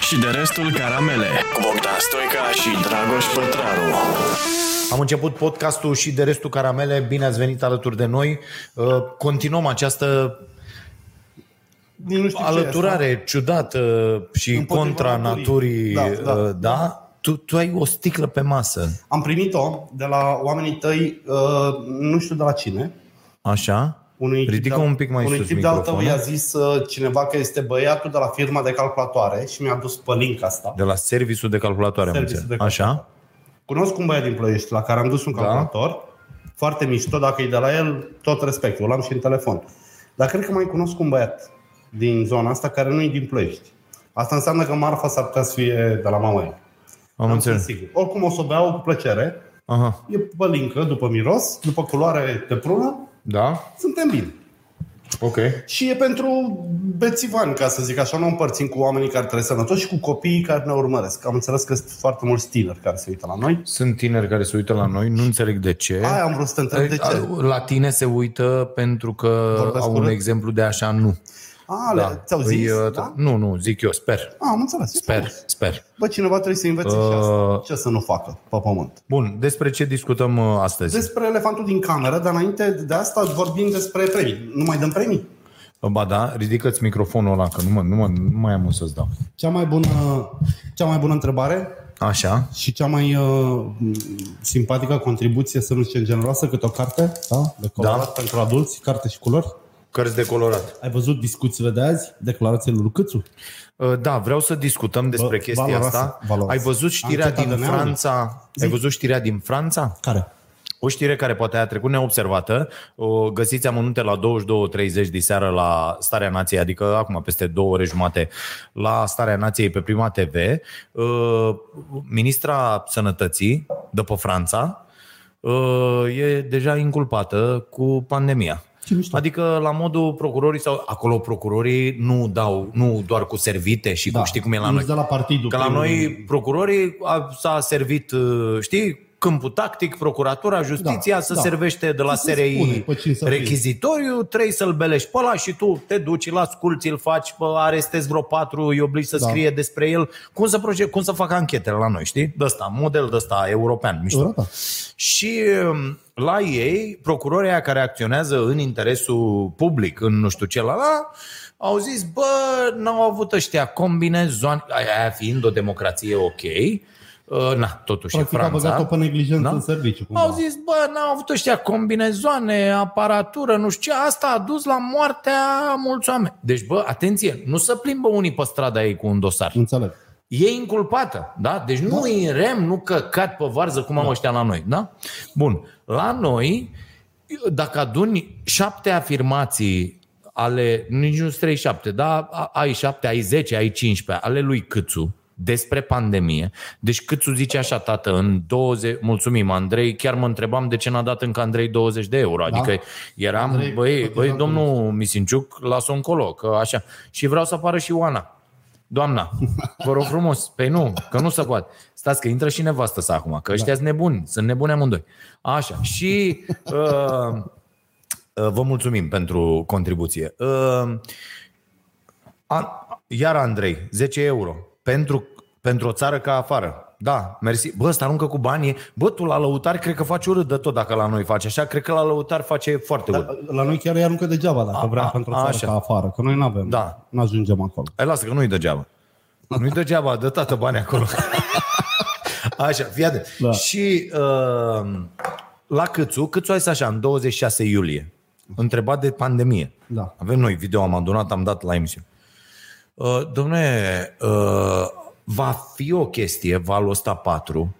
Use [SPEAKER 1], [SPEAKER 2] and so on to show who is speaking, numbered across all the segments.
[SPEAKER 1] și de restul caramele cu Bogdan Stoica și Dragoș Pătraru.
[SPEAKER 2] Am început podcastul și de restul caramele. Bine ați venit alături de noi. Uh, Continuăm această
[SPEAKER 3] Nici nu știu ce e
[SPEAKER 2] alăturare ciudată și
[SPEAKER 3] Împotriva
[SPEAKER 2] contra naturii.
[SPEAKER 3] naturii. Da, da.
[SPEAKER 2] uh, da? Tu, tu ai o sticlă pe masă,
[SPEAKER 3] asta. Am primit-o de la oamenii tăi, uh, nu știu de la cine.
[SPEAKER 2] așa?
[SPEAKER 3] Unui tip
[SPEAKER 2] Ridică
[SPEAKER 3] de-
[SPEAKER 2] un pic mai
[SPEAKER 3] unui
[SPEAKER 2] sus
[SPEAKER 3] tip de-al tău
[SPEAKER 2] microfonul.
[SPEAKER 3] i-a zis uh, cineva că este băiatul de la firma de calculatoare și mi-a dus pe link asta.
[SPEAKER 2] De la serviciul de calculatoare, am
[SPEAKER 3] Serviciul
[SPEAKER 2] înțeles.
[SPEAKER 3] de
[SPEAKER 2] Așa?
[SPEAKER 3] Cunosc un băiat din Ploiești la care am dus un
[SPEAKER 2] Da.
[SPEAKER 3] calculator. Foarte mișto, dacă e de la el, tot respectul, l-am și în telefon. Dar cred că mai cunosc un băiat din zona asta care nu e din Ploiești. Asta înseamnă că marfa s-ar putea să fie de la mama ei.
[SPEAKER 2] Am înțeles.
[SPEAKER 3] Sigur. Oricum o să o beau cu plăcere.
[SPEAKER 2] Aha.
[SPEAKER 3] E pe lincă, după miros, după culoare de prună,
[SPEAKER 2] Da?
[SPEAKER 3] suntem bine.
[SPEAKER 2] Ok.
[SPEAKER 3] Și e pentru bețivani, ca să zic așa, nu împărțim cu oamenii care trăiesc sănătoși și cu copiii care ne urmăresc. Am înțeles că sunt foarte mulți tineri care se uită la noi.
[SPEAKER 2] Sunt tineri care se uită la noi, nu înțeleg de ce.
[SPEAKER 3] Aia am vrut să te întreb de ce.
[SPEAKER 2] Păi, La tine se uită pentru că
[SPEAKER 3] Vorbesc
[SPEAKER 2] au un
[SPEAKER 3] urât?
[SPEAKER 2] exemplu de așa nu.
[SPEAKER 3] A, da. ți-au zis?
[SPEAKER 2] Îi, uh,
[SPEAKER 3] da?
[SPEAKER 2] Nu, nu, zic eu, sper.
[SPEAKER 3] A, am înțeles.
[SPEAKER 2] Sper, sper.
[SPEAKER 3] Bă, cineva trebuie să învețe și
[SPEAKER 2] Uh.
[SPEAKER 3] asta. Ce să nu facă pe pământ?
[SPEAKER 2] Bun, despre ce discutăm uh, astăzi?
[SPEAKER 3] Despre elefantul din cameră, dar înainte de asta vorbim despre premii. Nu mai dăm premii?
[SPEAKER 2] Ba da, ridică-ți microfonul ăla, că nu, mă, nu, mă, nu mai am un să-ți dau.
[SPEAKER 3] Cea mai bună, cea mai bună întrebare
[SPEAKER 2] Așa,
[SPEAKER 3] Și cea mai uh, simpatică contribuție, să nu zicem generoasă, cât o carte, da? De colorat
[SPEAKER 2] Da.
[SPEAKER 3] da. pentru adulți, carte și culori.
[SPEAKER 2] cărți de colorat.
[SPEAKER 3] Ai văzut discuțiile de azi? Declarațiile lui Câțu?
[SPEAKER 2] Uh, Da, vreau să discutăm despre
[SPEAKER 3] Bă,
[SPEAKER 2] chestia
[SPEAKER 3] valoroasă,
[SPEAKER 2] asta.
[SPEAKER 3] valoroasă.
[SPEAKER 2] Ai văzut știrea
[SPEAKER 3] Ancheta
[SPEAKER 2] din
[SPEAKER 3] DNA-ului?
[SPEAKER 2] Franța? Ai văzut știrea din Franța?
[SPEAKER 3] Care?
[SPEAKER 2] O știre care poate a trecut neobservată, o găsiți amănunte la 22.30 de seară la Starea Nației, adică acum peste două ore jumate la Starea Nației pe Prima TV. Uh, Ministra Sănătății, după Franța, uh, e deja inculpată cu pandemia.
[SPEAKER 3] Ce mișto.
[SPEAKER 2] Adică la modul procurorii sau acolo procurorii nu dau, nu doar cu servite și da. cu știi cum e la
[SPEAKER 3] nu-s
[SPEAKER 2] noi.
[SPEAKER 3] de la partidul.
[SPEAKER 2] Că la
[SPEAKER 3] primul-
[SPEAKER 2] noi procurorii a, s-a servit, uh, știi, câmpul tactic, procuratura, justiția, da,
[SPEAKER 3] Da,
[SPEAKER 2] să
[SPEAKER 3] da.
[SPEAKER 2] servește de la
[SPEAKER 3] Se spune
[SPEAKER 2] SRI
[SPEAKER 3] pe cine să fie.
[SPEAKER 2] rechizitoriu, trei să-l belești pe ăla și tu te duci, îl asculti, îl faci, bă, arestezi vreo patru, îi obligi să da.
[SPEAKER 3] Da.
[SPEAKER 2] scrie despre el. Cum să, proce- cum să facă anchetele la noi, știi? De ăsta, model de ăsta european, mișto.
[SPEAKER 3] Europa.
[SPEAKER 2] Și um, la ei, procurorii aia care acționează în interesul public, în nu știu ce la la, au zis, bă, n-au avut ăștia combinezoane, aia aia fiind o democrație ok, uh, na, totuși
[SPEAKER 3] Practic
[SPEAKER 2] e
[SPEAKER 3] a
[SPEAKER 2] Franța.
[SPEAKER 3] băgat-o pe neglijență
[SPEAKER 2] Da?
[SPEAKER 3] da? în serviciu. Cumva.
[SPEAKER 2] Au zis, bă, n-au avut ăștia combinezoane, aparatură, nu știu ce, asta a dus la moartea mulți oameni. Deci, bă, atenție, nu se plimbă unii pe strada ei cu un dosar.
[SPEAKER 3] Înțeleg.
[SPEAKER 2] E inculpată, da? Deci nu da. e în rem, nu căcat pe varză cum am ăștia la noi, da? Bun, la noi, dacă aduni șapte afirmații ale, nici nu trei șapte, da? A- Ai șapte, ai zece, ai 15, ale lui Câțu, despre pandemie. Deci Câțu zice așa, tată, în 20, mulțumim Andrei, chiar mă întrebam de ce n-a dat încă Andrei 20 de euro, adică eram,
[SPEAKER 3] Da. Andrei,
[SPEAKER 2] băi,
[SPEAKER 3] tot
[SPEAKER 2] băi,
[SPEAKER 3] eram
[SPEAKER 2] domnul Misinciuc, las-o încolo, că așa. Și vreau să apară și Oana. Doamna, vă rog frumos, pe nu, că nu se poate. Stați că intră și nevastă sa acum, că ăștia sunt nebuni, sunt nebuni amândoi. Așa, și uh, uh, vă mulțumim pentru contribuție. Uh, a, iar Andrei, 10 euro pentru, pentru o țară ca afară. Da, mersi. Bă, ăsta aruncă cu banii. Bă, tu la lăutar cred că faci urât de tot dacă la noi faci așa. Cred că la lăutar face foarte urât.
[SPEAKER 3] La noi chiar îi aruncă degeaba dacă
[SPEAKER 2] A,
[SPEAKER 3] a, vrea
[SPEAKER 2] a,
[SPEAKER 3] pentru o țară
[SPEAKER 2] așa.
[SPEAKER 3] ca afară, că noi nu avem.
[SPEAKER 2] Da.
[SPEAKER 3] Nu ajungem acolo.
[SPEAKER 2] Ai lasă că nu-i degeaba. Nu-i degeaba, dă tată bani acolo. Așa, fii atent.
[SPEAKER 3] Da.
[SPEAKER 2] Și uh, la Câțu, Câțu a zis așa, în 26 iulie, întrebat de pandemie.
[SPEAKER 3] Da.
[SPEAKER 2] Avem noi video, am adunat, am dat la emisiune. Uh, domnule, uh, va fi o chestie, valul ăsta 4,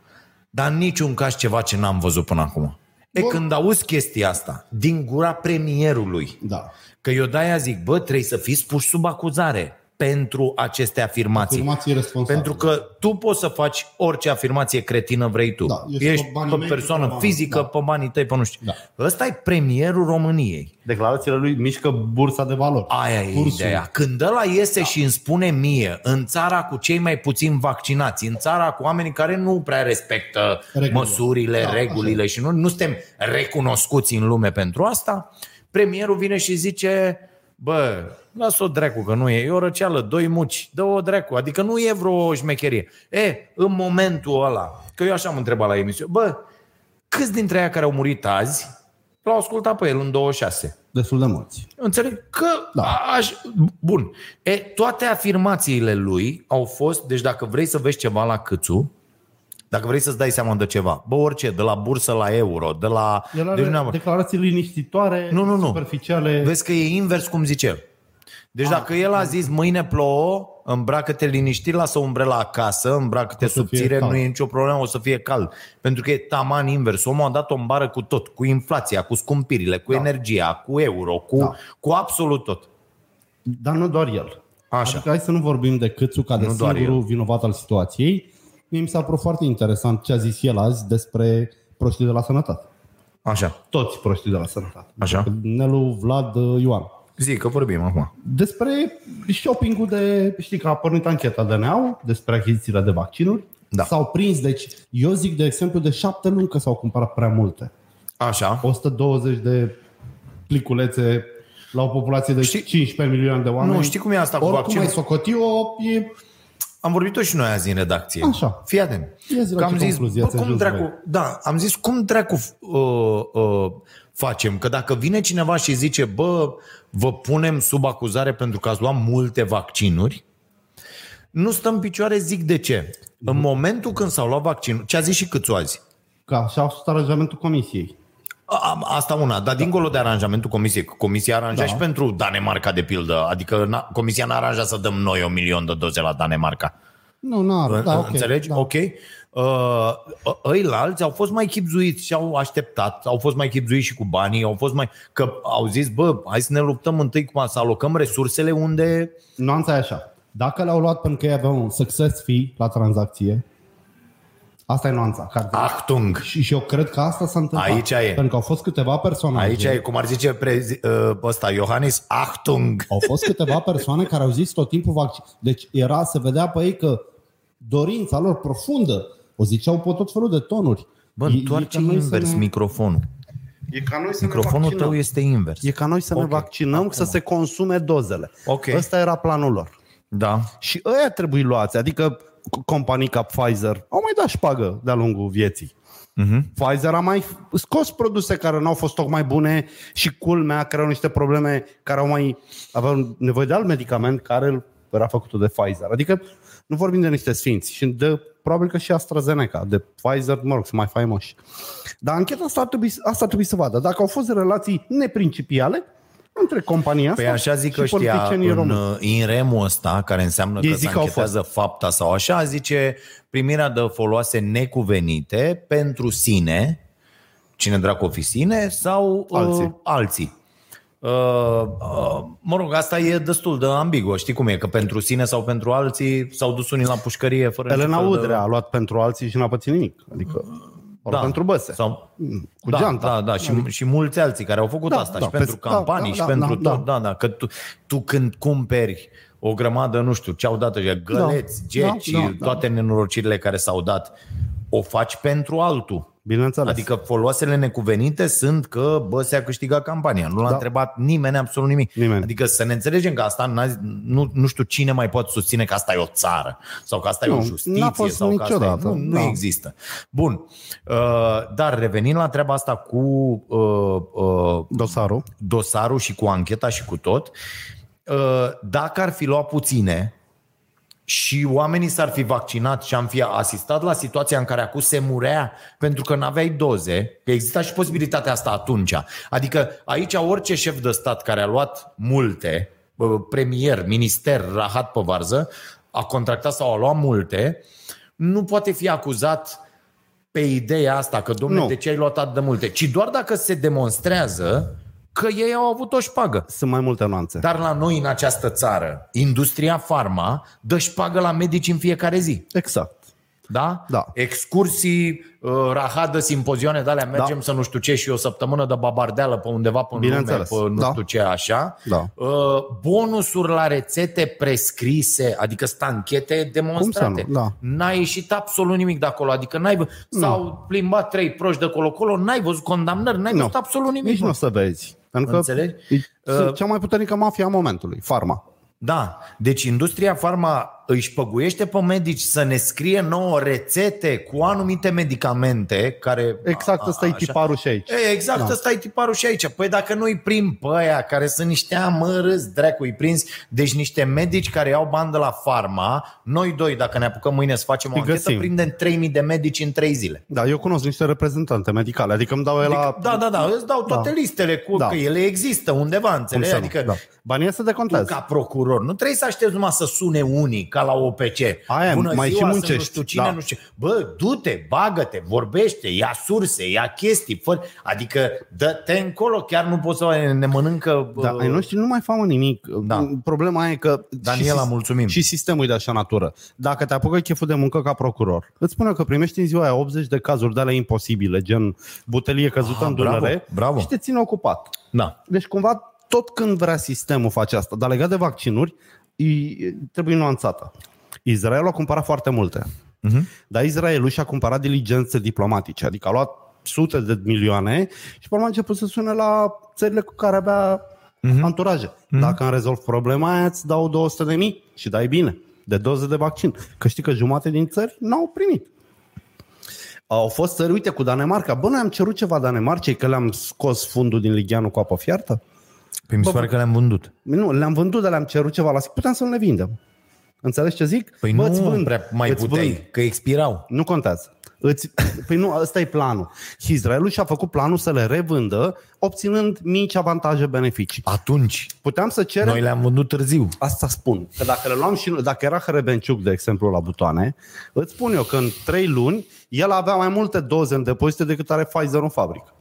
[SPEAKER 2] dar în niciun caz ceva ce n-am văzut până acum. E
[SPEAKER 3] Bun.
[SPEAKER 2] când auzi chestia asta, din gura premierului,
[SPEAKER 3] Da.
[SPEAKER 2] Că eu de-aia zic, bă, trebuie să fiți puși sub acuzare pentru aceste afirmații.
[SPEAKER 3] Afirmații responsabile.
[SPEAKER 2] Pentru că tu poți să faci orice afirmație cretină vrei tu.
[SPEAKER 3] Da, eu sunt
[SPEAKER 2] Ești
[SPEAKER 3] pe banii
[SPEAKER 2] pe
[SPEAKER 3] mei,
[SPEAKER 2] persoană
[SPEAKER 3] pe banii-
[SPEAKER 2] fizică,
[SPEAKER 3] da.
[SPEAKER 2] pe banii tăi, pe nu știu.
[SPEAKER 3] Da.
[SPEAKER 2] Ăsta e premierul României.
[SPEAKER 3] Declarațiile lui mișcă bursa de valori.
[SPEAKER 2] Aia e
[SPEAKER 3] Cursul.
[SPEAKER 2] ideea. Când ăla iese
[SPEAKER 3] Da.
[SPEAKER 2] și îmi spune mie, în țara cu cei mai puțin vaccinați, în țara cu oamenii care nu prea respectă
[SPEAKER 3] Regulile.
[SPEAKER 2] măsurile,
[SPEAKER 3] Da,
[SPEAKER 2] regulile și nu, nu suntem recunoscuți în lume pentru asta, premierul vine și zice Bă, las-o dracu că nu e. E o răceală, doi muci, dă o dracu. Adică nu e vreo șmecherie. E, în momentul ăla, că eu așa am întrebat la emisiune, bă, câți dintre ei care au murit azi l-au ascultat pe el în 26?
[SPEAKER 3] Destul de mulți.
[SPEAKER 2] Înțeleg că
[SPEAKER 3] Da.
[SPEAKER 2] da. aș... Bun. E, toate afirmațiile lui au fost, deci dacă vrei să vezi ceva la Câțu, dacă vrei să-ți dai seama de ceva, bă, orice, de la bursă la euro, de la...
[SPEAKER 3] El are
[SPEAKER 2] deci,
[SPEAKER 3] deci,
[SPEAKER 2] n-am-
[SPEAKER 3] declarații liniștitoare,
[SPEAKER 2] Nu, nu, nu.
[SPEAKER 3] superficiale.
[SPEAKER 2] Vezi că e invers cum zice el.
[SPEAKER 3] Ah,
[SPEAKER 2] Deci dacă el
[SPEAKER 3] da.
[SPEAKER 2] a zis mâine plouă, îmbracă-te liniștit, lasă umbrela acasă, îmbracă-te
[SPEAKER 3] O să fie
[SPEAKER 2] subțire,
[SPEAKER 3] cald.
[SPEAKER 2] nu e nicio problemă, o să fie cald. Pentru că e taman invers. Omul a dat o în bară cu tot, cu inflația, cu scumpirile, cu da. energia, cu euro, cu, da.
[SPEAKER 3] Da.
[SPEAKER 2] cu absolut tot.
[SPEAKER 3] Dar nu doar el.
[SPEAKER 2] Așa.
[SPEAKER 3] Adică hai să nu vorbim de Câțu ca de
[SPEAKER 2] Nu doar
[SPEAKER 3] singurul
[SPEAKER 2] el.
[SPEAKER 3] vinovat al situației. Mie mi s-a părut foarte interesant ce a zis el azi despre proștii de la sănătate.
[SPEAKER 2] Așa,
[SPEAKER 3] Toți proștii de la sănătate. Adică
[SPEAKER 2] așa.
[SPEAKER 3] Nelu, Vlad, Ioan.
[SPEAKER 2] Zi că vorbim acum.
[SPEAKER 3] Despre shopping-ul de... Știi că a pornit ancheta DNA-ul despre achizițiile de vaccinuri.
[SPEAKER 2] Da.
[SPEAKER 3] S-au prins, deci eu zic de exemplu de șapte luni că s-au cumpărat prea multe.
[SPEAKER 2] Așa.
[SPEAKER 3] 120 de pliculețe la o populație de
[SPEAKER 2] Știi-
[SPEAKER 3] știi, 15 milioane de oameni.
[SPEAKER 2] Nu, știi cum e asta cu
[SPEAKER 3] Oricum
[SPEAKER 2] vaccinul?
[SPEAKER 3] ai socoti-o, e...
[SPEAKER 2] Am vorbit-o și noi azi în redacție.
[SPEAKER 3] Așa.
[SPEAKER 2] Fii atent.
[SPEAKER 3] Ia zi la
[SPEAKER 2] Că
[SPEAKER 3] ce
[SPEAKER 2] am zis,
[SPEAKER 3] concluzie
[SPEAKER 2] bă,
[SPEAKER 3] ați
[SPEAKER 2] cum
[SPEAKER 3] ajuns
[SPEAKER 2] dracu,
[SPEAKER 3] voi.
[SPEAKER 2] da, am zis, cum dracu uh, uh, facem? Că dacă vine cineva și zice, bă, vă punem sub acuzare pentru că ați luat multe vaccinuri, nu stăm în picioare, zic de ce. În
[SPEAKER 3] Mhm.
[SPEAKER 2] momentul când s-au luat vaccinul, ce a zis și câțu azi?
[SPEAKER 3] Că așa a fost aranjamentul comisiei.
[SPEAKER 2] A- Asta una,
[SPEAKER 3] Da.
[SPEAKER 2] dar dincolo de aranjamentul comisiei, că comisia aranja da. și pentru Danemarca, de pildă, adică na, comisia n-a aranjat să dăm noi o milion de doze la Danemarca.
[SPEAKER 3] Nu, nu, da,
[SPEAKER 2] Da,
[SPEAKER 3] ok.
[SPEAKER 2] Înțelegi?
[SPEAKER 3] Da.
[SPEAKER 2] Ok. Uh, ei la alți au fost mai chipzuiți și au așteptat, au fost mai chipzuiți și cu banii, au fost mai. că au zis, bă, hai să ne luptăm întâi cum să alocăm resursele unde.
[SPEAKER 3] Nuanța e așa. Dacă le-au luat pentru că ei aveau un success fee la tranzacție, asta e nuanța. Că ar trebui-
[SPEAKER 2] Achtung!
[SPEAKER 3] Și, și eu cred că asta s-a întâmplat.
[SPEAKER 2] Aici e.
[SPEAKER 3] Pentru că au fost câteva persoane.
[SPEAKER 2] Aici e, cum ar zice prezi, uh, ăsta, Iohannis, Achtung!
[SPEAKER 3] Au fost câteva persoane care au zis tot timpul vaccin. Deci era, se vedea pe ei că dorința lor profundă, o ziceau pe tot felul de tonuri.
[SPEAKER 2] Bă,
[SPEAKER 3] E- e
[SPEAKER 2] întoarce
[SPEAKER 3] ca noi să
[SPEAKER 2] invers
[SPEAKER 3] ne-
[SPEAKER 2] microfonul.
[SPEAKER 4] E ca noi să
[SPEAKER 2] Microfonul
[SPEAKER 4] ne
[SPEAKER 2] tău
[SPEAKER 4] vaccinăm.
[SPEAKER 2] este invers.
[SPEAKER 4] E ca noi să
[SPEAKER 2] Ok.
[SPEAKER 4] ne vaccinăm, să se consume dozele.
[SPEAKER 2] Ok.
[SPEAKER 4] Ăsta era planul lor.
[SPEAKER 2] Da.
[SPEAKER 4] Și ăia trebuie luați, adică c- companii ca Pfizer au mai dat șpagă de-a lungul vieții.
[SPEAKER 2] Mhm.
[SPEAKER 4] Mm-hmm. Pfizer a mai f- scos produse care nu au fost tocmai bune și culmea, care au niște probleme, care au mai aveau nevoie de alt medicament care îl era făcutul de Pfizer. Adică nu vorbim de niște sfinți și de probabil că și AstraZeneca, de Pfizer, mă rog, sunt mai faimoși. Dar ancheta asta ar trebui, asta ar trebui să vadă. Dacă au fost relații neprincipiale între compania asta
[SPEAKER 2] Păi așa zic
[SPEAKER 4] și
[SPEAKER 2] ăștia
[SPEAKER 4] politicienii
[SPEAKER 2] în,
[SPEAKER 4] români.
[SPEAKER 2] uh, inremul ăsta, care înseamnă
[SPEAKER 4] Ei
[SPEAKER 2] că se
[SPEAKER 4] zic că au
[SPEAKER 2] anchetează fapta sau așa, zice primirea de foloase necuvenite pentru sine, cine dracu o fi sine, sau alții. Uh,
[SPEAKER 4] Alții.
[SPEAKER 2] alții. Uh, uh, mă rog, asta e destul de ambiguă, știi cum e, că pentru sine sau pentru alții s-au dus unii la pușcărie fără
[SPEAKER 4] Elena
[SPEAKER 2] niciun fel
[SPEAKER 4] Udrea a luat pentru alții și n-a pățit nimic. Adică da. pentru băse. Mm. Sau...
[SPEAKER 2] Sau,
[SPEAKER 4] Cu
[SPEAKER 2] da,
[SPEAKER 4] geanta.
[SPEAKER 2] Da, da, și, și mulți alții care au făcut da, asta da, și pentru
[SPEAKER 4] pe-
[SPEAKER 2] campanii da, și da, pentru da, tot. Da. da, da, că tu, tu când cumperi o grămadă, nu știu, ce au dat ăștia, găleți, da, geci, da, da, toate nenorocirile care s-au dat, o faci pentru altul.
[SPEAKER 4] Bineînțeles. Adică
[SPEAKER 2] Adică foloasele necuvenite sunt că bă, se-a câștigat campania. Nu l-a da. întrebat nimeni absolut nimic.
[SPEAKER 4] Nimeni.
[SPEAKER 2] Adică să ne înțelegem că asta n-a- nu, nu știu cine mai poate susține că asta e o țară sau că asta e
[SPEAKER 4] Nu,
[SPEAKER 2] o justiție.
[SPEAKER 4] n-a fost
[SPEAKER 2] sau că asta e-
[SPEAKER 4] niciodată.
[SPEAKER 2] Nu, nu
[SPEAKER 4] Da.
[SPEAKER 2] există. Bun. Uh, Dar revenind la treaba asta cu uh, uh,
[SPEAKER 4] dosarul.
[SPEAKER 2] dosarul și cu ancheta și cu tot, uh, dacă ar fi luat puține și oamenii s-ar fi vaccinat și am fi asistat la situația în care acum se murea pentru că n-aveai doze, că exista și posibilitatea asta atunci. Adică aici orice șef de stat care a luat multe, bă, premier, minister, rahat pe varză, a contractat sau a luat multe, nu poate fi acuzat pe ideea asta că, domnule,
[SPEAKER 4] Nu.
[SPEAKER 2] de ce ai luat atât de multe, ci doar dacă se demonstrează că ei au avut o șpagă.
[SPEAKER 4] Sunt mai multe nuanțe. Da.
[SPEAKER 2] Dar la noi, în această țară, industria farma dă șpagă la medici în fiecare zi.
[SPEAKER 4] Exact.
[SPEAKER 2] Da?
[SPEAKER 4] Da.
[SPEAKER 2] Excursii, uh, rahadă, simpozioane de alea, mergem da. să nu știu ce și o săptămână de babardeală pe undeva pe lume, pe
[SPEAKER 4] Bineînțeles.
[SPEAKER 2] nu
[SPEAKER 4] Da.
[SPEAKER 2] știu ce așa.
[SPEAKER 4] Da.
[SPEAKER 2] Uh, Bonusuri la rețete prescrise, adică stanchete demonstrate.
[SPEAKER 4] Cum să nu? Da.
[SPEAKER 2] N-a ieșit absolut nimic de acolo, adică n-ai vă- s-au plimbat trei proști de colo-colo, n-ai văzut condamnări, n-ai
[SPEAKER 4] Nu.
[SPEAKER 2] văzut absolut nimic.
[SPEAKER 4] Nici nu
[SPEAKER 2] mă.
[SPEAKER 4] o să vezi.
[SPEAKER 3] Pentru că
[SPEAKER 2] Înțelegi?
[SPEAKER 3] e-
[SPEAKER 2] Uh,
[SPEAKER 3] sunt cea mai puternică mafie a momentului, farma.
[SPEAKER 2] Da, deci industria farma își păguiește pe medici să ne scrie nouă rețete cu anumite medicamente care...
[SPEAKER 3] Exact,
[SPEAKER 2] a-
[SPEAKER 3] ăsta
[SPEAKER 2] a-
[SPEAKER 3] e
[SPEAKER 2] așa.
[SPEAKER 3] tiparul și aici.
[SPEAKER 2] E, exact,
[SPEAKER 3] Da.
[SPEAKER 2] ăsta e tiparul și aici. Păi dacă nu îi prim pe aia care sunt niște amărâți, dracu, îi prins, deci niște medici care iau bani de la farma, noi doi, dacă ne apucăm mâine să facem o
[SPEAKER 3] Îi
[SPEAKER 2] anchetă,
[SPEAKER 3] găsim.
[SPEAKER 2] prindem 3000 de medici în 3 zile.
[SPEAKER 3] Da, eu cunosc niște reprezentante medicale, adică îmi dau el la...
[SPEAKER 2] Adică, da, da, da, îți dau toate
[SPEAKER 3] Da.
[SPEAKER 2] listele cu
[SPEAKER 3] Da.
[SPEAKER 2] că ele există undeva,
[SPEAKER 3] cum
[SPEAKER 2] înțelegi?
[SPEAKER 3] să nu,
[SPEAKER 2] Adică
[SPEAKER 3] da. Banii este de
[SPEAKER 2] tu
[SPEAKER 3] contez.
[SPEAKER 2] ca procuror, nu trebuie să aștepți numai să sune unii ca la OPC.
[SPEAKER 3] Aia e,
[SPEAKER 2] Bună ziua,
[SPEAKER 3] mai și
[SPEAKER 2] sunt
[SPEAKER 3] muncești,
[SPEAKER 2] Nu știu cine,
[SPEAKER 3] da.
[SPEAKER 2] nu știu. Bă, du-te, bagă-te, vorbește, ia surse, ia chestii, fă... adică dă-te încolo, chiar nu poți să ne mănâncă...
[SPEAKER 3] Da,
[SPEAKER 2] bă,
[SPEAKER 3] ai noștri nu mai fac nimic.
[SPEAKER 2] Da.
[SPEAKER 3] Problema e că
[SPEAKER 2] Daniela,
[SPEAKER 3] și,
[SPEAKER 2] mulțumim.
[SPEAKER 3] și sistemul e de așa natură. Dacă te apucă cheful de muncă ca procuror, îți spune că primești în ziua aia 80 de cazuri de alea imposibile, gen butelie căzută
[SPEAKER 2] Ah,
[SPEAKER 3] în
[SPEAKER 2] bravo,
[SPEAKER 3] durere
[SPEAKER 2] bravo.
[SPEAKER 3] și te ține ocupat.
[SPEAKER 2] Da.
[SPEAKER 3] Deci cumva tot când vrea sistemul face asta, dar legat de vaccinuri, e, trebuie nuanțată. Israelul a cumpărat foarte multe, dar Israelul și-a cumpărat diligențe diplomatice, adică a luat sute de milioane și pe urmă a început să sune la țările cu care avea anturaje. Dacă îmi rezolv problema aia, îți dau 200 de mii și dai bine, de doze de vaccin. Că știi că jumate din țări n-au primit. Au fost țări, uite, cu Danemarca. Bă, noi am cerut ceva Danemarcei, că le-am scos fundul din Ligianu cu apă fiartă.
[SPEAKER 2] Păi mi se pare că le-am vândut.
[SPEAKER 3] Nu, le-am vândut, dar le-am cerut ceva la puteam să nu le vindem. Înțelegi ce zic?
[SPEAKER 2] Păi
[SPEAKER 3] Bă,
[SPEAKER 2] nu
[SPEAKER 3] îți vând,
[SPEAKER 2] prea mai
[SPEAKER 3] îți
[SPEAKER 2] puteai,
[SPEAKER 3] vând.
[SPEAKER 2] că expirau.
[SPEAKER 3] Nu contează. Îți... Păi nu, ăsta e planul. Și Israelul și-a făcut planul să le revândă, obținând mici avantaje beneficii.
[SPEAKER 2] Atunci,
[SPEAKER 3] Puteam să cerem...
[SPEAKER 2] noi le-am vândut târziu.
[SPEAKER 3] Asta spun. Că dacă le luam și dacă era Hrebenciuc, de exemplu, la butoane, îți spun eu că în trei luni el avea mai multe doze în depozite decât are Pfizer în fabrică.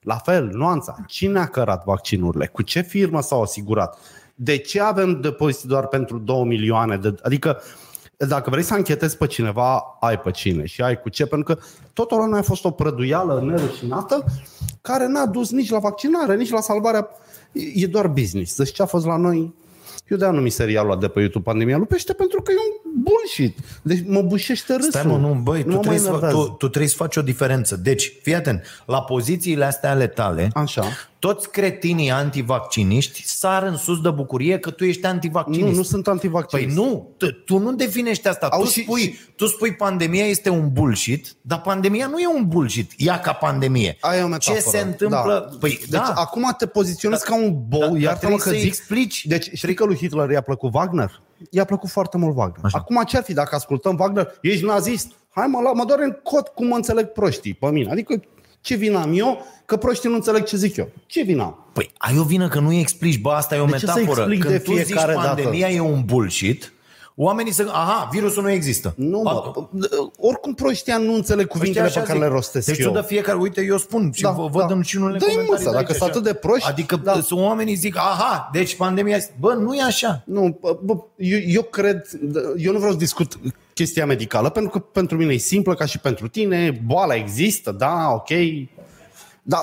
[SPEAKER 3] La fel, nuanța. Cine a cărat vaccinurile? Cu ce firmă s-au asigurat? De ce avem depozite doar pentru 2 milioane? De... Adică, dacă vrei să anchetezi pe cineva, ai pe cine și ai cu ce, pentru că totul ăla a fost o prăduială nerușinată care n-a dus nici la vaccinare, nici la salvarea. E- E doar business. Deci ce a fost la noi eu de-aia nu mi serialul ăla de pe YouTube Pandemia Lupește pentru că e un bullshit. Deci mă bușește râsul.
[SPEAKER 2] Stai mă, nu, băi, tu,
[SPEAKER 3] mă
[SPEAKER 2] trebuie
[SPEAKER 3] mai
[SPEAKER 2] să, tu,
[SPEAKER 3] enervează.
[SPEAKER 2] tu trebuie să faci o diferență. Deci, fii atent, la pozițiile astea ale tale,
[SPEAKER 3] Așa.
[SPEAKER 2] toți cretinii antivacciniști sar în sus de bucurie că tu ești
[SPEAKER 3] Nu,
[SPEAKER 2] antivaccinist.
[SPEAKER 3] nu sunt antivaccinist.
[SPEAKER 2] Păi nu, t- tu nu definești asta.
[SPEAKER 3] Au
[SPEAKER 2] tu,
[SPEAKER 3] și-
[SPEAKER 2] spui,
[SPEAKER 3] și-
[SPEAKER 2] tu spui pandemia este un bullshit, dar pandemia nu e un bullshit. Ea ca pandemie.
[SPEAKER 3] Aia e o
[SPEAKER 2] Ce se
[SPEAKER 3] metaforă.
[SPEAKER 2] întâmplă?
[SPEAKER 3] Da.
[SPEAKER 2] Păi
[SPEAKER 3] deci
[SPEAKER 2] da,
[SPEAKER 3] acum te poziționezi ca un bou,
[SPEAKER 2] Da,
[SPEAKER 3] da,
[SPEAKER 2] dar
[SPEAKER 3] iartă-mă
[SPEAKER 2] trebuie
[SPEAKER 3] că
[SPEAKER 2] să-i
[SPEAKER 3] zic.
[SPEAKER 2] explici.
[SPEAKER 3] Deci știi că lui Hitler i-a plăcut Wagner? I-a plăcut foarte mult Wagner. Așa. Acum ce ar fi dacă ascultăm Wagner? Ești nazist? Hai mă, la, mă doare în cot cum mă înțeleg proștii pe mine. Adică ce vină am eu că proștii nu înțeleg ce zic eu? Ce vină am?
[SPEAKER 2] Păi ai o vină că nu îi explici, bă, asta e o
[SPEAKER 3] De ce să
[SPEAKER 2] metaforă.
[SPEAKER 3] explic
[SPEAKER 2] Când
[SPEAKER 3] de
[SPEAKER 2] tu zici
[SPEAKER 3] fiecare dată?
[SPEAKER 2] pandemia e un bullshit, oamenii se... Aha, virusul nu există.
[SPEAKER 3] Nu,
[SPEAKER 2] A-
[SPEAKER 3] mă, oricum proștia nu înțeleg cuvintele
[SPEAKER 2] Uite,
[SPEAKER 3] pe
[SPEAKER 2] Păi așa
[SPEAKER 3] care le rostesc
[SPEAKER 2] deci
[SPEAKER 3] eu.
[SPEAKER 2] tu de fiecare, uite, eu spun și da,
[SPEAKER 3] Da,
[SPEAKER 2] vă văd
[SPEAKER 3] da.
[SPEAKER 2] în și unele
[SPEAKER 3] Dă-i
[SPEAKER 2] comentarii
[SPEAKER 3] măsa,
[SPEAKER 2] de
[SPEAKER 3] dacă
[SPEAKER 2] aici,
[SPEAKER 3] sunt
[SPEAKER 2] așa.
[SPEAKER 3] atât de proști,
[SPEAKER 2] Adică
[SPEAKER 3] da.
[SPEAKER 2] sunt oamenii zic, aha, deci pandemia... Bă, nu e așa.
[SPEAKER 3] Nu, bă, eu, eu cred, eu nu vreau să discut chestia medicală, pentru că pentru mine e simplă ca și pentru tine, boala există, da, ok, dar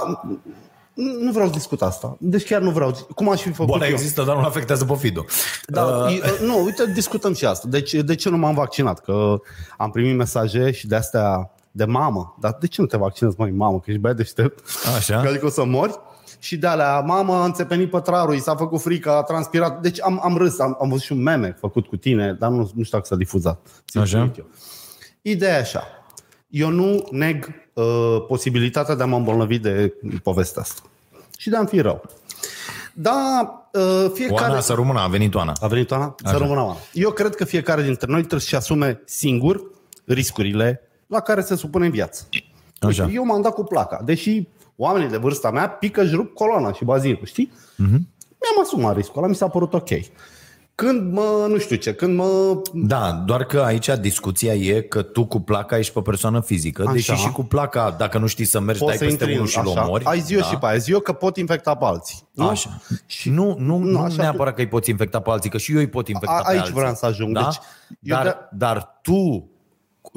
[SPEAKER 3] nu nu vreau să discut asta. Deci chiar nu vreau. Cum aș fi făcut
[SPEAKER 2] Boala
[SPEAKER 3] Păi eu?
[SPEAKER 2] există, dar nu afectează pe Fido. Uh,
[SPEAKER 3] Da, e- nu, uite, discutăm și asta. Deci, de ce nu m-am vaccinat? Că am primit mesaje și de astea de mamă. Dar de ce nu te vaccinezi, măi, mamă, că ești băiat deștept?
[SPEAKER 2] Așa.
[SPEAKER 3] Că adică o să mori? Și de alea, mama a înțepenit pătrarul, i s-a făcut frică, a transpirat. Deci am, am râs, am, am văzut și un meme făcut cu tine, dar nu, nu știu dacă s-a difuzat. Ți-l
[SPEAKER 2] Așa.
[SPEAKER 3] trimit eu. Ideea e așa. Eu nu neg uh, posibilitatea de a mă îmbolnăvi de povestea asta. Și de a-mi fi rău. Dar uh, fiecare...
[SPEAKER 2] Oana să rămână, a venit Oana.
[SPEAKER 3] A venit Oana? Să rămână Oana. Eu cred că fiecare dintre noi trebuie să-și asume singur riscurile la care se supune în viață.
[SPEAKER 2] Așa.
[SPEAKER 3] Uite, Deci Eu m-am dat cu placa, deși oamenii de vârsta mea pică și rup coloana și bazinul, știi? Mm-hmm.
[SPEAKER 2] Mhm.
[SPEAKER 3] Mi-am asumat riscul ăla, mi s-a părut ok. Când mă, nu știu ce, când mă...
[SPEAKER 2] Da, doar că aici discuția e că tu cu placa ești pe persoană fizică,
[SPEAKER 3] Așa.
[SPEAKER 2] deși și cu placa, dacă nu știi să mergi, dai peste
[SPEAKER 3] în-
[SPEAKER 2] unul și l
[SPEAKER 3] așa.
[SPEAKER 2] omori.
[SPEAKER 3] Ai zi eu
[SPEAKER 2] da.
[SPEAKER 3] și pe aia, zi eu că pot infecta pe alții. Nu?
[SPEAKER 2] Așa. Și nu, nu, nu,
[SPEAKER 3] așa
[SPEAKER 2] neapărat că îi poți infecta pe alții, că și eu îi pot infecta
[SPEAKER 3] A-
[SPEAKER 2] pe
[SPEAKER 3] aici
[SPEAKER 2] alții.
[SPEAKER 3] vreau să ajung.
[SPEAKER 2] Da?
[SPEAKER 3] Deci, eu
[SPEAKER 2] dar,
[SPEAKER 3] de-
[SPEAKER 2] dar tu,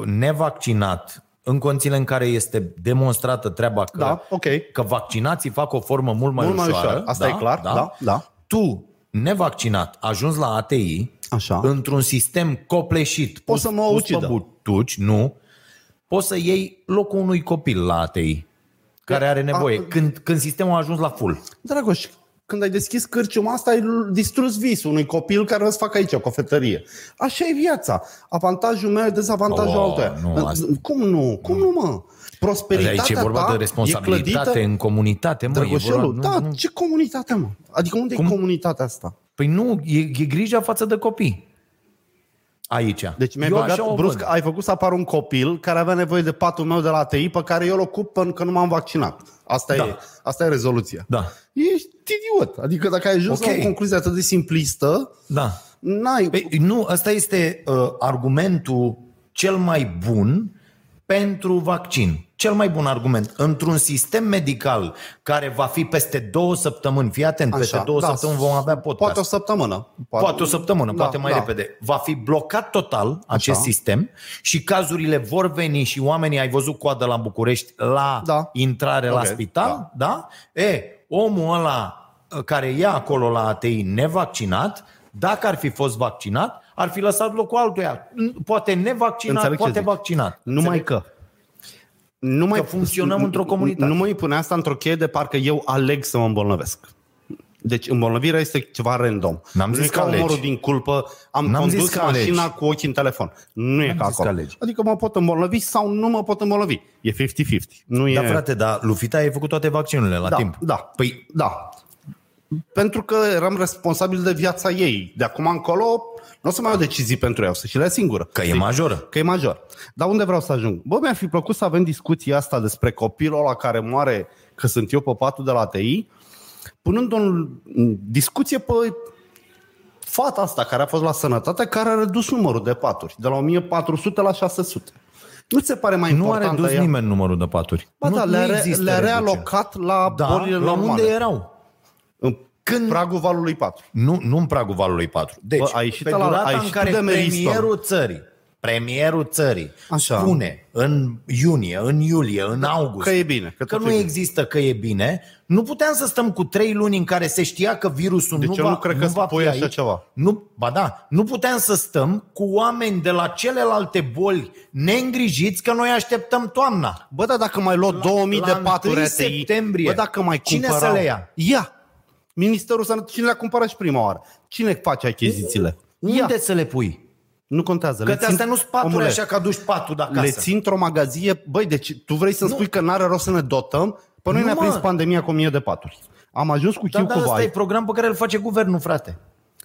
[SPEAKER 2] nevaccinat, în condițiile în care este demonstrată treaba că,
[SPEAKER 3] Da, ok.
[SPEAKER 2] că vaccinații fac o formă mult mai
[SPEAKER 3] Mult mai
[SPEAKER 2] ușoară,
[SPEAKER 3] ușoară. Asta e clar, da, da.
[SPEAKER 2] tu, nevaccinat, ajungi la ATI,
[SPEAKER 3] Așa.
[SPEAKER 2] într-un sistem copleșit, pus,
[SPEAKER 3] să mă
[SPEAKER 2] pus pe
[SPEAKER 3] ucidă.
[SPEAKER 2] butuci, nu, poți să iei locul unui copil la ATI. care are nevoie.
[SPEAKER 3] a-
[SPEAKER 2] Când, când sistemul a ajuns la full.
[SPEAKER 3] Dragoș, când ai deschis cârciuma asta, ai distrus visul unui copil care o să facă aici o cofetărie. Așa e viața. Avantajul meu e dezavantajul
[SPEAKER 2] Oh,
[SPEAKER 3] oh, altuia.
[SPEAKER 2] nu, asta- Păi
[SPEAKER 3] Cum nu? Cum nu, mă? Prosperitatea
[SPEAKER 2] Aici e vorba
[SPEAKER 3] ta
[SPEAKER 2] de
[SPEAKER 3] da? e
[SPEAKER 2] responsabilitate
[SPEAKER 3] clădită...
[SPEAKER 2] în comunitate, mă. E vorba,
[SPEAKER 3] Drăgușelul,
[SPEAKER 2] nu,
[SPEAKER 3] da,
[SPEAKER 2] nu.
[SPEAKER 3] ce comunitate, mă? Adică unde
[SPEAKER 2] Cum?
[SPEAKER 3] e comunitatea asta?
[SPEAKER 2] Păi nu, e, e grija față de copii. Aici.
[SPEAKER 3] Deci mi-ai
[SPEAKER 2] Eu așa
[SPEAKER 3] băgat
[SPEAKER 2] o
[SPEAKER 3] brusc,
[SPEAKER 2] văd.
[SPEAKER 3] ai făcut să apară un copil care avea nevoie de patul meu de la ATI pe care eu îl ocup până când nu m-am vaccinat. Asta,
[SPEAKER 2] Da.
[SPEAKER 3] e, asta e rezoluția.
[SPEAKER 2] Da,
[SPEAKER 3] Ești idiot. Adică dacă ai ajuns
[SPEAKER 2] Ok.
[SPEAKER 3] la o concluzie atât de simplistă,
[SPEAKER 2] da.
[SPEAKER 3] n-ai...
[SPEAKER 2] Păi, nu, ăsta este uh, argumentul cel mai bun pentru vaccin. Cel mai bun argument. Într-un sistem medical care va fi peste două săptămâni, fii atent, Așa, peste două da, săptămâni vom avea podcast.
[SPEAKER 3] Poate o săptămână.
[SPEAKER 2] Poate o săptămână, da, poate mai da. repede. Va fi blocat total acest
[SPEAKER 3] Așa.
[SPEAKER 2] sistem și cazurile vor veni și oamenii, ai văzut coadă la București, la
[SPEAKER 3] Da.
[SPEAKER 2] intrare la
[SPEAKER 3] Ok,
[SPEAKER 2] spital, da. da? E, omul ăla ă, care e acolo la ATI nevaccinat, dacă ar fi fost vaccinat, ar fi lăsat locul altuia. N- Poate nevaccinat,
[SPEAKER 3] Înțeleg ce
[SPEAKER 2] poate
[SPEAKER 3] zici.
[SPEAKER 2] vaccinat.
[SPEAKER 3] Numai că. Nu mai
[SPEAKER 2] Că funcționăm într-o comunitate.
[SPEAKER 3] Nu mai pune asta într-o cheie de parcă eu aleg să mă îmbolnăvesc. Deci îmbolnăvirea este ceva random.
[SPEAKER 2] N-am
[SPEAKER 3] nu
[SPEAKER 2] zis
[SPEAKER 3] e
[SPEAKER 2] că
[SPEAKER 3] ca
[SPEAKER 2] alegi.
[SPEAKER 3] omorul din culpă, am
[SPEAKER 2] N-am
[SPEAKER 3] condus
[SPEAKER 2] zis că
[SPEAKER 3] mașina
[SPEAKER 2] alegi.
[SPEAKER 3] cu ochii în telefon. Nu e
[SPEAKER 2] N-am
[SPEAKER 3] ca
[SPEAKER 2] zis că
[SPEAKER 3] acolo.
[SPEAKER 2] alegi.
[SPEAKER 3] Adică mă pot îmbolnăvi sau nu mă pot îmbolnăvi. E 50-50. Nu e...
[SPEAKER 2] Da, frate, dar Lufita ai făcut toate vaccinurile la
[SPEAKER 3] da,
[SPEAKER 2] timp.
[SPEAKER 3] Da.
[SPEAKER 2] Păi,
[SPEAKER 3] Da. Pentru că eram responsabil de viața ei. De acum încolo nu o să mai au decizii pentru ea, o să și le Deci, ia singură.
[SPEAKER 2] că e majoră.
[SPEAKER 3] Că e major. Dar unde vreau să ajung? Bă, mi-ar fi plăcut să avem discuția asta despre copilul ăla care moare că sunt eu pe patul de la TI, punând o discuție pe fata asta care a fost la sănătate, care a redus numărul de paturi de la 1400 la 600. Nu ți se pare mai
[SPEAKER 2] Nu a
[SPEAKER 3] importantă
[SPEAKER 2] redus
[SPEAKER 3] ea?
[SPEAKER 2] nimeni numărul de paturi.
[SPEAKER 3] Ba
[SPEAKER 2] nu,
[SPEAKER 3] da,
[SPEAKER 2] nu
[SPEAKER 3] le-a, re-
[SPEAKER 2] există
[SPEAKER 3] le-a
[SPEAKER 2] reducere.
[SPEAKER 3] realocat la
[SPEAKER 2] da,
[SPEAKER 3] bolile
[SPEAKER 2] la
[SPEAKER 3] normale.
[SPEAKER 2] unde erau.
[SPEAKER 3] În
[SPEAKER 2] Când-
[SPEAKER 3] Când... pragul valului 4.
[SPEAKER 2] Nu, nu în pragul valului 4. Deci,
[SPEAKER 3] Bă, a ieșit
[SPEAKER 2] pe
[SPEAKER 3] ăla-
[SPEAKER 2] durata
[SPEAKER 3] a
[SPEAKER 2] în
[SPEAKER 3] ieșit
[SPEAKER 2] care
[SPEAKER 3] de Meriston.
[SPEAKER 2] premierul țării, premierul țării
[SPEAKER 3] Așa. Da,
[SPEAKER 2] spune în iunie, în iulie, în august
[SPEAKER 3] Că e bine,
[SPEAKER 2] că,
[SPEAKER 3] că
[SPEAKER 2] că
[SPEAKER 3] tot
[SPEAKER 2] nu
[SPEAKER 3] e bine.
[SPEAKER 2] există că e bine, nu puteam să stăm cu trei luni în care se știa că virusul
[SPEAKER 3] Deci
[SPEAKER 2] nu
[SPEAKER 3] eu
[SPEAKER 2] va
[SPEAKER 3] nu cred că
[SPEAKER 2] nu va
[SPEAKER 3] spui
[SPEAKER 2] fi
[SPEAKER 3] așa
[SPEAKER 2] aici.
[SPEAKER 3] ceva.
[SPEAKER 2] Nu, ba da, nu puteam să stăm cu oameni de la celelalte boli neîngrijiți că noi așteptăm toamna.
[SPEAKER 3] Bă, dar dacă mai luat 2000
[SPEAKER 2] la
[SPEAKER 3] de paturi
[SPEAKER 2] 1
[SPEAKER 3] ATI,
[SPEAKER 2] septembrie,
[SPEAKER 3] bă, dacă mai
[SPEAKER 2] cine
[SPEAKER 3] cumpărau,
[SPEAKER 2] să le ia?
[SPEAKER 3] Ia! Ministerul Sănătății, cine le-a cumpărat și prima oară? Cine face achizițiile? Ia!
[SPEAKER 2] Unde să le pui?
[SPEAKER 3] Nu contează.
[SPEAKER 2] Că
[SPEAKER 3] le țin-
[SPEAKER 2] astea nu-s paturi
[SPEAKER 3] omule,
[SPEAKER 2] așa că aduci patul de acasă.
[SPEAKER 3] Le țin într-o magazie. Băi, deci tu vrei să-mi
[SPEAKER 2] Nu.
[SPEAKER 3] spui că n-are rost să ne dotăm? Pe noi
[SPEAKER 2] Nu,
[SPEAKER 3] ne-a
[SPEAKER 2] mă.
[SPEAKER 3] prins pandemia cu 1000 de paturi. Am ajuns cu
[SPEAKER 2] Dar
[SPEAKER 3] chiu
[SPEAKER 2] da,
[SPEAKER 3] cu
[SPEAKER 2] asta
[SPEAKER 3] vai.
[SPEAKER 2] e program pe care îl face guvernul, frate.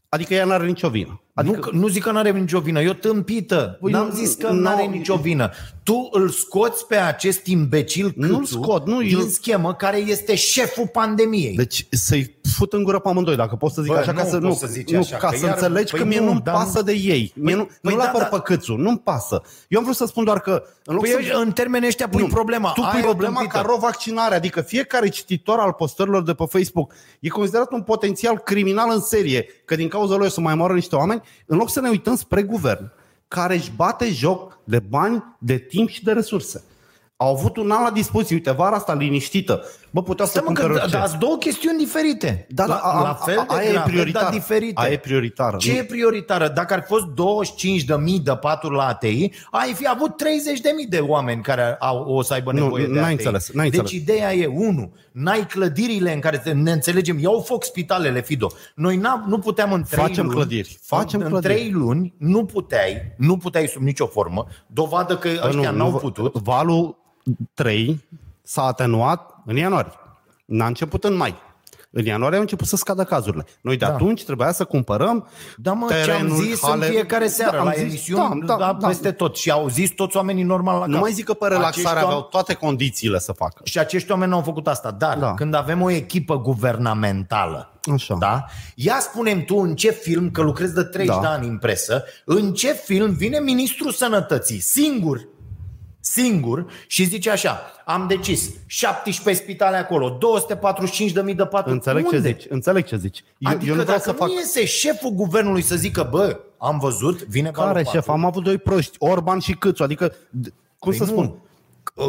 [SPEAKER 3] Adică ea n-are nicio vină.
[SPEAKER 2] Adică... Nu, că- nu zic că nu are nicio vină, eu tâmpită.
[SPEAKER 3] Păi
[SPEAKER 2] N-am
[SPEAKER 3] nu-
[SPEAKER 2] zis că
[SPEAKER 3] nu-
[SPEAKER 2] nu are nicio vină. Tu îl scoți pe acest imbecil
[SPEAKER 3] Nu-l
[SPEAKER 2] Câțu
[SPEAKER 3] scot, nu,
[SPEAKER 2] din
[SPEAKER 3] eu-
[SPEAKER 2] schemă care este șeful pandemiei.
[SPEAKER 3] Deci să-i fut în gură pe amândoi, dacă pot să zic
[SPEAKER 2] Bă,
[SPEAKER 3] așa, ca
[SPEAKER 2] nu
[SPEAKER 3] să,
[SPEAKER 2] pot
[SPEAKER 3] nu,
[SPEAKER 2] să zici
[SPEAKER 3] nu,
[SPEAKER 2] așa,
[SPEAKER 3] ca
[SPEAKER 2] că
[SPEAKER 3] să
[SPEAKER 2] iar-
[SPEAKER 3] înțelegi
[SPEAKER 2] păi
[SPEAKER 3] că mie
[SPEAKER 2] nu,
[SPEAKER 3] nu-mi
[SPEAKER 2] dar nu-
[SPEAKER 3] pasă de ei. Mie nu,
[SPEAKER 2] păi
[SPEAKER 3] nu-l
[SPEAKER 2] da,
[SPEAKER 3] apăr
[SPEAKER 2] da.
[SPEAKER 3] pe Câțu, nu-mi pasă. Eu am vrut să spun doar că în loc
[SPEAKER 2] Păi
[SPEAKER 3] să...
[SPEAKER 2] eu- în termenii ăștia pui
[SPEAKER 3] Nu,
[SPEAKER 2] problema.
[SPEAKER 3] Tu pui
[SPEAKER 2] Ai o
[SPEAKER 3] problema
[SPEAKER 2] tâmpită.
[SPEAKER 3] ca rovaccinare, adică fiecare cititor al postărilor de pe Facebook e considerat un potențial criminal în serie, că din cauza lui o să mai moară niște oameni, în loc să ne uităm spre guvern, care își bate joc de bani, de timp și de resurse. Au avut un an la dispoziție, uite, vara asta liniștită. Bă, puteau să
[SPEAKER 2] Stai mă că
[SPEAKER 3] cumpere
[SPEAKER 2] da,
[SPEAKER 3] orice.
[SPEAKER 2] da, sunt două chestiuni diferite.
[SPEAKER 3] Da,
[SPEAKER 2] la,
[SPEAKER 3] da, a-
[SPEAKER 2] la fel de
[SPEAKER 3] a- aia e
[SPEAKER 2] grave,
[SPEAKER 3] prioritar.
[SPEAKER 2] dar diferite.
[SPEAKER 3] Aia e prioritară.
[SPEAKER 2] Ce
[SPEAKER 3] Nu.
[SPEAKER 2] e prioritară? Dacă ar fost 25.000 de paturi la ATI, ai fi avut 30.000 de oameni care au, o să aibă
[SPEAKER 3] Nu,
[SPEAKER 2] nevoie de
[SPEAKER 3] n-ai
[SPEAKER 2] ATI.
[SPEAKER 3] înțeles, n-ai
[SPEAKER 2] deci
[SPEAKER 3] înțeles.
[SPEAKER 2] ideea e, unu, n-ai clădirile în care te- ne înțelegem. Iau foc spitalele, Fido. Noi n-am, nu puteam în trei
[SPEAKER 3] Facem
[SPEAKER 2] luni,
[SPEAKER 3] clădiri, facem
[SPEAKER 2] în,
[SPEAKER 3] clădiri.
[SPEAKER 2] în trei luni nu puteai, nu puteai sub nicio formă, dovadă că
[SPEAKER 3] Bă,
[SPEAKER 2] ăștia
[SPEAKER 3] nu,
[SPEAKER 2] n-au
[SPEAKER 3] nu,
[SPEAKER 2] putut.
[SPEAKER 3] Valul 3 s-a atenuat în ianuarie. N-a început în mai. În ianuarie au început să scadă cazurile. Noi de
[SPEAKER 2] Da.
[SPEAKER 3] atunci trebuia să cumpărăm
[SPEAKER 2] Da, mă, ce am
[SPEAKER 3] terenul,
[SPEAKER 2] zis
[SPEAKER 3] hale-
[SPEAKER 2] în fiecare seară,
[SPEAKER 3] Da, am
[SPEAKER 2] la
[SPEAKER 3] zis,
[SPEAKER 2] emisiuni, da, da, da, peste tot. Și au zis toți oamenii normal la
[SPEAKER 3] Nu
[SPEAKER 2] cap.
[SPEAKER 3] mai zic că pe
[SPEAKER 2] Acești
[SPEAKER 3] relaxare
[SPEAKER 2] oameni-
[SPEAKER 3] aveau toate condițiile să facă.
[SPEAKER 2] Și acești oameni nu au făcut asta. Dar da.
[SPEAKER 3] Da.
[SPEAKER 2] când avem o echipă guvernamentală,
[SPEAKER 3] Așa.
[SPEAKER 2] da? ia spunem tu în ce film, că lucrezi de 30 da.
[SPEAKER 3] Da.
[SPEAKER 2] de ani în presă, în ce film vine ministrul sănătății singur singur și zice așa, am decis 17 spitale acolo, 245.000 de patru.
[SPEAKER 3] Înțeleg
[SPEAKER 2] Unde?
[SPEAKER 3] ce zici. Înțeleg ce zici. Eu,
[SPEAKER 2] Adică
[SPEAKER 3] eu nu vreau
[SPEAKER 2] dacă
[SPEAKER 3] să fac...
[SPEAKER 2] nu iese șeful guvernului să zică, bă, am văzut, vine
[SPEAKER 3] Care
[SPEAKER 2] valul
[SPEAKER 3] șef?
[SPEAKER 2] patru."
[SPEAKER 3] Am avut doi proști, Orban și Câțu. Adică, d- cum
[SPEAKER 2] Păi
[SPEAKER 3] să
[SPEAKER 2] nu.
[SPEAKER 3] spun?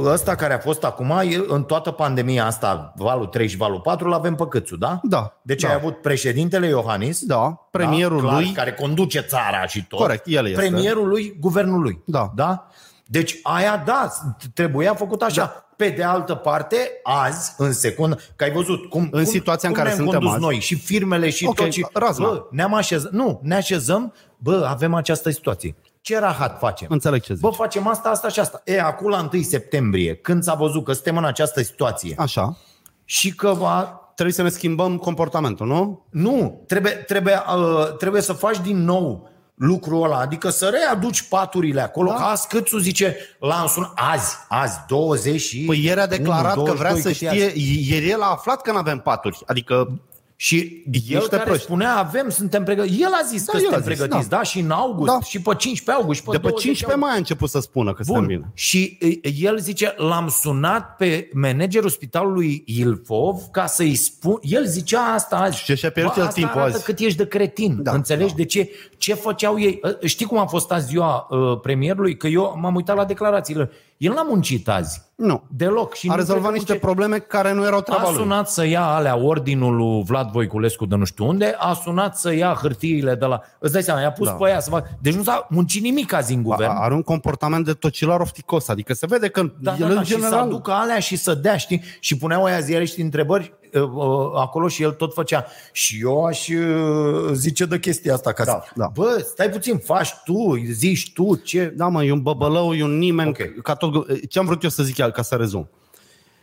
[SPEAKER 2] Ăsta care a fost acum, el, în toată pandemia asta, valul 3 și valul 4, l-avem pe Cățu, da?
[SPEAKER 3] Da,
[SPEAKER 2] Deci
[SPEAKER 3] da.
[SPEAKER 2] ai avut președintele Iohannis,
[SPEAKER 3] Da, premierul
[SPEAKER 2] da, clar,
[SPEAKER 3] lui...
[SPEAKER 2] care conduce țara și tot.
[SPEAKER 3] Corect, el este.
[SPEAKER 2] Premierul lui, guvernul lui.
[SPEAKER 3] Da.
[SPEAKER 2] da? Deci aia, da, trebuia făcut așa. Pe de altă parte, azi, în secundă, că ai văzut cum,
[SPEAKER 3] În
[SPEAKER 2] cum,
[SPEAKER 3] situația în
[SPEAKER 2] cum
[SPEAKER 3] care
[SPEAKER 2] ne-am
[SPEAKER 3] suntem
[SPEAKER 2] condus
[SPEAKER 3] azi.
[SPEAKER 2] noi și firmele și
[SPEAKER 3] Ok,
[SPEAKER 2] tot și,
[SPEAKER 3] razna.
[SPEAKER 2] Bă, ne-am așezat, nu, ne așezăm, bă, avem această situație. Ce rahat facem?
[SPEAKER 3] Înțeleg ce zici.
[SPEAKER 2] Bă, facem asta, asta și asta. E, acum la 1 septembrie, când s-a văzut că suntem în această situație
[SPEAKER 3] Așa.
[SPEAKER 2] și că va,
[SPEAKER 3] Trebuie să ne schimbăm comportamentul, nu?
[SPEAKER 2] nu, trebuie, trebuie, uh, trebuie să faci din nou lucrul ăla, adică să readuci paturile acolo, da. că Ascâțu zice la însun, azi, azi, 20 și...
[SPEAKER 3] Păi ieri a
[SPEAKER 2] 1,
[SPEAKER 3] declarat că vrea
[SPEAKER 2] 22,
[SPEAKER 3] să
[SPEAKER 2] cât Păi e azi?
[SPEAKER 3] știe, ieri el a aflat că nu avem paturi. Adică
[SPEAKER 2] Și el
[SPEAKER 3] Niște
[SPEAKER 2] care
[SPEAKER 3] proști.
[SPEAKER 2] spunea avem, suntem pregătiți. El a zis da, că
[SPEAKER 3] el a
[SPEAKER 2] suntem
[SPEAKER 3] zis,
[SPEAKER 2] pregătiți, da.
[SPEAKER 3] da.
[SPEAKER 2] da, și în august,
[SPEAKER 3] Da.
[SPEAKER 2] da. și pe 15 august, și pe
[SPEAKER 3] de pe
[SPEAKER 2] 20
[SPEAKER 3] 15
[SPEAKER 2] august.
[SPEAKER 3] mai a început să spună că suntem bine.
[SPEAKER 2] Bun. Și e, el zice, l-am sunat pe managerul spitalului Ilfov ca să-i spun. El zicea asta azi.
[SPEAKER 3] ce și-a pierdut
[SPEAKER 2] Bă,
[SPEAKER 3] el
[SPEAKER 2] asta
[SPEAKER 3] timpul
[SPEAKER 2] arată
[SPEAKER 3] azi.
[SPEAKER 2] cât ești de cretin.
[SPEAKER 3] Da,
[SPEAKER 2] Da, Înțelegi da. de ce? Ce făceau ei? Ă, Știi cum a fost azi ziua ă, premierului? Că eu m-am uitat la declarațiile. El n-a muncit azi.
[SPEAKER 3] Nu.
[SPEAKER 2] Deloc. Și
[SPEAKER 3] A
[SPEAKER 2] nu cred
[SPEAKER 3] rezolvat
[SPEAKER 2] că
[SPEAKER 3] niște
[SPEAKER 2] muncea-
[SPEAKER 3] probleme care nu erau treaba
[SPEAKER 2] a
[SPEAKER 3] lui.
[SPEAKER 2] sunat să ia alea ordinul lui Vlad Voiculescu de nu știu unde, a sunat să ia hârtiile de la... Îți dai seama, i-a pus
[SPEAKER 3] Da.
[SPEAKER 2] da. pe aia să fac... Deci nu s-a muncit nimic azi în
[SPEAKER 3] A-
[SPEAKER 2] guvern.
[SPEAKER 3] Are un comportament de tocilar ofticos, adică se vede că
[SPEAKER 2] da,
[SPEAKER 3] el
[SPEAKER 2] da, da,
[SPEAKER 3] în
[SPEAKER 2] și să
[SPEAKER 3] general...
[SPEAKER 2] aducă alea și să dea, știi? Și puneau aia ziariști întrebări uh, uh, acolo și el tot făcea. Și eu aș uh, zice de chestia asta. Ca da, să...
[SPEAKER 3] da.
[SPEAKER 2] Bă, stai puțin, faci tu, zici tu ce...
[SPEAKER 3] Da, mă, e un băbălău, e un nimeni.
[SPEAKER 2] Ok.
[SPEAKER 3] Ca tot, ce am vrut eu să zic ca să rezum?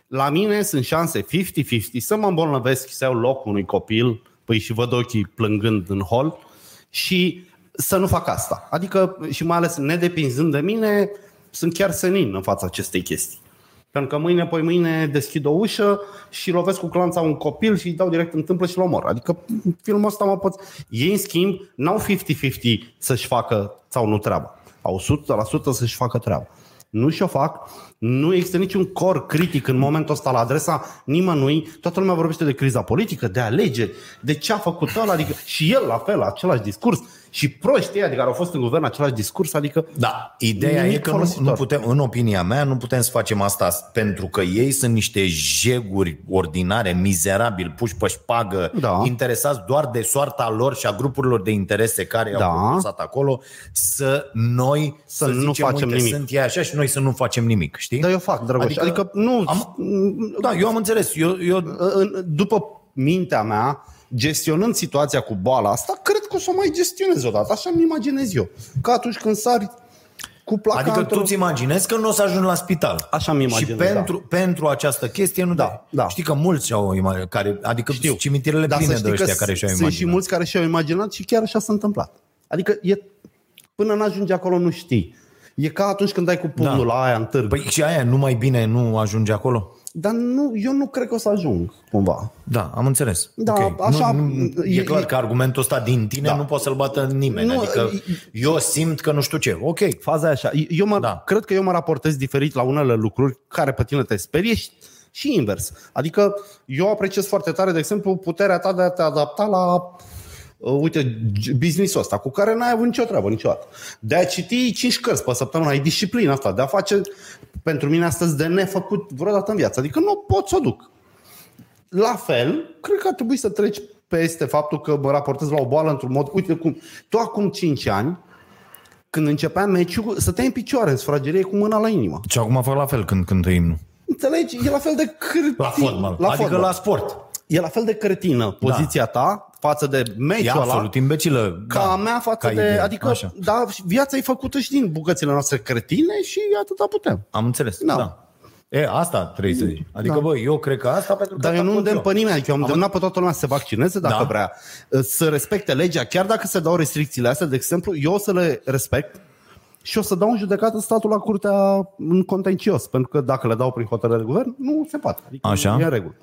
[SPEAKER 3] La mine sunt șanse 50-50 să mă îmbolnăvesc, să iau loc unui copil, păi și văd ochii plângând în hol și să nu fac asta. Adică, și mai ales nedepinzând de mine, sunt chiar senin în fața acestei chestii. Pentru că mâine, poi mâine deschid o ușă și lovesc cu clanța un copil și îi dau direct în tâmplă și îl omor. Adică filmul ăsta mă pot... Ei, în schimb, n-au 50-50 să-și facă sau nu treaba. Au 100% să-și facă treaba. Nu și-o fac. Nu există niciun cor critic în momentul ăsta la adresa nimănui. Toată lumea vorbește de criza politică, de alegeri, de ce a făcut ăla. Adică și el la fel, același discurs. Și proștii ăia de care au fost în guvern același discurs. Adică
[SPEAKER 2] Da, ideea
[SPEAKER 3] Nimic
[SPEAKER 2] e că nu,
[SPEAKER 3] folositor.
[SPEAKER 2] nu putem, în opinia mea, nu putem să facem asta pentru că ei sunt niște jeguri ordinare, mizerabili, puși pe șpagă,
[SPEAKER 3] Da.
[SPEAKER 2] interesați doar de soarta lor și a grupurilor de interese care
[SPEAKER 3] Da.
[SPEAKER 2] au propulsat acolo, să noi să,
[SPEAKER 3] nu
[SPEAKER 2] zicem,
[SPEAKER 3] facem
[SPEAKER 2] uite,
[SPEAKER 3] nimic."
[SPEAKER 2] sunt ei așa și noi să nu facem nimic, știi?
[SPEAKER 3] da, eu fac, Drăgoș.
[SPEAKER 2] Adică-
[SPEAKER 3] Adică, adică nu...
[SPEAKER 2] Am- da, eu am înțeles. Eu, eu
[SPEAKER 3] în, după mintea mea, gestionând situația cu boala asta, cred că o să o mai gestionez odată. Așa mi imaginez eu. Că atunci când sari cu placa
[SPEAKER 2] Adică tu îți imaginezi că nu o să ajungi la spital.
[SPEAKER 3] Așa mi imaginez,
[SPEAKER 2] Și pentru, pentru această chestie nu da,
[SPEAKER 3] da.
[SPEAKER 2] Știi că mulți au imagine, care, adică Știu. cimitirele
[SPEAKER 3] Dar
[SPEAKER 2] pline
[SPEAKER 3] Da, să
[SPEAKER 2] de
[SPEAKER 3] știi că
[SPEAKER 2] ăștia care și-au
[SPEAKER 3] sunt și
[SPEAKER 2] imaginat.
[SPEAKER 3] mulți care și-au imaginat și chiar așa s-a întâmplat. Adică e, până n-ajungi acolo nu știi. E ca atunci când dai cu pumnul da. la aia în târg.
[SPEAKER 2] Păi și aia nu mai bine nu ajunge acolo?
[SPEAKER 3] Dar nu, eu nu cred că o să ajung, cumva.
[SPEAKER 2] Da, am înțeles.
[SPEAKER 3] Da,
[SPEAKER 2] Ok.
[SPEAKER 3] așa-
[SPEAKER 2] nu, nu, e,
[SPEAKER 3] e-
[SPEAKER 2] e clar
[SPEAKER 3] e-
[SPEAKER 2] că argumentul ăsta din tine
[SPEAKER 3] Da.
[SPEAKER 2] da. nu poate să-l bată nimeni.
[SPEAKER 3] Nu,
[SPEAKER 2] Nu, adică
[SPEAKER 3] e-
[SPEAKER 2] eu simt că nu știu ce. Ok.
[SPEAKER 3] faza e așa. Eu mă, da.
[SPEAKER 2] Da.
[SPEAKER 3] Cred că eu mă raportez diferit la unele lucruri care pe tine te sperie și, și invers. Adică eu apreciez foarte tare, de exemplu, puterea ta de a te adapta la uh, uite, g- business-ul ăsta cu care n-ai avut nicio treabă niciodată. De a citi 5 cărți pe săptămână, ai disciplina asta, de a face pentru mine astăzi de nefăcut vreodată în viață. Adică nu pot să o duc. La fel, cred că ar trebui să treci peste faptul că mă raportez la o boală într-un mod... Uite cum, tu acum 5 ani, când începea meciul, stăteai în picioare, în sfragerie, cu mâna la inimă.
[SPEAKER 2] Și acum fac la fel când cânt imnul.
[SPEAKER 3] Înțelegi? E la fel de cretină.
[SPEAKER 2] La fotbal.
[SPEAKER 3] La
[SPEAKER 2] adică
[SPEAKER 3] fotbal.
[SPEAKER 2] la sport.
[SPEAKER 3] E la fel de cretină poziția ta față de
[SPEAKER 2] E
[SPEAKER 3] meciul ăla,
[SPEAKER 2] absolut imbecilă.
[SPEAKER 3] ca Da. a mea față
[SPEAKER 2] ca
[SPEAKER 3] de...
[SPEAKER 2] idee.
[SPEAKER 3] Adică,
[SPEAKER 2] Așa.
[SPEAKER 3] da, viața e făcută și din bucățile noastre cretine și atâta putem.
[SPEAKER 2] Am înțeles.
[SPEAKER 3] Da.
[SPEAKER 2] Da. da. E, asta trebuie să zici. Adică,
[SPEAKER 3] Da.
[SPEAKER 2] da. bă, eu cred că asta pentru că...
[SPEAKER 3] Dar
[SPEAKER 2] asta
[SPEAKER 3] eu nu
[SPEAKER 2] pot
[SPEAKER 3] îndemn pe nimeni, adică eu am îndemnat pe toată lumea să se vaccineze dacă da.
[SPEAKER 2] Da.
[SPEAKER 3] vrea, să respecte legea, chiar dacă se dau restricțiile astea, de exemplu, eu o să le respect și o să dau în judecată statul la curtea în contencios, pentru că dacă le dau prin hotărâre de guvern, nu se poate. Adică
[SPEAKER 2] Așa.
[SPEAKER 3] Nu e în regulă.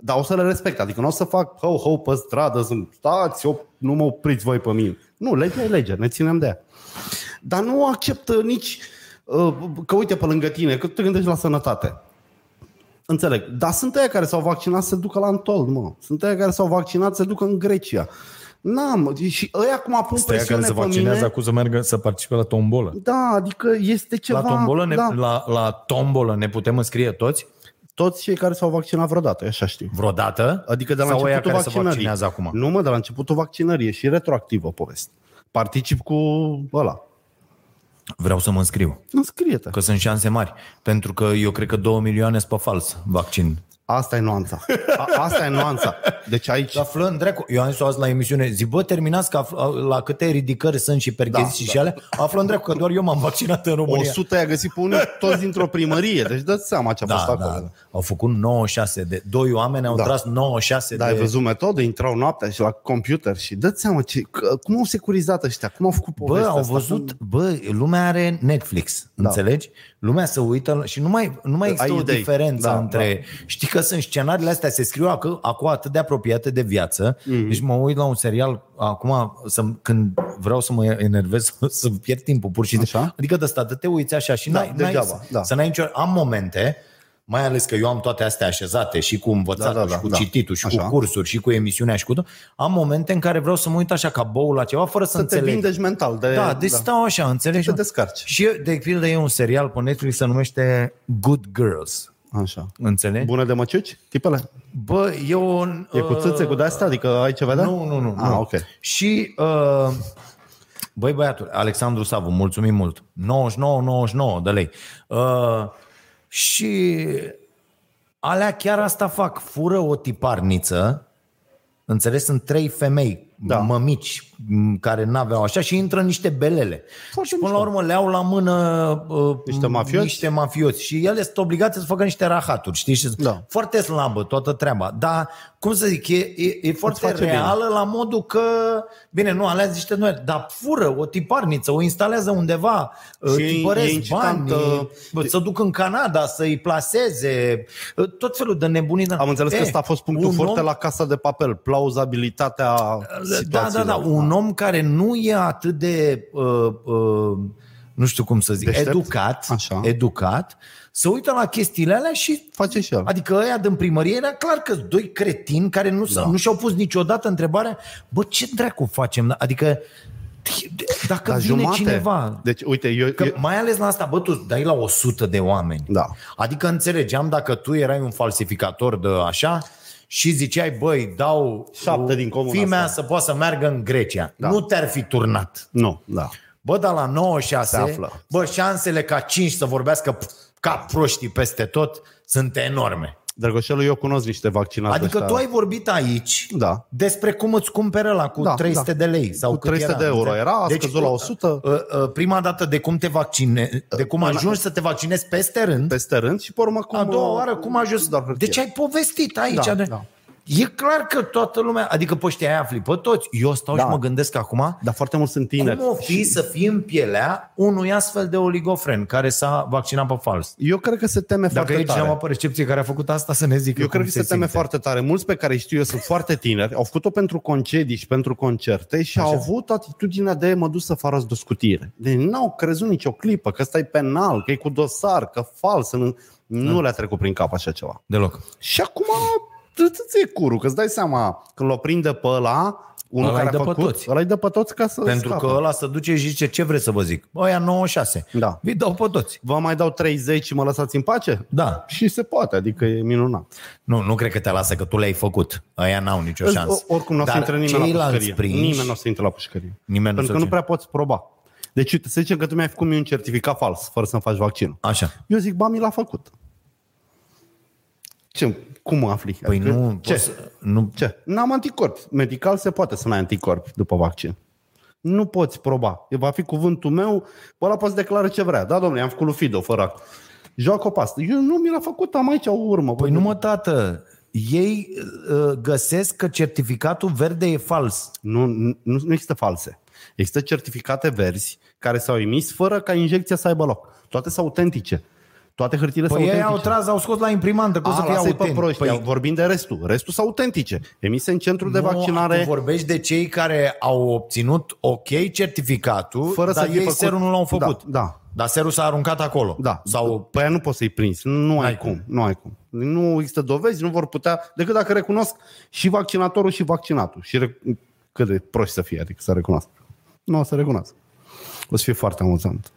[SPEAKER 3] Dar o să le respect, adică nu o să fac ho, ho, pe stradă, sunt stați, op, nu mă opriți voi pe mine. Nu, legea e legea, ne ținem de ea. Dar nu acceptă nici uh, că uite pe lângă tine, că tu te gândești la sănătate. Înțeleg. Dar sunt aia care s-au vaccinat să se ducă la Antol, mă. Sunt aia care s-au vaccinat să se ducă în Grecia. N-am. Și ăia acum apun
[SPEAKER 5] Stai
[SPEAKER 3] presiune
[SPEAKER 5] care se
[SPEAKER 3] pe mine.
[SPEAKER 5] vaccinează acum să meargă să participe la tombolă.
[SPEAKER 3] Da, adică este ceva...
[SPEAKER 5] La tombolă, ne,
[SPEAKER 3] da.
[SPEAKER 5] la, la tombolă ne putem înscrie toți?
[SPEAKER 3] Toți cei care s-au vaccinat vreodată, eu așa știu.
[SPEAKER 5] Vreodată?
[SPEAKER 3] Adică de la
[SPEAKER 5] Sau aia
[SPEAKER 3] începutul
[SPEAKER 5] care se
[SPEAKER 3] vaccinării.
[SPEAKER 5] vaccinează acum?
[SPEAKER 3] Nu, mă, de la începutul vaccinării. E și retroactivă poveste. Particip cu ăla.
[SPEAKER 2] Vreau să mă înscriu,
[SPEAKER 3] Înscrie-te.
[SPEAKER 2] că sunt șanse mari. Pentru că eu cred că 2 milioane sunt pe fals vaccin.
[SPEAKER 3] Asta e nuanța. A, asta e nuanța. Deci aici...
[SPEAKER 2] Dar Da, Flân, dracu, eu am zis azi la emisiune, zi, bă, terminați că afl- la câte ridicări sunt și percheziții da, și alea, aflăm dracu că doar eu m-am vaccinat în România.
[SPEAKER 3] 100 i-a găsit pe unul toți dintr-o primărie. Deci dă seama ce a fost
[SPEAKER 2] da,
[SPEAKER 3] acolo.
[SPEAKER 2] da, da. Au făcut 96 de... Doi oameni au da.
[SPEAKER 3] Da.
[SPEAKER 2] tras 96
[SPEAKER 3] Dar
[SPEAKER 2] de...
[SPEAKER 3] ai văzut metode, intrau noaptea și la computer și dă seama ce, că- cum au securizat ăștia, cum au făcut
[SPEAKER 2] Bă,
[SPEAKER 3] povestea
[SPEAKER 2] au
[SPEAKER 3] asta,
[SPEAKER 2] văzut, bă, lumea are Netflix, da. înțelegi? Lumea se uită și nu mai, nu mai există
[SPEAKER 3] Ai
[SPEAKER 2] o
[SPEAKER 3] idei.
[SPEAKER 2] diferență da,
[SPEAKER 3] Da,
[SPEAKER 2] între... Da. Știi că sunt scenariile astea, se scriu ac- acum atât de apropiate de viață. Mm-hmm. Deci mă uit la un serial acum, să, când vreau să mă enervez, să pierd timpul pur și simplu.
[SPEAKER 3] Așa.
[SPEAKER 2] Adică de asta te uiți așa și
[SPEAKER 3] Da,
[SPEAKER 2] n-ai, n-ai
[SPEAKER 3] degeaba, da.
[SPEAKER 2] să n-ai nicio... Am momente, mai ales că eu am toate astea așezate și cu învățatul da, da, da, și cu da. cititul și așa.
[SPEAKER 3] Așa.
[SPEAKER 2] cu cursuri și cu emisiunea și cu tot, am momente în care vreau să mă uit așa ca bou la ceva fără să,
[SPEAKER 3] să te
[SPEAKER 2] înțeleg.
[SPEAKER 3] vindești mental. De,
[SPEAKER 2] Da, deci stau așa, înțelegi?
[SPEAKER 3] Te descarci.
[SPEAKER 2] Și, eu, de pildă, e un serial pe Netflix se numește Good Girls.
[SPEAKER 3] Așa.
[SPEAKER 2] Înțelegi?
[SPEAKER 3] Bună de măciuci? Tipele?
[SPEAKER 2] Bă, e un... uh,
[SPEAKER 3] E cu țâțe, cu de-astea? Adică ai ceva de
[SPEAKER 2] Nu, nu, nu.
[SPEAKER 3] Ah,
[SPEAKER 2] nu.
[SPEAKER 3] ok.
[SPEAKER 2] Și, uh, băi băiatul, Alexandru Savu, mulțumim mult. 99, 99 de lei. Uh, și alea chiar asta fac. Fură o tiparniță, înțeles, sunt trei femei da. mămici m, care n-aveau așa și intră în niște belele. Foarte și până la urmă le au la mână uh,
[SPEAKER 3] Niște mafioți?
[SPEAKER 2] niște mafioți și ele sunt obligate să facă niște rahaturi, știi? Și-
[SPEAKER 3] Da.
[SPEAKER 2] Foarte slabă toată treaba, dar cum să zic, e, e, e foarte
[SPEAKER 3] face
[SPEAKER 2] reală bine. la modul că, bine, nu alea ziște noi, dar fură o tiparniță, o instalează undeva, uh,
[SPEAKER 3] Și e
[SPEAKER 2] tipăresc bani,
[SPEAKER 3] incitant,
[SPEAKER 2] uh, să duc în Canada, să-i placeze, uh, tot felul de nebunii. de-
[SPEAKER 3] Am înțeles
[SPEAKER 2] Eh,
[SPEAKER 3] că ăsta a fost punctul
[SPEAKER 2] un
[SPEAKER 3] forte
[SPEAKER 2] om-
[SPEAKER 3] la Casa de Papel, plauzabilitatea
[SPEAKER 2] da, da,
[SPEAKER 3] situațiilor.
[SPEAKER 2] da, un om care nu e atât de, uh, uh, nu știu cum să zic,
[SPEAKER 3] Deștept?
[SPEAKER 2] educat,
[SPEAKER 3] Așa.
[SPEAKER 2] educat, se uită la chestiile alea și,
[SPEAKER 3] Face și el.
[SPEAKER 2] adică ăia din primărie era clar că sunt doi cretini care nu, da. nu și-au pus niciodată întrebarea, bă, ce dracu facem? Adică, dacă
[SPEAKER 3] Dar
[SPEAKER 2] vine cineva...
[SPEAKER 3] Deci, uite, eu,
[SPEAKER 2] Că
[SPEAKER 3] eu
[SPEAKER 2] mai ales la asta, bă, tu dai la 100 de oameni.
[SPEAKER 3] Da.
[SPEAKER 2] Adică înțelegeam dacă tu erai un falsificator de așa și ziceai, băi, dau
[SPEAKER 3] Șapte din comuna
[SPEAKER 2] fimea
[SPEAKER 3] asta.
[SPEAKER 2] să poată să meargă în Grecia. Da. Nu te-ar fi turnat.
[SPEAKER 3] nu, da.
[SPEAKER 2] Bă, dar la 96,
[SPEAKER 3] Se află.
[SPEAKER 2] bă, șansele ca 5 să vorbească p- ca proștii peste tot sunt enorme.
[SPEAKER 3] Drăgoșelul, eu cunosc niște vaccinați
[SPEAKER 2] Adică
[SPEAKER 3] ăștia.
[SPEAKER 2] tu ai vorbit aici
[SPEAKER 3] Da.
[SPEAKER 2] despre cum îți cumpere la cu da,
[SPEAKER 3] Da,
[SPEAKER 2] 300 da. de lei sau
[SPEAKER 3] Cu
[SPEAKER 2] cât
[SPEAKER 3] 300 de euro
[SPEAKER 2] înțelegi? Deci,
[SPEAKER 3] era, a scăzut la 100.
[SPEAKER 2] uh, uh, Prima dată de cum te vaccine, de cum ajungi să te vaccinezi peste rând,
[SPEAKER 3] Peste rând și pe urmă cum...
[SPEAKER 2] a doua oară cum ajungi.
[SPEAKER 3] Doar hârtie.
[SPEAKER 2] Deci ai povestit aici.
[SPEAKER 3] Da,
[SPEAKER 2] de-
[SPEAKER 3] da.
[SPEAKER 2] E clar că toată lumea, adică pe ăștia ai afli pe toți. Eu stau da.
[SPEAKER 3] Da.
[SPEAKER 2] și mă gândesc acum,
[SPEAKER 3] Dar foarte mulți sunt tineri.
[SPEAKER 2] cum o fi să fii în pielea unui astfel de oligofren care s-a vaccinat pe fals?
[SPEAKER 3] Eu cred că se teme
[SPEAKER 2] Dacă e
[SPEAKER 3] foarte tare.
[SPEAKER 2] cineva pe recepție care a făcut asta, să ne zică
[SPEAKER 3] Eu
[SPEAKER 2] cum
[SPEAKER 3] cred că se teme
[SPEAKER 2] simte.
[SPEAKER 3] foarte tare. Mulți pe care îi știu eu sunt foarte tineri, au făcut-o pentru concedii și pentru concerte și au avut atitudinea de mă duc să fac o scutire. Deci n-au crezut nicio clipă că ăsta e penal, că e cu dosar, că fals. Nu,
[SPEAKER 2] Da.
[SPEAKER 3] nu le-a trecut prin cap așa ceva.
[SPEAKER 2] Deloc.
[SPEAKER 3] Și acum îți e curul, că îți dai seama când l-o prinde pe ăla, unul
[SPEAKER 2] Ăla
[SPEAKER 3] care
[SPEAKER 2] îi dă
[SPEAKER 3] a
[SPEAKER 2] pe
[SPEAKER 3] făcut,
[SPEAKER 2] toți.
[SPEAKER 3] ăla îi dă pe toți ca să
[SPEAKER 2] Pentru
[SPEAKER 3] scape.
[SPEAKER 2] că ăla se duce și zice ce vreți să vă zic. Oia 96.
[SPEAKER 3] Da.
[SPEAKER 2] Vi dau pe toți.
[SPEAKER 3] Vă mai dau 30 și mă lăsați în pace?
[SPEAKER 2] Da.
[SPEAKER 3] Și se poate, adică e minunat.
[SPEAKER 2] Nu, nu cred că te lasă, că tu le-ai făcut. Aia n-au nicio șansă.
[SPEAKER 3] O- Oricum nu o să
[SPEAKER 2] Dar
[SPEAKER 3] intre nimeni la
[SPEAKER 2] ceilalți
[SPEAKER 3] pușcărie.
[SPEAKER 2] prinși-
[SPEAKER 3] Nimeni nu o să intre la pușcărie.
[SPEAKER 2] Nimeni nu
[SPEAKER 3] Pentru
[SPEAKER 2] se
[SPEAKER 3] că nu
[SPEAKER 2] duce.
[SPEAKER 3] prea poți proba. Deci uite, să zicem că tu mi-ai făcut mie un certificat fals, fără să-mi faci vaccinul.
[SPEAKER 2] Așa.
[SPEAKER 3] Eu zic, ba, mi l-a făcut. Ce, cum afli? Adică
[SPEAKER 2] Păi nu,
[SPEAKER 3] ce?
[SPEAKER 2] poți să- nu
[SPEAKER 3] Ce? N-am anticorpi. Medical se poate să n-ai anticorpi după vaccin. Nu poți proba. E- Va fi cuvântul meu, bă, ăla poate să declară ce vrea. Da, domnule, am făcut lui Fido, fără act. Joacă o pastă. Eu nu mi l-a făcut, am aici o urmă.
[SPEAKER 2] Păi nu mă, tată, ei uh, găsesc că certificatul verde e fals.
[SPEAKER 3] Nu, nu, nu există false. Există certificate verzi care s-au emis fără ca injecția să aibă loc. Toate sunt autentice. Toate hârtiile
[SPEAKER 2] Păi
[SPEAKER 3] sunt
[SPEAKER 2] ei
[SPEAKER 3] autentice.
[SPEAKER 2] au tras, au scos la imprimantă, cum să fie
[SPEAKER 3] lasă-i pe
[SPEAKER 2] autentic.
[SPEAKER 3] proști.
[SPEAKER 2] Păi
[SPEAKER 3] Păi... Vorbim de restul. Restul sunt autentice. Emise în centru de
[SPEAKER 2] nu,
[SPEAKER 3] vaccinare.
[SPEAKER 2] Tu vorbești de cei care au obținut ok certificatul,
[SPEAKER 3] Fără
[SPEAKER 2] dar
[SPEAKER 3] să fie
[SPEAKER 2] ei
[SPEAKER 3] făcut-
[SPEAKER 2] serul nu l-au făcut.
[SPEAKER 3] Da, da.
[SPEAKER 2] Dar serul s-a aruncat acolo.
[SPEAKER 3] Da.
[SPEAKER 2] Sau
[SPEAKER 3] Pe aia nu poți să-i prinzi. Nu ai,
[SPEAKER 2] N-ai
[SPEAKER 3] cum.
[SPEAKER 2] cum.
[SPEAKER 3] Nu ai cum. Nu există dovezi, nu vor putea, decât dacă recunosc și vaccinatorul și vaccinatul. Și rec- cât de proști să fie, adică să recunoască. Nu o să recunoască. O să fie foarte amuzant.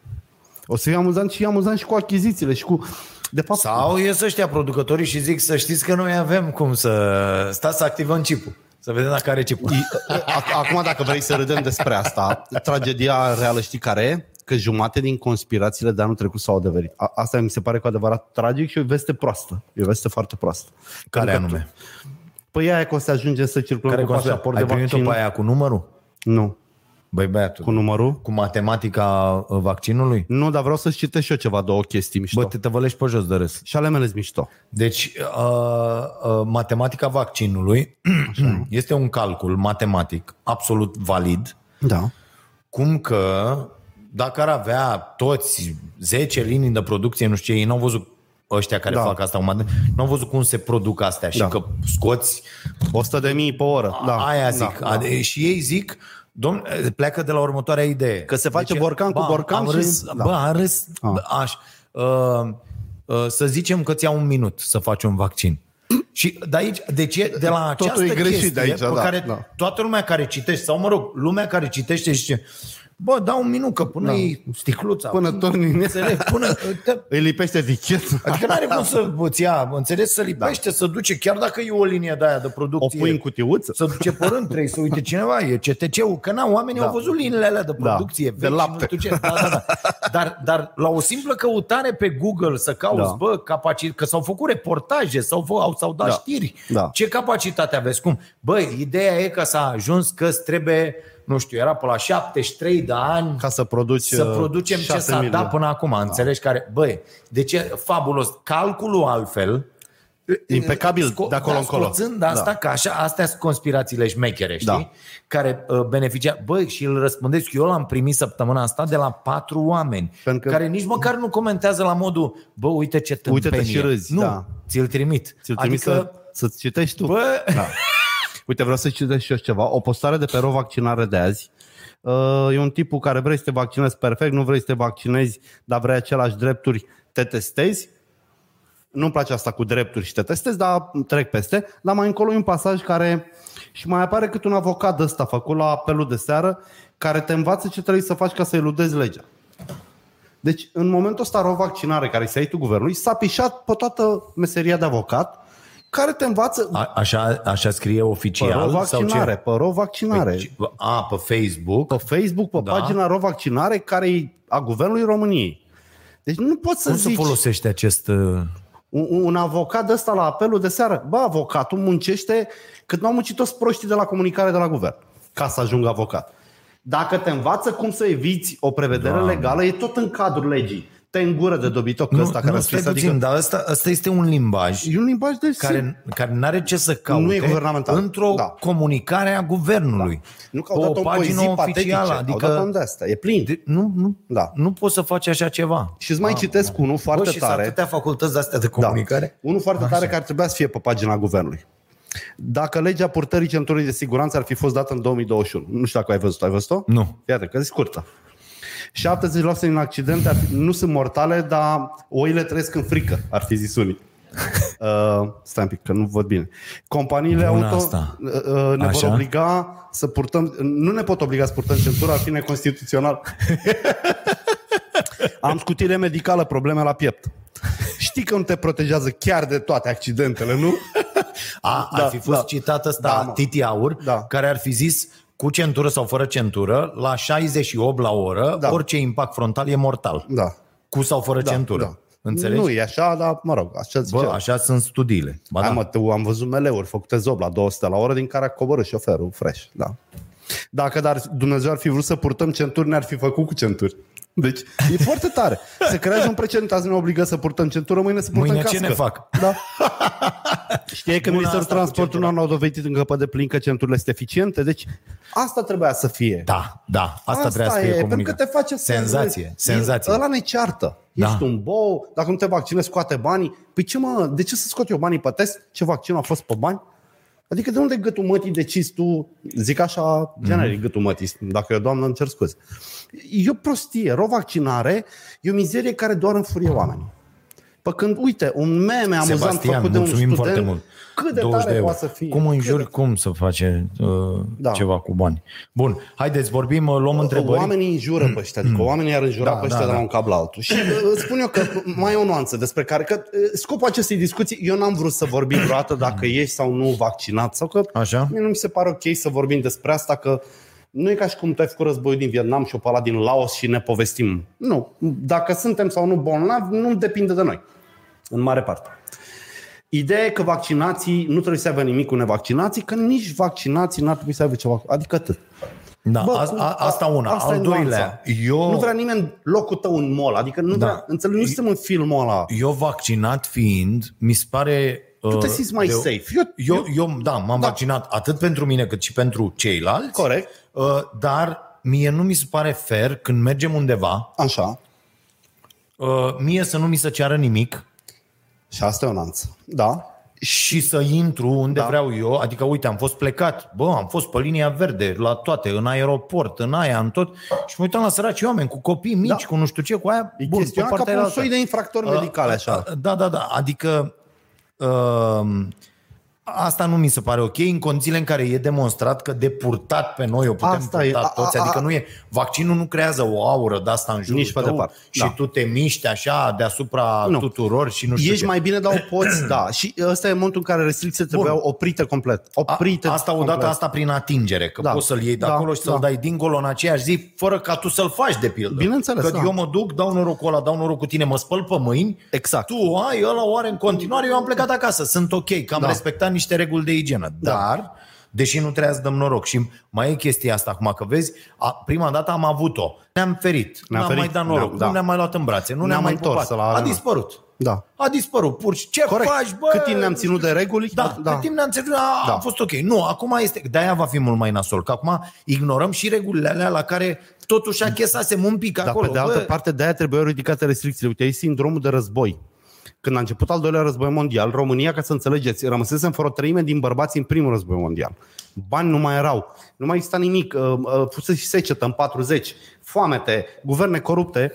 [SPEAKER 3] O să fie amuzant și amuzant și cu achizițiile și cu... De fapt,
[SPEAKER 2] Sau ies ăștia producătorii și zic să știți că noi avem cum să... Stați să activăm chipul. Să vedem dacă are chipul.
[SPEAKER 3] Ac- Acum, dacă vrei să râdem despre asta, tragedia reală știi care e? că jumate din conspirațiile de anul trecut s-au adeverit. A- asta mi se pare cu adevărat tragic și o veste proastă. E o veste foarte proastă.
[SPEAKER 2] Care
[SPEAKER 3] Pentru că
[SPEAKER 2] anume?
[SPEAKER 3] tu- Păi aia că o să ajungem să circulăm
[SPEAKER 2] Care
[SPEAKER 3] cu
[SPEAKER 2] consider?
[SPEAKER 3] pașaport de
[SPEAKER 2] Ai primit-o
[SPEAKER 3] vaccin.
[SPEAKER 2] pe aia cu numărul?
[SPEAKER 3] Nu.
[SPEAKER 2] Băi băiatul,
[SPEAKER 3] Cu
[SPEAKER 2] cu,
[SPEAKER 3] numărul?
[SPEAKER 2] cu matematica uh, vaccinului?
[SPEAKER 3] Nu, dar vreau să-ți citesc și eu ceva, două chestii mișto.
[SPEAKER 2] Bă,
[SPEAKER 3] Bă,
[SPEAKER 2] te tăvălești pe jos de râs.
[SPEAKER 3] Și ale mele sunt mișto.
[SPEAKER 2] Deci, uh, uh, matematica vaccinului este un calcul matematic absolut valid,
[SPEAKER 3] Da.
[SPEAKER 2] cum că dacă ar avea toți 10 linii de producție, nu știu ce, ei n-au văzut ăștia care
[SPEAKER 3] Da.
[SPEAKER 2] fac asta, acum, n-au văzut cum se produc astea și
[SPEAKER 3] Da.
[SPEAKER 2] că scoți
[SPEAKER 3] 100 de mii pe oră. Da.
[SPEAKER 2] da, aia zic. Da, da. Și ei zic, domn, pleacă de la următoarea idee. Deci,
[SPEAKER 3] Că se face borcan cu
[SPEAKER 2] ba,
[SPEAKER 3] borcan
[SPEAKER 2] am
[SPEAKER 3] și-
[SPEAKER 2] Râs,
[SPEAKER 3] da.
[SPEAKER 2] da. Bă, am râs,
[SPEAKER 3] Ah.
[SPEAKER 2] bă, aș, uh, uh, să zicem că ți-a un minut să faci un vaccin. Și de aici, de ce? De la
[SPEAKER 3] Totul
[SPEAKER 2] această
[SPEAKER 3] e greșit
[SPEAKER 2] chestie
[SPEAKER 3] de aici,
[SPEAKER 2] pe
[SPEAKER 3] da,
[SPEAKER 2] care
[SPEAKER 3] da.
[SPEAKER 2] toată lumea care citește, sau mă rog, lumea care citește și zice, bă, da un minut, că până da. e sticluța.
[SPEAKER 3] Până torni în ea.
[SPEAKER 2] Înțeleg, până... Te,
[SPEAKER 3] Îi lipește eticheta.
[SPEAKER 2] adică nu are cum să îți ia, înțelegi, să lipește, da. să duce, chiar dacă e o linie de aia de
[SPEAKER 3] O
[SPEAKER 2] producție.
[SPEAKER 3] pui în cutiuță.
[SPEAKER 2] Să duce pe rând, trebuie să uite cineva, e CTC-ul, că na, oamenii da. au văzut liniile alea de producție,
[SPEAKER 3] De
[SPEAKER 2] vechi, și
[SPEAKER 3] lapte.
[SPEAKER 2] Nu știu ce. Da, da, da. Dar, dar la o simplă căutare pe Google să cauți,
[SPEAKER 3] Da.
[SPEAKER 2] da. bă, capaci- că s-au făcut reportaje, s-au, fă, au, s-au dat
[SPEAKER 3] Da.
[SPEAKER 2] da. știri.
[SPEAKER 3] Da.
[SPEAKER 2] Ce capacitate aveți? Cum? Bă, ideea e că s-a ajuns că îți trebuie, nu știu, era pe la 73 de ani
[SPEAKER 3] Ca să produci
[SPEAKER 2] să producem ce s-a dat până acum, da. înțelegi? Care, băi, de ce fabulos. Calculul altfel,
[SPEAKER 3] Impecabil
[SPEAKER 2] Sco-
[SPEAKER 3] de acolo
[SPEAKER 2] da,
[SPEAKER 3] încolo.
[SPEAKER 2] Scoțând asta,
[SPEAKER 3] Da.
[SPEAKER 2] da. că așa, astea sunt conspirațiile șmechere, știi?
[SPEAKER 3] Da.
[SPEAKER 2] Da. Care uh, beneficia... Băi, și îl răspândesc. Eu l-am primit săptămâna asta de la patru oameni,
[SPEAKER 3] Pentru
[SPEAKER 2] Pentru
[SPEAKER 3] că-
[SPEAKER 2] care nici măcar nu comentează la modul bă, uite ce tâmpenie.
[SPEAKER 3] Uite-te și râzi,
[SPEAKER 2] Nu,
[SPEAKER 3] da.
[SPEAKER 2] ți-l trimit.
[SPEAKER 3] Ți-l trimis
[SPEAKER 2] adică,
[SPEAKER 3] să, să-ți citești tu.
[SPEAKER 2] Bă,
[SPEAKER 3] Da. Uite, vreau să citesc și eu ceva. O postare de pe rovaccinare de azi. Uh, E un tipul care vrei să te vaccinezi perfect, nu vrei să te vaccinezi, dar vrei același drepturi, te testezi. Nu-mi place asta cu drepturi și te testezi, dar trec peste. Dar mai încolo e un pasaj care... Și mai apare cât un avocat de ăsta făcut la apelul de seară, care te învață ce trebuie să faci ca să eludezi legea. Deci, în momentul ăsta, rovaccinare, care i-a tu guvernului, s-a pișat pe toată meseria de avocat, care te învață
[SPEAKER 2] a, așa, așa scrie
[SPEAKER 3] pe
[SPEAKER 2] oficial? sau
[SPEAKER 3] Păi rovaccinare,
[SPEAKER 2] ce?
[SPEAKER 3] pe rovaccinare.
[SPEAKER 2] Păi, ce- A, pe Facebook.
[SPEAKER 3] Pe Facebook, pe da.
[SPEAKER 2] Da.
[SPEAKER 3] pagina rovaccinare, care e a Guvernului României. Deci nu poți să
[SPEAKER 2] Cum se
[SPEAKER 3] zici
[SPEAKER 2] folosește acest... uh,
[SPEAKER 3] un, un avocat de ăsta la apelul de seară. Bă, avocatul muncește cât n-au muncit toți proștii de la comunicare de la guvern ca să ajungă avocat. Dacă te învață cum să eviți o prevedere Doamne. legală, e tot în cadrul legii. Te îngură de dobitoc ăsta care a
[SPEAKER 2] stai
[SPEAKER 3] scris,
[SPEAKER 2] puțin,
[SPEAKER 3] adică
[SPEAKER 2] dar ăsta, ăsta este un limbaj
[SPEAKER 3] e un limbaj de
[SPEAKER 2] care, care nu are ce să caute
[SPEAKER 3] Nu e guvernamental.
[SPEAKER 2] într-o
[SPEAKER 3] Da.
[SPEAKER 2] comunicare a guvernului. Da.
[SPEAKER 3] Nu că au dat o poezie patetice, adică... au dat de asta, e plin.
[SPEAKER 2] de, nu, nu,
[SPEAKER 3] Da.
[SPEAKER 2] da. nu poți să faci așa ceva.
[SPEAKER 3] Și îți mai citesc unul foarte
[SPEAKER 2] Bă, și sunt
[SPEAKER 3] tare.
[SPEAKER 2] atâtea facultăți astea de comunicare.
[SPEAKER 3] Da. Unul foarte tare care trebuia să fie pe pagina guvernului. Dacă legea purtării centurii de siguranță ar fi fost dată în 2021, nu știu dacă ai văzut, ai văzut-o?
[SPEAKER 2] Nu.
[SPEAKER 3] Iată, că e scurtă. 70% din accidente ar fi, nu sunt mortale, dar oile trăiesc în frică, ar fi zis unii. Uh, stai un pic, că nu văd bine. Companiile
[SPEAKER 2] Bună
[SPEAKER 3] auto
[SPEAKER 2] asta.
[SPEAKER 3] uh, uh, ne
[SPEAKER 2] Așa.
[SPEAKER 3] vor obliga să purtăm, nu ne pot obliga să purtăm centura, ar fi neconstituțional. Am scutire medicală, probleme la piept. Știi că nu te protejează chiar de toate accidentele, nu?
[SPEAKER 2] A, ar
[SPEAKER 3] Da,
[SPEAKER 2] fi fost
[SPEAKER 3] da.
[SPEAKER 2] da. citat
[SPEAKER 3] Da,
[SPEAKER 2] ăsta
[SPEAKER 3] mă.
[SPEAKER 2] da, Titi Aur,
[SPEAKER 3] Da.
[SPEAKER 2] da. care ar fi zis cu centură sau fără centură, la 68 la oră,
[SPEAKER 3] Da.
[SPEAKER 2] da. orice impact frontal e mortal.
[SPEAKER 3] Da.
[SPEAKER 2] Cu sau fără
[SPEAKER 3] da
[SPEAKER 2] centură.
[SPEAKER 3] Da.
[SPEAKER 2] Înțelegi?
[SPEAKER 3] Nu e așa, dar mă rog, așa
[SPEAKER 2] Bă,
[SPEAKER 3] zicea.
[SPEAKER 2] așa sunt studiile. Ba,
[SPEAKER 3] Da.
[SPEAKER 2] da.
[SPEAKER 3] Am, tu, am văzut meleuri făcute zob la 200 la oră, din care a coborât șoferul fresh. Da. Dacă dar Dumnezeu ar fi vrut să purtăm centuri, ne-ar fi făcut cu centuri. Deci e foarte tare. Se creează un precedent, azi ne obligă să purtăm centură, mâine să purtăm
[SPEAKER 2] Mâine
[SPEAKER 3] cască.
[SPEAKER 2] ce ne fac?
[SPEAKER 3] Da. Știi că
[SPEAKER 2] Bună
[SPEAKER 3] Ministerul
[SPEAKER 2] asta cu
[SPEAKER 3] Transportului
[SPEAKER 2] centura.
[SPEAKER 3] nu a dovedit încă pe deplin că centurile sunt eficiente, deci asta trebuia să fie.
[SPEAKER 2] Da, da, asta,
[SPEAKER 3] Asta
[SPEAKER 2] trebuie să fie
[SPEAKER 3] e, pentru că
[SPEAKER 2] comunicat.
[SPEAKER 3] te face să
[SPEAKER 2] senzație, senzație.
[SPEAKER 3] Ăla ne ceartă. Da.
[SPEAKER 2] Da.
[SPEAKER 3] Ești un bou, dacă nu te vaccinezi, scoate banii. Păi ce mă, de ce să scot eu banii pe test? Ce vaccin a fost pe bani? Adică de unde gâtul mătii decizi tu, zic așa, generic mm-hmm.
[SPEAKER 2] Mhm.
[SPEAKER 3] gâtul mătii, dacă e o doamnă îmi cer scuze. E o prostie, rovaccinare e o mizerie care doar înfurie oamenii. Pe când, uite, un meme amuzant
[SPEAKER 2] Sebastian,
[SPEAKER 3] făcut de un
[SPEAKER 2] mulțumim
[SPEAKER 3] student,
[SPEAKER 2] foarte mult.
[SPEAKER 3] cât de
[SPEAKER 2] 20
[SPEAKER 3] tare
[SPEAKER 2] euro.
[SPEAKER 3] poate să fie.
[SPEAKER 6] Cum
[SPEAKER 3] Cât
[SPEAKER 6] înjuri,
[SPEAKER 3] de-
[SPEAKER 6] cum să face uh,
[SPEAKER 3] Da.
[SPEAKER 6] da. ceva cu bani. Bun, haideți, vorbim, uh, luăm întrebări.
[SPEAKER 3] Oamenii înjură pe ăștia, adică oamenii ar înjura da,
[SPEAKER 2] Da,
[SPEAKER 3] pe ăștia
[SPEAKER 2] da,
[SPEAKER 3] de la
[SPEAKER 2] da.
[SPEAKER 3] un cap la altul. Și uh, spun eu că mai e o nuanță despre care, că uh, scopul acestei discuții, eu n-am vrut să vorbim vreodată dacă ești sau nu vaccinat, sau că
[SPEAKER 6] Așa.
[SPEAKER 3] mie nu mi se pare ok să vorbim despre asta, că Nu e ca și cum tu ai făcut războiul din Vietnam și o pala din Laos și ne povestim. Nu. Dacă suntem sau nu bolnavi, nu depinde de noi. În mare parte. Ideea e că vaccinații nu trebuie să aibă nimic cu nevaccinații, că nici vaccinații n-ar trebui să aibă ceva. Adică atât.
[SPEAKER 2] Da,
[SPEAKER 3] Bă,
[SPEAKER 2] Bă, a,
[SPEAKER 3] cum-
[SPEAKER 2] a, asta una.
[SPEAKER 3] asta
[SPEAKER 2] Asta
[SPEAKER 3] e
[SPEAKER 2] Al doilea,
[SPEAKER 3] nuanța.
[SPEAKER 2] eu,
[SPEAKER 3] Nu vrea nimeni locul tău în mall. Adică nu
[SPEAKER 2] Da.
[SPEAKER 3] vrea, înțelegi, nu suntem în filmul ăla.
[SPEAKER 2] eu vaccinat fiind, mi se pare...
[SPEAKER 3] Tu te
[SPEAKER 2] uh,
[SPEAKER 3] simți mai
[SPEAKER 2] de-
[SPEAKER 3] safe. Eu,
[SPEAKER 2] Eu, eu da, m-am da. vaccinat atât pentru mine cât și pentru ceilalți.
[SPEAKER 3] Corect.
[SPEAKER 2] Uh, Dar mie nu mi se pare fair când mergem undeva,
[SPEAKER 3] Așa.
[SPEAKER 2] uh, mie să nu mi se ceară nimic
[SPEAKER 3] Și asta e o nuanță. Da.
[SPEAKER 2] și să intru unde da. vreau eu. Adică, uite, am fost plecat, bă, am fost pe linia verde, la toate, în aeroport, în aia, în tot. Și mă uitam la săraci oameni cu copii mici, da. cu nu știu ce, cu aia.
[SPEAKER 3] E
[SPEAKER 2] Bun, pe
[SPEAKER 3] chestiunea ca
[SPEAKER 2] partea
[SPEAKER 3] pe un
[SPEAKER 2] aia
[SPEAKER 3] soi de infractor medical, așa.
[SPEAKER 2] Da, da, da. Adică uh, asta nu mi se pare ok în condițiile în care e demonstrat că de purtat pe noi o putem
[SPEAKER 3] Asta
[SPEAKER 2] purta
[SPEAKER 3] e, a-
[SPEAKER 2] toți.
[SPEAKER 3] a- a-
[SPEAKER 2] Adică nu e, vaccinul nu creează o aură de asta în jurul
[SPEAKER 3] Nici pe
[SPEAKER 2] tău
[SPEAKER 3] departe,
[SPEAKER 2] și
[SPEAKER 3] da.
[SPEAKER 2] tu te miști așa deasupra
[SPEAKER 3] Nu.
[SPEAKER 2] tuturor și nu știu
[SPEAKER 3] Ești
[SPEAKER 2] ce.
[SPEAKER 3] mai bine, dar o poți, da. Și ăsta e momentul în care restricțiile trebuiau oprite complet.
[SPEAKER 2] A-
[SPEAKER 3] Oprite
[SPEAKER 2] asta odată,
[SPEAKER 3] complet.
[SPEAKER 2] asta prin atingere, că da.
[SPEAKER 3] Da.
[SPEAKER 2] poți să-l iei de da,
[SPEAKER 3] Da,
[SPEAKER 2] acolo și să-l
[SPEAKER 3] da.
[SPEAKER 2] dai dincolo în aceeași zi, fără ca tu să-l faci, de pildă.
[SPEAKER 3] Bineînțeles,
[SPEAKER 2] Că
[SPEAKER 3] da.
[SPEAKER 2] eu mă duc, dau norocul ăla, dau norocul tine, mă spăl pe mâini,
[SPEAKER 3] Exact.
[SPEAKER 2] tu o ai, ăla o are în continuare, eu am plecat acasă, sunt ok, că am da.
[SPEAKER 3] Da.
[SPEAKER 2] respectat niște reguli de igienă. Da. Dar, deși nu trebuia să dăm noroc și mai e chestia asta acum, că vezi, a, prima dată am avut-o, ne-am ferit,
[SPEAKER 3] Ne-am
[SPEAKER 2] n-am
[SPEAKER 3] ferit,
[SPEAKER 2] mai dat noroc,
[SPEAKER 3] ne-am- da.
[SPEAKER 2] nu ne-am mai luat în brațe, nu ne-am,
[SPEAKER 3] Ne-am
[SPEAKER 2] mai
[SPEAKER 3] întors
[SPEAKER 2] pupat,
[SPEAKER 3] la-
[SPEAKER 2] a dispărut.
[SPEAKER 3] Da.
[SPEAKER 2] A dispărut, pur și ce
[SPEAKER 3] Corect.
[SPEAKER 2] faci, bă?
[SPEAKER 3] Cât timp ne-am ținut de reguli?
[SPEAKER 2] Da, da. cât timp ne-am ținut, a, da. a
[SPEAKER 3] Da.
[SPEAKER 2] fost ok. Nu, acum este, de-aia va fi mult mai nasol, că acum ignorăm și regulile alea la care totuși achesasem un pic
[SPEAKER 3] Dar
[SPEAKER 2] acolo.
[SPEAKER 3] pe de altă
[SPEAKER 2] bă.
[SPEAKER 3] parte, de-aia trebuiau ridicate restricțiile. Uite, e sindromul de război. Când a început al doilea război mondial, România, ca să înțelegeți, rămăsesem fără o treime din bărbați în primul război mondial. Bani nu mai erau, nu mai exista nimic, uh, uh, fusese și secetă în 40, foamete, guverne corupte.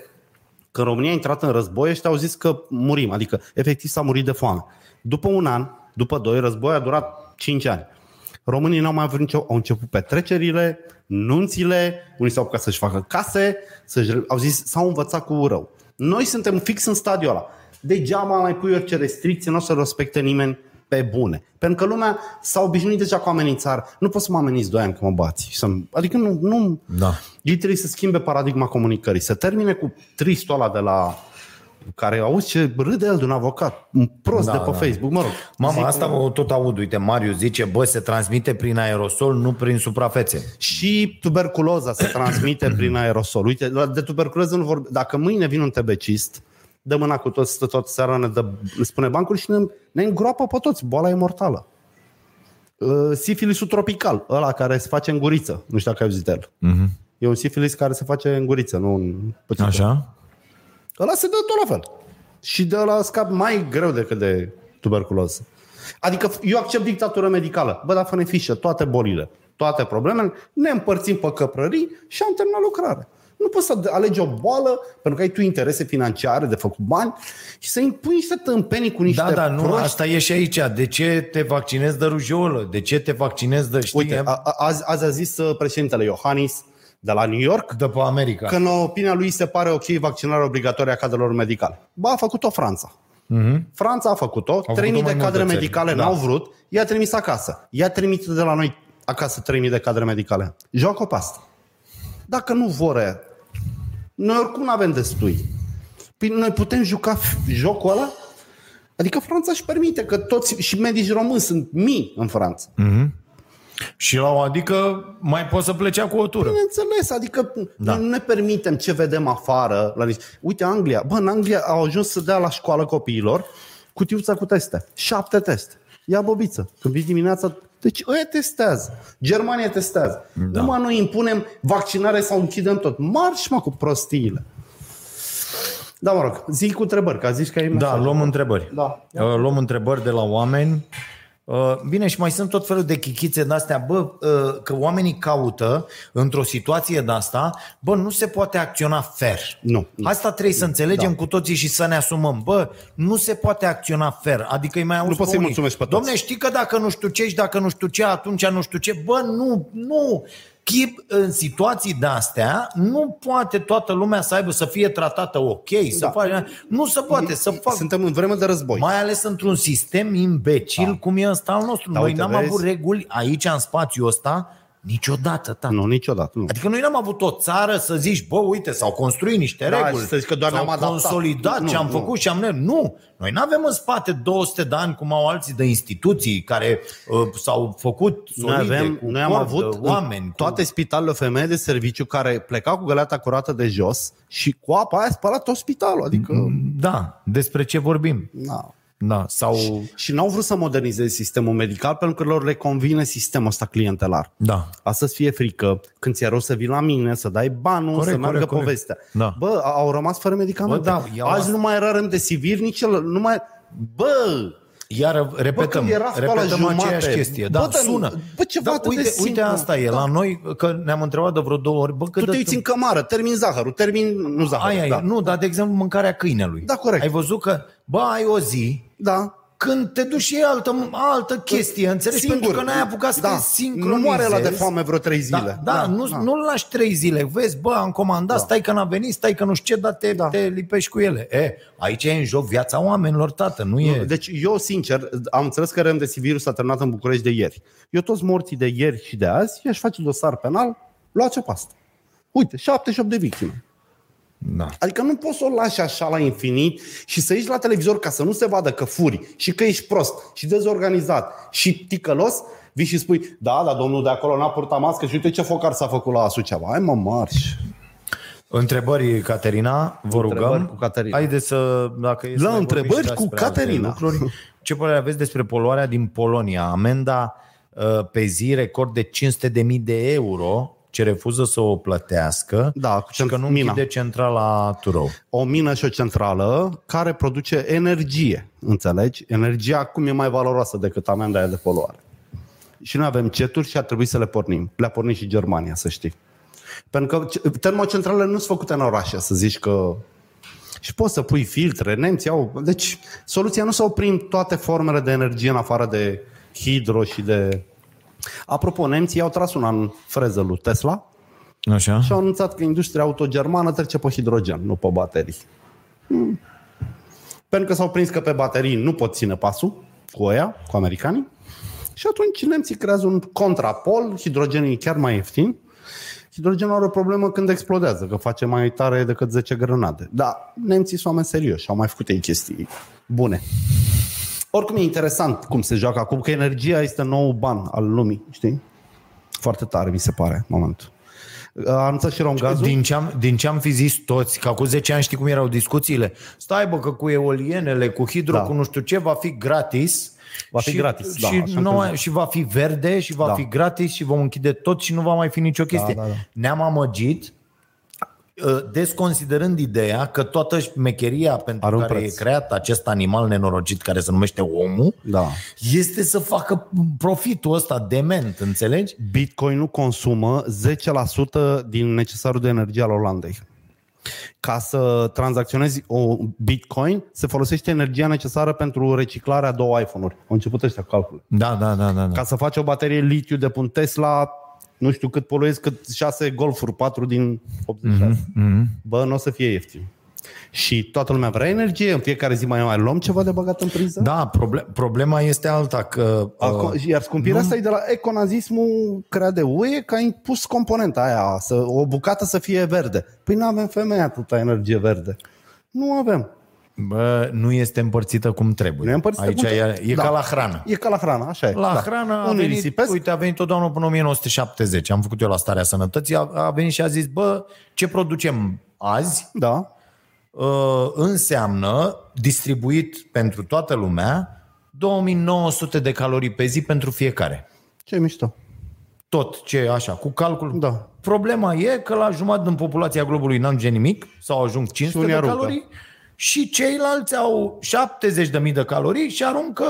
[SPEAKER 3] Când România a intrat în război, ăștia au zis că murim, adică efectiv s-a murit de foame. După un an, după doi, război a durat 5 ani. Românii n-au mai avut nicio... Au început petrecerile, nunțile, unii s-au apucat să-și facă case, să-și, au zis, s-au învățat cu rău. Noi suntem fix în stadiul ăla. Degeaba mai pui orice restricție, nu o să respecte nimeni pe bune. Pentru că lumea s-a obișnuit deja cu amenințare. Nu poți să mă ameninți doi ani că mă bați. și să-mi- Adică nu, nu...
[SPEAKER 2] Da.
[SPEAKER 3] Ei trebuie să schimbe paradigma comunicării. Să termine cu tristul ăla de la care auzi ce râde el de un avocat, un prost
[SPEAKER 2] Da,
[SPEAKER 3] da, de pe
[SPEAKER 2] da.
[SPEAKER 3] da. Facebook, mă rog.
[SPEAKER 2] Mama, asta o tot aud. Uite, Mariu zice, bă, se transmite prin aerosol, nu prin suprafețe.
[SPEAKER 3] Și tuberculoza se transmite prin aerosol. Uite, la- de tuberculoză nu vorbe. Dacă mâine vine un tebecist, dă mâna cu toți, stă toată seara, ne, dă, ne spune bancuri și ne, ne îngroapă pe toți. Boala e mortală. Uh, Sifilisul tropical, ăla care se face în guriță. Nu știu dacă ai auzit de el.
[SPEAKER 2] Mhm.
[SPEAKER 3] Mm-hmm. E un sifilis care se face în guriță, nu în pățită.
[SPEAKER 6] Așa?
[SPEAKER 3] Ăla se dă tot la fel. Și de la scap mai greu decât de tuberculoză. Adică eu accept dictatură medicală. Bă, dar fă-ne fișă, toate bolile, toate problemele, ne împărțim pe căprării și am terminat lucrarea. Nu poți să alegi o boală pentru că ai tu interese financiare de făcut bani și să impui niște tâmpenii cu niște
[SPEAKER 2] Da, da, nu,
[SPEAKER 3] proști.
[SPEAKER 2] asta e și aici. De ce te vaccinezi de rujeolă? De ce te vaccinezi de, știi,
[SPEAKER 3] Uite, a, a, azi, azi a zis uh, președintele Iohannis de la New York
[SPEAKER 2] de pe America?
[SPEAKER 3] că în opinia lui se pare ok vaccinarea obligatorie a cadrelor medicale. Ba, a făcut-o Franța. Mm-hmm. Franța a făcut-o, 3000
[SPEAKER 2] Mhm. mai
[SPEAKER 3] de
[SPEAKER 2] multe
[SPEAKER 3] cadre
[SPEAKER 2] țări,
[SPEAKER 3] medicale
[SPEAKER 2] da.
[SPEAKER 3] n-au vrut, i-a trimis acasă. I-a trimis de la noi acasă 3000 de cadre medicale. Joacă pe asta. Dacă nu vor aia, noi oricum nu avem destui. Păi noi putem juca f- jocul ăla? Adică Franța își permite că toți și medici români sunt mii în Franța.
[SPEAKER 2] Și la o adică mai poți să plecea cu o tură.
[SPEAKER 3] Bineînțeles, adică da. nu ne permitem ce vedem afară. La nici... Uite, Anglia, bă, în Anglia au ajuns să dea la școală copiilor cutiuța cu teste. Șapte teste. Ia bobiță. Când vii dimineața, deci ăia testează. Germania testează. Da. Numai noi impunem vaccinare sau închidem tot. Marș, mă, cu prostiile. Da, mă rog, zi cu întrebări, că a zis că ai
[SPEAKER 2] Da,
[SPEAKER 3] mesaj.
[SPEAKER 2] luăm întrebări.
[SPEAKER 3] Da.
[SPEAKER 2] Uh, Luăm întrebări de la oameni. Uh, Bine, și mai sunt tot felul de chichițe de astea, bă, uh, că oamenii caută într-o situație de asta, bă, nu se poate acționa fair.
[SPEAKER 3] Nu.
[SPEAKER 2] Asta trebuie să înțelegem da. cu toții și să ne asumăm. Bă, nu se poate acționa fair. Adică îi mai auzi
[SPEAKER 3] Nu poți să-i
[SPEAKER 2] unii,
[SPEAKER 3] mulțumești pe toți.
[SPEAKER 2] Domne, știi că dacă nu știu ce și dacă nu știu ce, atunci nu știu ce. Bă, nu, nu. Chip în situații de astea nu poate toată lumea să aibă să fie tratată ok, să
[SPEAKER 3] Da.
[SPEAKER 2] faci, nu se poate să fac
[SPEAKER 3] Suntem în vreme de război.
[SPEAKER 2] mai ales într-un sistem imbecil da. cum e ăsta al nostru. Da, Noi
[SPEAKER 3] uite,
[SPEAKER 2] n-am
[SPEAKER 3] vezi?
[SPEAKER 2] avut reguli aici, în spațiul ăsta, Niciodată, tată.
[SPEAKER 3] Nu, niciodată. Nu.
[SPEAKER 2] Adică noi n-am avut o țară să zici, bă, uite, s-au construit niște
[SPEAKER 3] Da,
[SPEAKER 2] reguli.
[SPEAKER 3] și să zici că doar
[SPEAKER 2] s-au
[SPEAKER 3] ne-am adaptat.
[SPEAKER 2] consolidat
[SPEAKER 3] Nu,
[SPEAKER 2] ce am
[SPEAKER 3] nu.
[SPEAKER 2] făcut și am... ne- Nu! Noi nu avem în spate 200 de ani cum au alții de instituții care uh, s-au făcut
[SPEAKER 3] Noi,
[SPEAKER 2] solide
[SPEAKER 3] avem,
[SPEAKER 2] cu
[SPEAKER 3] noi am
[SPEAKER 2] cordă,
[SPEAKER 3] avut
[SPEAKER 2] oameni.
[SPEAKER 3] oameni, toate
[SPEAKER 2] cu...
[SPEAKER 3] spitalele femei de serviciu care pleca cu găleata curată de jos și cu apa aia spăla tot spitalul. Adică, mm.
[SPEAKER 2] Da, despre ce vorbim.
[SPEAKER 3] na.
[SPEAKER 2] Da, sau...
[SPEAKER 3] Și n-au vrut să modernizeze sistemul medical pentru că lor le convine sistemul ăsta clientelar.
[SPEAKER 2] Da.
[SPEAKER 3] Astăzi fie frică, când ți-e rău să vii la mine, să dai banul,
[SPEAKER 2] Corect,
[SPEAKER 3] corect, să meargă
[SPEAKER 2] corect, corect.
[SPEAKER 3] povestea.
[SPEAKER 2] Da.
[SPEAKER 3] Bă, a- au rămas fără medicamente.
[SPEAKER 2] Bă, da, iau
[SPEAKER 3] Azi
[SPEAKER 2] asta.
[SPEAKER 3] nu mai era răm de sivir, nici el, nu mai... Bă,
[SPEAKER 2] Iar repetăm,
[SPEAKER 3] când era școala
[SPEAKER 2] repetăm
[SPEAKER 3] jumate,
[SPEAKER 2] aceeași chestie.
[SPEAKER 3] bă,
[SPEAKER 2] Da,
[SPEAKER 3] dar nu-
[SPEAKER 2] sună.
[SPEAKER 3] bă, ceva
[SPEAKER 2] da,
[SPEAKER 3] atât de
[SPEAKER 2] uite, uite
[SPEAKER 3] simplu.
[SPEAKER 2] asta e,
[SPEAKER 3] Da.
[SPEAKER 2] la noi, că ne-am întrebat de vreo două ori, bă, că
[SPEAKER 3] tu
[SPEAKER 2] dă-
[SPEAKER 3] te uiți în cămară, termin zahărul, termin... Nu zahărul,
[SPEAKER 2] Aia
[SPEAKER 3] da.
[SPEAKER 2] e. Nu, dar de exemplu mâncarea câinelui.
[SPEAKER 3] Da, corect.
[SPEAKER 2] Ai văzut că, bă, ai o zi
[SPEAKER 3] da.
[SPEAKER 2] când te duci și e altă, altă chestie, înțelegi?
[SPEAKER 3] Păi, Singur.
[SPEAKER 2] Pentru că n-ai apucat să
[SPEAKER 3] da.
[SPEAKER 2] te
[SPEAKER 3] Nu
[SPEAKER 2] sincronizezi.
[SPEAKER 3] moare la de foame vreo trei
[SPEAKER 2] Da,
[SPEAKER 3] zile.
[SPEAKER 2] da, da, nu, da. nu-l lași trei zile. Vezi, bă, am comandat, da. stai că n-a venit, stai că nu știu ce, dar te, da. te lipești cu ele. E, aici e în joc viața oamenilor, tată, nu e... De...
[SPEAKER 3] Deci eu, sincer, am înțeles că remdesivirul s-a terminat în București de ieri. Eu toți morții de ieri și de azi i-aș face dosar penal, luați-o pe asta. Uite, 78 de victime.
[SPEAKER 2] Da.
[SPEAKER 3] Adică nu poți să o lași așa la infinit și să ieși la televizor ca să nu se vadă că furi și că ești prost și dezorganizat și ticălos, vii și spui, da, dar domnul de acolo n-a purtat mască și uite ce focar s-a făcut la Suceava. Hai mă, marș.
[SPEAKER 2] Întrebări, Caterina, vă
[SPEAKER 3] Întrebări
[SPEAKER 2] rugăm.
[SPEAKER 3] cu Caterina.
[SPEAKER 2] Haideți să... Dacă e să
[SPEAKER 3] La
[SPEAKER 2] ne vorbim
[SPEAKER 3] întrebări
[SPEAKER 2] și
[SPEAKER 3] cu
[SPEAKER 2] despre alte
[SPEAKER 3] Caterina.
[SPEAKER 2] lucruri. Ce părere aveți despre poluarea din Polonia? Amenda uh, pe zi, record de 500.000 de euro, ce refuză să o plătească
[SPEAKER 3] Da, cu
[SPEAKER 2] și că nu
[SPEAKER 3] cent- mina.
[SPEAKER 2] închide centrala Turou.
[SPEAKER 3] o mină și o centrală care produce energie, înțelegi? Energia acum e mai valoroasă decât amenda aia de poluare. Și noi avem ceturi și ar trebui să le pornim. Le-a pornit și Germania, să știi. Pentru că ce- termocentralele nu sunt făcute în orașe, să zici că... Și poți să pui filtre, nemții au... Deci soluția nu să oprim toate formele de energie în afară de hidro și de... Apropo, nemții au tras una în freză lui Tesla
[SPEAKER 2] Așa?
[SPEAKER 3] și au anunțat că industria autogermană trece pe hidrogen, nu pe baterii. Hmm. Pentru că s-au prins că pe baterii nu pot ține pasul cu oia, cu americanii. Și atunci nemții creează un contrapol, hidrogenul e chiar mai ieftin. Hidrogenul are o problemă când explodează, că face mai tare decât 10 grenade. Dar nemții sunt oameni serioși, au mai făcut ei chestii bune. Oricum e interesant cum se joacă acum, că energia este nou ban al lumii, știi? Foarte tare, mi se pare, momentul. A anunțat și Romgazul.
[SPEAKER 2] Din ce, am, din ce am fi zis toți, că acum 10 ani știi cum erau discuțiile? Stai bă că cu eolienele, cu hidro, da.
[SPEAKER 3] Da.
[SPEAKER 2] cu nu știu ce, va fi gratis.
[SPEAKER 3] Va fi
[SPEAKER 2] și,
[SPEAKER 3] gratis, da,
[SPEAKER 2] și,
[SPEAKER 3] așa
[SPEAKER 2] nu
[SPEAKER 3] am
[SPEAKER 2] mai,
[SPEAKER 3] crezut.
[SPEAKER 2] și va fi verde și va da.
[SPEAKER 3] Da.
[SPEAKER 2] fi gratis și vom închide tot și nu va mai fi nicio chestie.
[SPEAKER 3] da, da.
[SPEAKER 2] Ne-am amăgit uh, desconsiderând ideea că toată șmecheria pentru
[SPEAKER 3] Are un
[SPEAKER 2] care
[SPEAKER 3] preț.
[SPEAKER 2] e creat acest animal nenorocit care se numește omul
[SPEAKER 3] Da.
[SPEAKER 2] este să facă profitul ăsta dement, înțelegi?
[SPEAKER 3] Bitcoin nu consumă 10% din necesarul de energie al Olandei. Ca să tranzacționezi o Bitcoin, se folosește energia necesară pentru reciclarea două iPhone-uri. Au început ăștia cu calcule.
[SPEAKER 2] Da, da, da, da. da.
[SPEAKER 3] Ca să faci o baterie litiu de pe un Tesla, nu știu cât poluezi, cât 6 golfuri, 4 din 86.
[SPEAKER 2] Mhm,
[SPEAKER 3] Mm-hmm. Bă, nu o să fie ieftin. Și toată lumea vrea energie, în fiecare zi mai, mai luăm ceva de băgat în priză?
[SPEAKER 2] Da, proble- problema este alta că
[SPEAKER 3] Acum,
[SPEAKER 2] uh,
[SPEAKER 3] iar scumpirea asta e de la econazismul creat de UE că a impus componenta aia, să, o bucată să fie verde. Păi nu avem femeie atâta energie verde. Nu avem.
[SPEAKER 2] bă, nu este împărțită cum
[SPEAKER 3] Nu
[SPEAKER 2] trebuie.
[SPEAKER 3] e împărțită
[SPEAKER 2] Aici
[SPEAKER 3] cum
[SPEAKER 2] e,
[SPEAKER 3] trebuie.
[SPEAKER 2] e da. ca
[SPEAKER 3] Da.
[SPEAKER 2] la hrană.
[SPEAKER 3] E ca la hrană, așa e.
[SPEAKER 2] La
[SPEAKER 3] da.
[SPEAKER 2] hrană a
[SPEAKER 3] Unii
[SPEAKER 2] venit,
[SPEAKER 3] risipesc,
[SPEAKER 2] uite, a venit o doamnă până în 1970, am făcut eu la Starea Sănătății, a, a venit și a zis, bă, ce producem azi
[SPEAKER 3] da,
[SPEAKER 2] uh, înseamnă distribuit pentru toată lumea 2900 de calorii pe zi pentru fiecare.
[SPEAKER 3] ce mișto.
[SPEAKER 2] Tot ce e așa, cu calcul.
[SPEAKER 3] Da.
[SPEAKER 2] Problema e că la jumătate din populația globului n-ajunge nimic, sau ajung 500 de
[SPEAKER 3] unii aruncă.
[SPEAKER 2] calorii și ceilalți au 70.000 de calorii și aruncă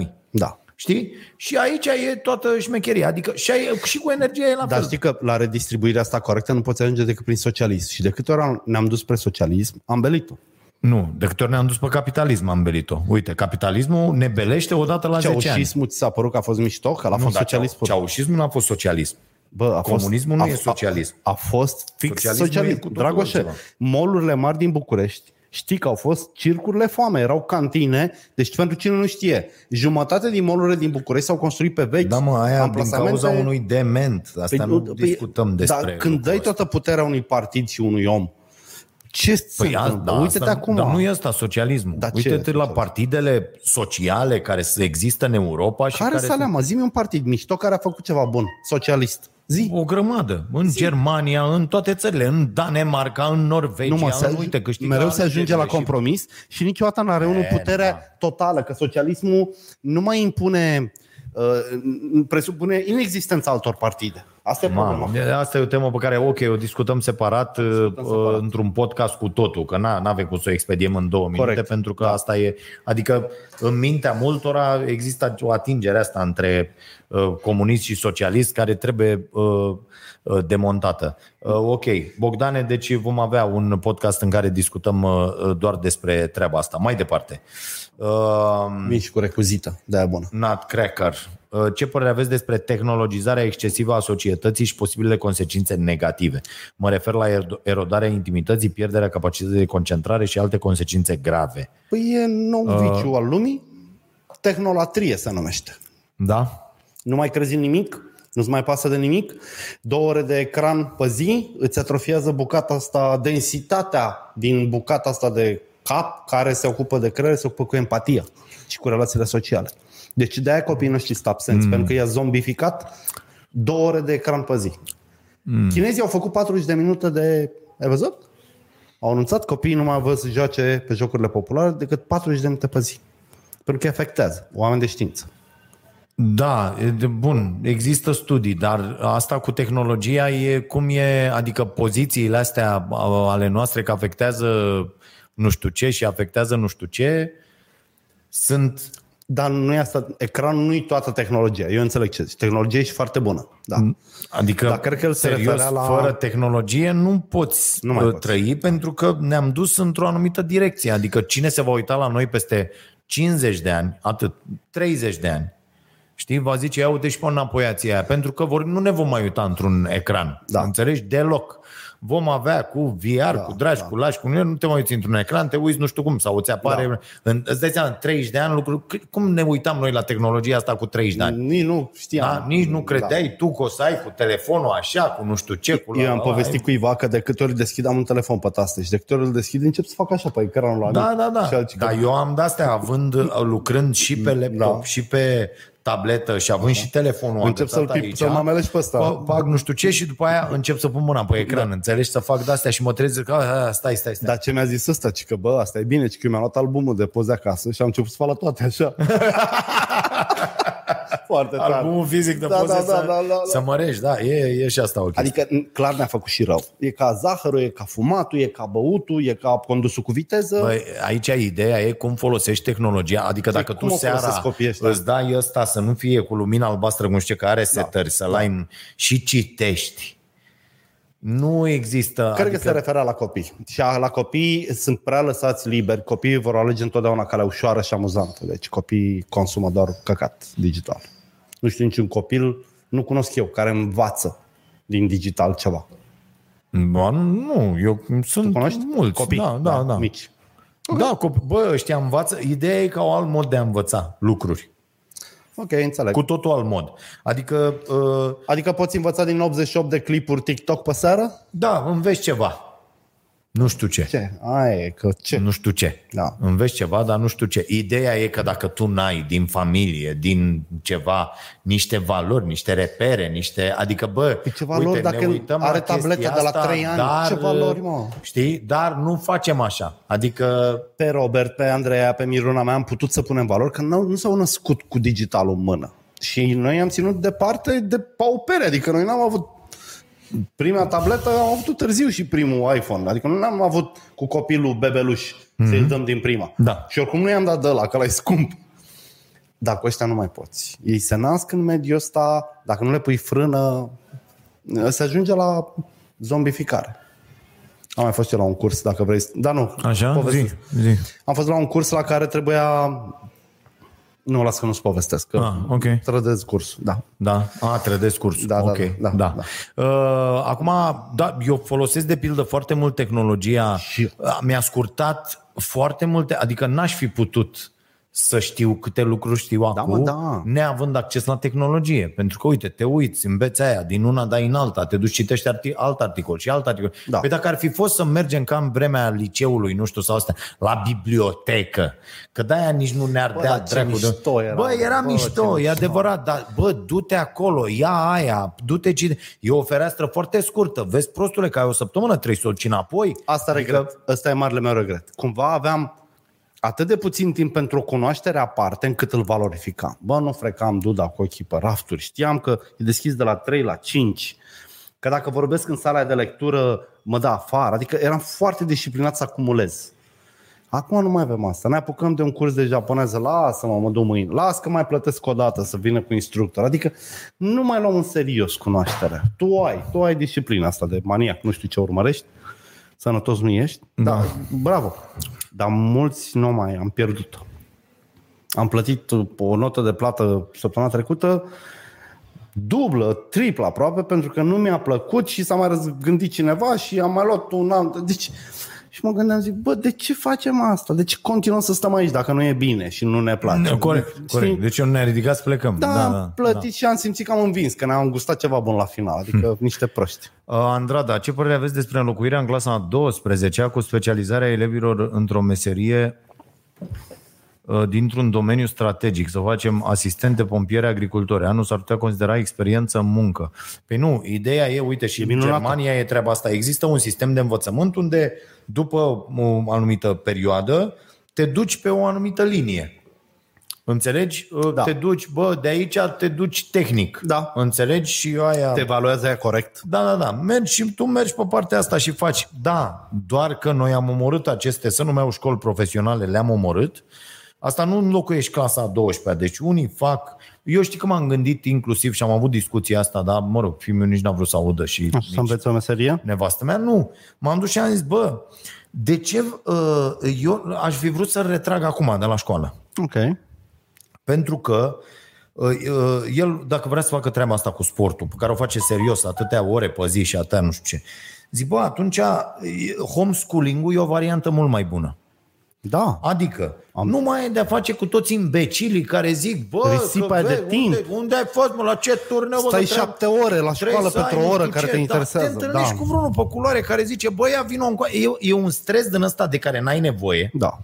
[SPEAKER 2] 65.000.
[SPEAKER 3] Da.
[SPEAKER 2] Știi? Și aici e toată șmecheria. Adică și, ai, și cu energia e la
[SPEAKER 3] Dar
[SPEAKER 2] fel.
[SPEAKER 3] știi că la redistribuirea asta corectă nu poți ajunge decât prin socialism. Și de câte ori am- ne-am dus spre socialism, am belit-o.
[SPEAKER 2] Nu, de câte ori ne-am dus pe capitalism am belit-o. Uite, capitalismul ne belește odată la 10 ani.
[SPEAKER 3] Ceaușismul ți s-a părut că a fost mișto, că l-a
[SPEAKER 2] Nu,
[SPEAKER 3] fost
[SPEAKER 2] dar
[SPEAKER 3] socialism?
[SPEAKER 2] ceau- ceaușismul nu a fost socialism.
[SPEAKER 3] Bă, a
[SPEAKER 2] Comunismul nu
[SPEAKER 3] fost,
[SPEAKER 2] e socialism.
[SPEAKER 3] A, a fost fix
[SPEAKER 2] Socialismul e cu
[SPEAKER 3] socialism.
[SPEAKER 2] totul
[SPEAKER 3] Dragoșe,
[SPEAKER 2] altceva.
[SPEAKER 3] molurile mari din București Știi că au fost circurile foame, erau cantine, deci pentru cine nu știe, jumătate din molurile din București s-au construit pe vechi.
[SPEAKER 7] Da, mă, aia din
[SPEAKER 3] amplasamente-
[SPEAKER 7] cauza unui dement. Asta nu
[SPEAKER 3] păi,
[SPEAKER 7] discutăm despre.
[SPEAKER 3] Dar
[SPEAKER 7] lucrul
[SPEAKER 3] când dai
[SPEAKER 7] ăsta.
[SPEAKER 3] toată puterea unui partid și unui om, ce
[SPEAKER 2] Păi
[SPEAKER 3] se
[SPEAKER 2] a,
[SPEAKER 3] întâmplă?
[SPEAKER 2] da,
[SPEAKER 3] Uite-te
[SPEAKER 2] asta,
[SPEAKER 3] acum.
[SPEAKER 2] Dar nu e asta socialismul.
[SPEAKER 3] Dar ce e
[SPEAKER 2] Uite-te la
[SPEAKER 3] socialism?
[SPEAKER 2] partidele sociale care se- există în Europa și care
[SPEAKER 3] care, care să
[SPEAKER 2] sunt
[SPEAKER 3] aleamă? Zi-mi un partid mișto care a făcut ceva bun, socialist. Zi.
[SPEAKER 2] o grămadă. În Germania, în toate țările, în Danemarca, în Norvegia,
[SPEAKER 3] Nu mă,
[SPEAKER 2] în,
[SPEAKER 3] se,
[SPEAKER 2] uite, câștigă
[SPEAKER 3] mereu se ajunge la
[SPEAKER 2] alegerile și-
[SPEAKER 3] compromis și, niciodată n-are unul puterea
[SPEAKER 2] da.
[SPEAKER 3] totală, că socialismul nu mai impune, uh, presupune inexistența altor partide. Asta e problema.
[SPEAKER 2] Mamă, asta e o temă pe care, ok, o discutăm separat, uh,
[SPEAKER 3] separat.
[SPEAKER 2] într-un podcast cu totul, că na, n-avem cum să o expediem în două minute,
[SPEAKER 3] Corect.
[SPEAKER 2] pentru că asta e, adică în mintea multora există o atingere asta între uh, comunist și socialist care trebuie uh, uh, demontată. Uh, ok, Bogdane, deci vom avea un podcast în care discutăm uh, uh, doar despre treaba asta. Mai departe. Uh,
[SPEAKER 3] Mici cu recuzită, de-aia bună.
[SPEAKER 2] Nat Cracker. Uh, Ce părere aveți despre tehnologizarea excesivă a societății și posibilele consecințe negative? Mă refer la erod- erodarea intimității, pierderea capacității de concentrare și alte consecințe grave.
[SPEAKER 3] Păi e nou
[SPEAKER 2] Uh.
[SPEAKER 3] viciu al lumii, tehnolatrie se numește.
[SPEAKER 2] Da?
[SPEAKER 3] Nu mai crezi în nimic, nu-ți mai pasă de nimic, două ore de ecran pe zi îți atrofiază bucata asta, densitatea din bucata asta de cap care se ocupă de creier, se ocupă cu empatia și cu relațiile sociale. Deci de-aia copiii noștri sunt absenți, mm. pentru că i-a zombificat două ore de ecran pe zi. Mm. Chinezii au făcut 40 de minute de... Ai văzut? Au anunțat copiii nu mai văd să joace pe jocurile populare decât 40 de minute pe zi. Pentru că îi afectează oameni de știință.
[SPEAKER 2] Da, e de- bun, există studii, dar asta cu tehnologia e cum e, adică pozițiile astea a- ale noastre că afectează nu știu ce și afectează nu știu ce, sunt
[SPEAKER 3] Dar nu e asta, ecranul nu e toată tehnologia. Eu înțeleg ce zici. Tehnologia e și foarte bună. Da.
[SPEAKER 2] Adică,
[SPEAKER 3] Dar cred că el se
[SPEAKER 2] serios,
[SPEAKER 3] referea la-
[SPEAKER 2] fără tehnologie nu poți
[SPEAKER 3] Nu mai
[SPEAKER 2] uh,
[SPEAKER 3] poți.
[SPEAKER 2] trăi pentru că ne-am dus într-o anumită direcție. Adică cine se va uita la noi peste 50 de ani, atât, 30 de ani, știi, va zice, ia uite și pe înapoiația aia, pentru că vor, nu ne vom mai uita într-un ecran, da. înțelegi? Deloc. Vom avea cu VR, da, cu dragi, da. cu lași, cu nu te mai uiți într-un ecran, te uiți nu știu cum, sau îți apare, da. în, îți dai seama, în 30 de ani, lucru, cum ne uitam noi la tehnologia asta cu 30 de ani?
[SPEAKER 3] Nici nu știam.
[SPEAKER 2] Da? Nici nu credeai da. tu că o să ai cu telefonul așa, cu nu știu ce, cu
[SPEAKER 3] Da. Eu am povestit cuiva că de câte ori deschid am un telefon pe taste și de câte ori îl deschid încep să fac așa pe ecranul ăla.
[SPEAKER 2] Da,
[SPEAKER 3] mic.
[SPEAKER 2] da, da.
[SPEAKER 3] Și alții
[SPEAKER 2] Dar
[SPEAKER 3] că-
[SPEAKER 2] eu am de-astea, având, uh, lucrând și pe laptop, da.
[SPEAKER 3] Da.
[SPEAKER 2] și pe tabletă și având da. și telefonul
[SPEAKER 3] Încep să-l
[SPEAKER 2] agățat
[SPEAKER 3] pip-
[SPEAKER 2] aici,
[SPEAKER 3] să-l mamelești pe ăsta.
[SPEAKER 2] fa- Fac nu știu ce și după aia încep să pun mâna pe ecran, da. înțelegi? Să fac de-astea și mă trezesc că "Ah, ah, stai, stai, stai.
[SPEAKER 3] Dar ce mi-a zis ăsta? Ci că, bă, asta e bine, ci că eu mi-am luat albumul de poze acasă și am început să fac la toate așa. Foarte tare.
[SPEAKER 2] Albumul fizic de
[SPEAKER 3] Da,
[SPEAKER 2] poze
[SPEAKER 3] da,
[SPEAKER 2] să,
[SPEAKER 3] da, da, da, da.
[SPEAKER 2] să mărești, da, e, e și asta o chestie.
[SPEAKER 3] Adică n- clar ne-a făcut și rău. E ca zahărul, e ca fumatul, e ca băutul, e ca condusul cu viteză.
[SPEAKER 2] Băi, aici ideea e cum folosești tehnologia, adică dacă
[SPEAKER 3] Păi cum
[SPEAKER 2] tu
[SPEAKER 3] o folosesc
[SPEAKER 2] seara
[SPEAKER 3] copiii ăștia?
[SPEAKER 2] îți dai ăsta să nu fie cu lumina albastră, cum știu că are setări, da. să-l ai în- și citești. Nu există...
[SPEAKER 3] Cred
[SPEAKER 2] adică,
[SPEAKER 3] că se referea la copii. Și a- la copii sunt prea lăsați liberi. Copiii vor alege întotdeauna calea ușoară și amuzantă. Deci copiii consumă doar căcat digital. Nu știu niciun copil, nu cunosc eu, care învață din digital ceva.
[SPEAKER 2] Ba, nu, eu sunt
[SPEAKER 3] Cunoști?
[SPEAKER 2] mulți.
[SPEAKER 3] Copii,
[SPEAKER 2] da, da, da.
[SPEAKER 3] mici.
[SPEAKER 2] da copii, bă, ăștia învață. Ideea e că au alt mod de a învăța lucruri.
[SPEAKER 3] Ok, înțeleg.
[SPEAKER 2] Cu
[SPEAKER 3] Cu...
[SPEAKER 2] totul alt mod. Adică, uh,
[SPEAKER 3] Adică poți învăța din 88 de clipuri TikTok pe seară?
[SPEAKER 2] da, înveți ceva. Nu știu ce.
[SPEAKER 3] Ce? Aia e, că ce?
[SPEAKER 2] nu știu ce.
[SPEAKER 3] Da.
[SPEAKER 2] Înveți ceva, dar nu știu ce. Ideea e că dacă tu n-ai din familie, din ceva, niște valori, niște repere, niște... Adică, bă,
[SPEAKER 3] ce valori
[SPEAKER 2] uite,
[SPEAKER 3] dacă
[SPEAKER 2] ne uităm
[SPEAKER 3] are
[SPEAKER 2] la chestia
[SPEAKER 3] tabletă de la
[SPEAKER 2] asta,
[SPEAKER 3] trei ani?
[SPEAKER 2] Dar,
[SPEAKER 3] Ce valori, mă?
[SPEAKER 2] Știi? Dar nu facem așa. Adică,
[SPEAKER 3] pe Robert, pe Andreea, pe Miruna mea am putut să punem valori, că nu, nu s-au născut cu digitalul în mână. Și noi am ținut departe de paupere, adică noi n-am avut prima tabletă, am avut târziu și primul iPhone, adică nu n-am avut cu copilul bebeluș mm-hmm. să-i dăm din prima.
[SPEAKER 2] Da.
[SPEAKER 3] Și oricum nu i-am dat de la, că ăla e scump. Dar cu ăștia nu mai poți. Ei se nasc în mediul ăsta, dacă nu le pui frână, se ajunge la zombificare. Am mai fost eu la un curs, dacă vrei. să- Dar nu. povestesc.
[SPEAKER 2] zi.
[SPEAKER 3] Am fost la un curs la care trebuia Nu, las că nu-ți povestesc, că
[SPEAKER 2] Ah, ok.
[SPEAKER 3] trădez cursul, da.
[SPEAKER 2] Da, a, trădesc cursul.
[SPEAKER 3] Da, da,
[SPEAKER 2] Ok,
[SPEAKER 3] da, da,
[SPEAKER 2] Uh, acum, da, eu folosesc de pildă foarte mult tehnologia.
[SPEAKER 3] Și-
[SPEAKER 2] Uh, Mi-a scurtat foarte multe, adică n-aș fi putut să știu câte lucruri știu acum,
[SPEAKER 3] mă, da.
[SPEAKER 2] neavând acces la tehnologie. Pentru că, uite, te uiți, înveți aia, din una dai în alta, te duci, citești arti- alt articol și alt articol.
[SPEAKER 3] Da.
[SPEAKER 2] Păi dacă ar fi fost să mergem ca în vremea liceului, nu știu, sau asta, la bibliotecă, că de-aia nici nu ne-ar
[SPEAKER 3] Bă,
[SPEAKER 2] dea
[SPEAKER 3] dar ce
[SPEAKER 2] dracu de...
[SPEAKER 3] mișto era,
[SPEAKER 2] Bă, era
[SPEAKER 3] bă, ce
[SPEAKER 2] mișto, e Păi, adevărat, dar bă, du-te acolo, ia aia, du-te cine... E o fereastră foarte scurtă, vezi prostule că ai o săptămână, trebuie să o cine apoi.
[SPEAKER 3] Asta adică... regret. Asta e marele meu regret. Cumva aveam atât de puțin timp pentru o cunoaștere aparte încât îl valorificam. Bă, nu frecam duda cu ochii pe rafturi. Știam că e deschis de la 3 la 5. Că dacă vorbesc în sala de lectură, mă da afară. Adică eram foarte disciplinat să acumulez. Acum nu mai avem asta. Ne apucăm de un curs de japoneză. Lasă-mă, mă duc mâine. Las că mai plătesc o dată să vină cu instructor. Adică nu mai luăm în serios cunoașterea. Tu ai, tu ai disciplina asta de maniac, nu știu ce urmărești. Sănătos nu ești? Da. da. Bravo. Dar mulți nu mai am pierdut. Am plătit o notă de plată săptămâna trecută dublă, triplă aproape, pentru că nu mi-a plăcut și s-a mai răzgândit cineva și am mai luat un an. Deci, și mă gândeam, zic, bă, de ce facem asta? De ce continuăm să stăm aici dacă nu e bine și nu ne place?
[SPEAKER 2] Corect, corect.
[SPEAKER 3] Știi?
[SPEAKER 2] Deci eu ne-a ridicat să plecăm.
[SPEAKER 3] Da, da, am plătit da. și am simțit că am învins, că ne-am gustat ceva bun la final, adică hmm. niște proști.
[SPEAKER 2] Uh, Andrada, ce părere aveți despre înlocuirea în clasa a 12-a cu specializarea elevilor într-o meserie uh, dintr-un domeniu strategic, să facem asistente, pompiere, agricultori. Anul s-ar putea considera experiență în muncă. Păi nu, ideea e, uite, și
[SPEAKER 3] E
[SPEAKER 2] în
[SPEAKER 3] minunată.
[SPEAKER 2] Germania e treaba asta. Există un sistem de învățământ unde, după o anumită perioadă, te duci pe o anumită linie. Înțelegi? Da.
[SPEAKER 3] Da.
[SPEAKER 2] Te duci, bă, de aici te duci tehnic.
[SPEAKER 3] Da.
[SPEAKER 2] Înțelegi? Și aia...
[SPEAKER 3] Te evaluează aia corect?
[SPEAKER 2] Da, da, da. Mergi și tu mergi pe partea asta și faci. Da, doar că noi am omorât aceste, să numeau școli profesionale, le-am omorât. Asta nu înlocuiești clasa a 12-a. Deci unii fac... Eu știi că m-am gândit inclusiv și am avut discuția asta, dar mă rog, fiul meu nici n-a vrut să audă și
[SPEAKER 3] Ah, Să înveți o meserie?
[SPEAKER 2] nevastă mea, nu. M-am dus și am zis, bă, de ce uh, eu aș fi vrut să retrag acum de la școală?
[SPEAKER 3] Ok.
[SPEAKER 2] Pentru că uh, uh, el, dacă vrea să facă treaba asta cu sportul, pe care o face serios, atâtea ore pe zi și atâtea nu știu ce, zic, bă, atunci uh, homeschooling-ul e o variantă mult mai bună.
[SPEAKER 3] Da.
[SPEAKER 2] Adică Am... nu mai e de-a face cu toți imbecilii care zic, bă,
[SPEAKER 3] Risipa
[SPEAKER 2] că,
[SPEAKER 3] de
[SPEAKER 2] vei,
[SPEAKER 3] timp.
[SPEAKER 2] Unde, unde ai fost, mă, la ce turneu? mă,
[SPEAKER 3] Stai
[SPEAKER 2] că trebuie-
[SPEAKER 3] șapte ore la
[SPEAKER 2] trebuie
[SPEAKER 3] școală
[SPEAKER 2] să
[SPEAKER 3] pentru
[SPEAKER 2] ai
[SPEAKER 3] o
[SPEAKER 2] nu
[SPEAKER 3] oră
[SPEAKER 2] știu
[SPEAKER 3] care
[SPEAKER 2] ce,
[SPEAKER 3] te
[SPEAKER 2] da,
[SPEAKER 3] interesează.
[SPEAKER 2] Te întâlnești
[SPEAKER 3] da.
[SPEAKER 2] cu vreunul pe culoare care zice, bă, ia vino încoa. E, e un stres din ăsta de care n-ai nevoie.
[SPEAKER 3] da.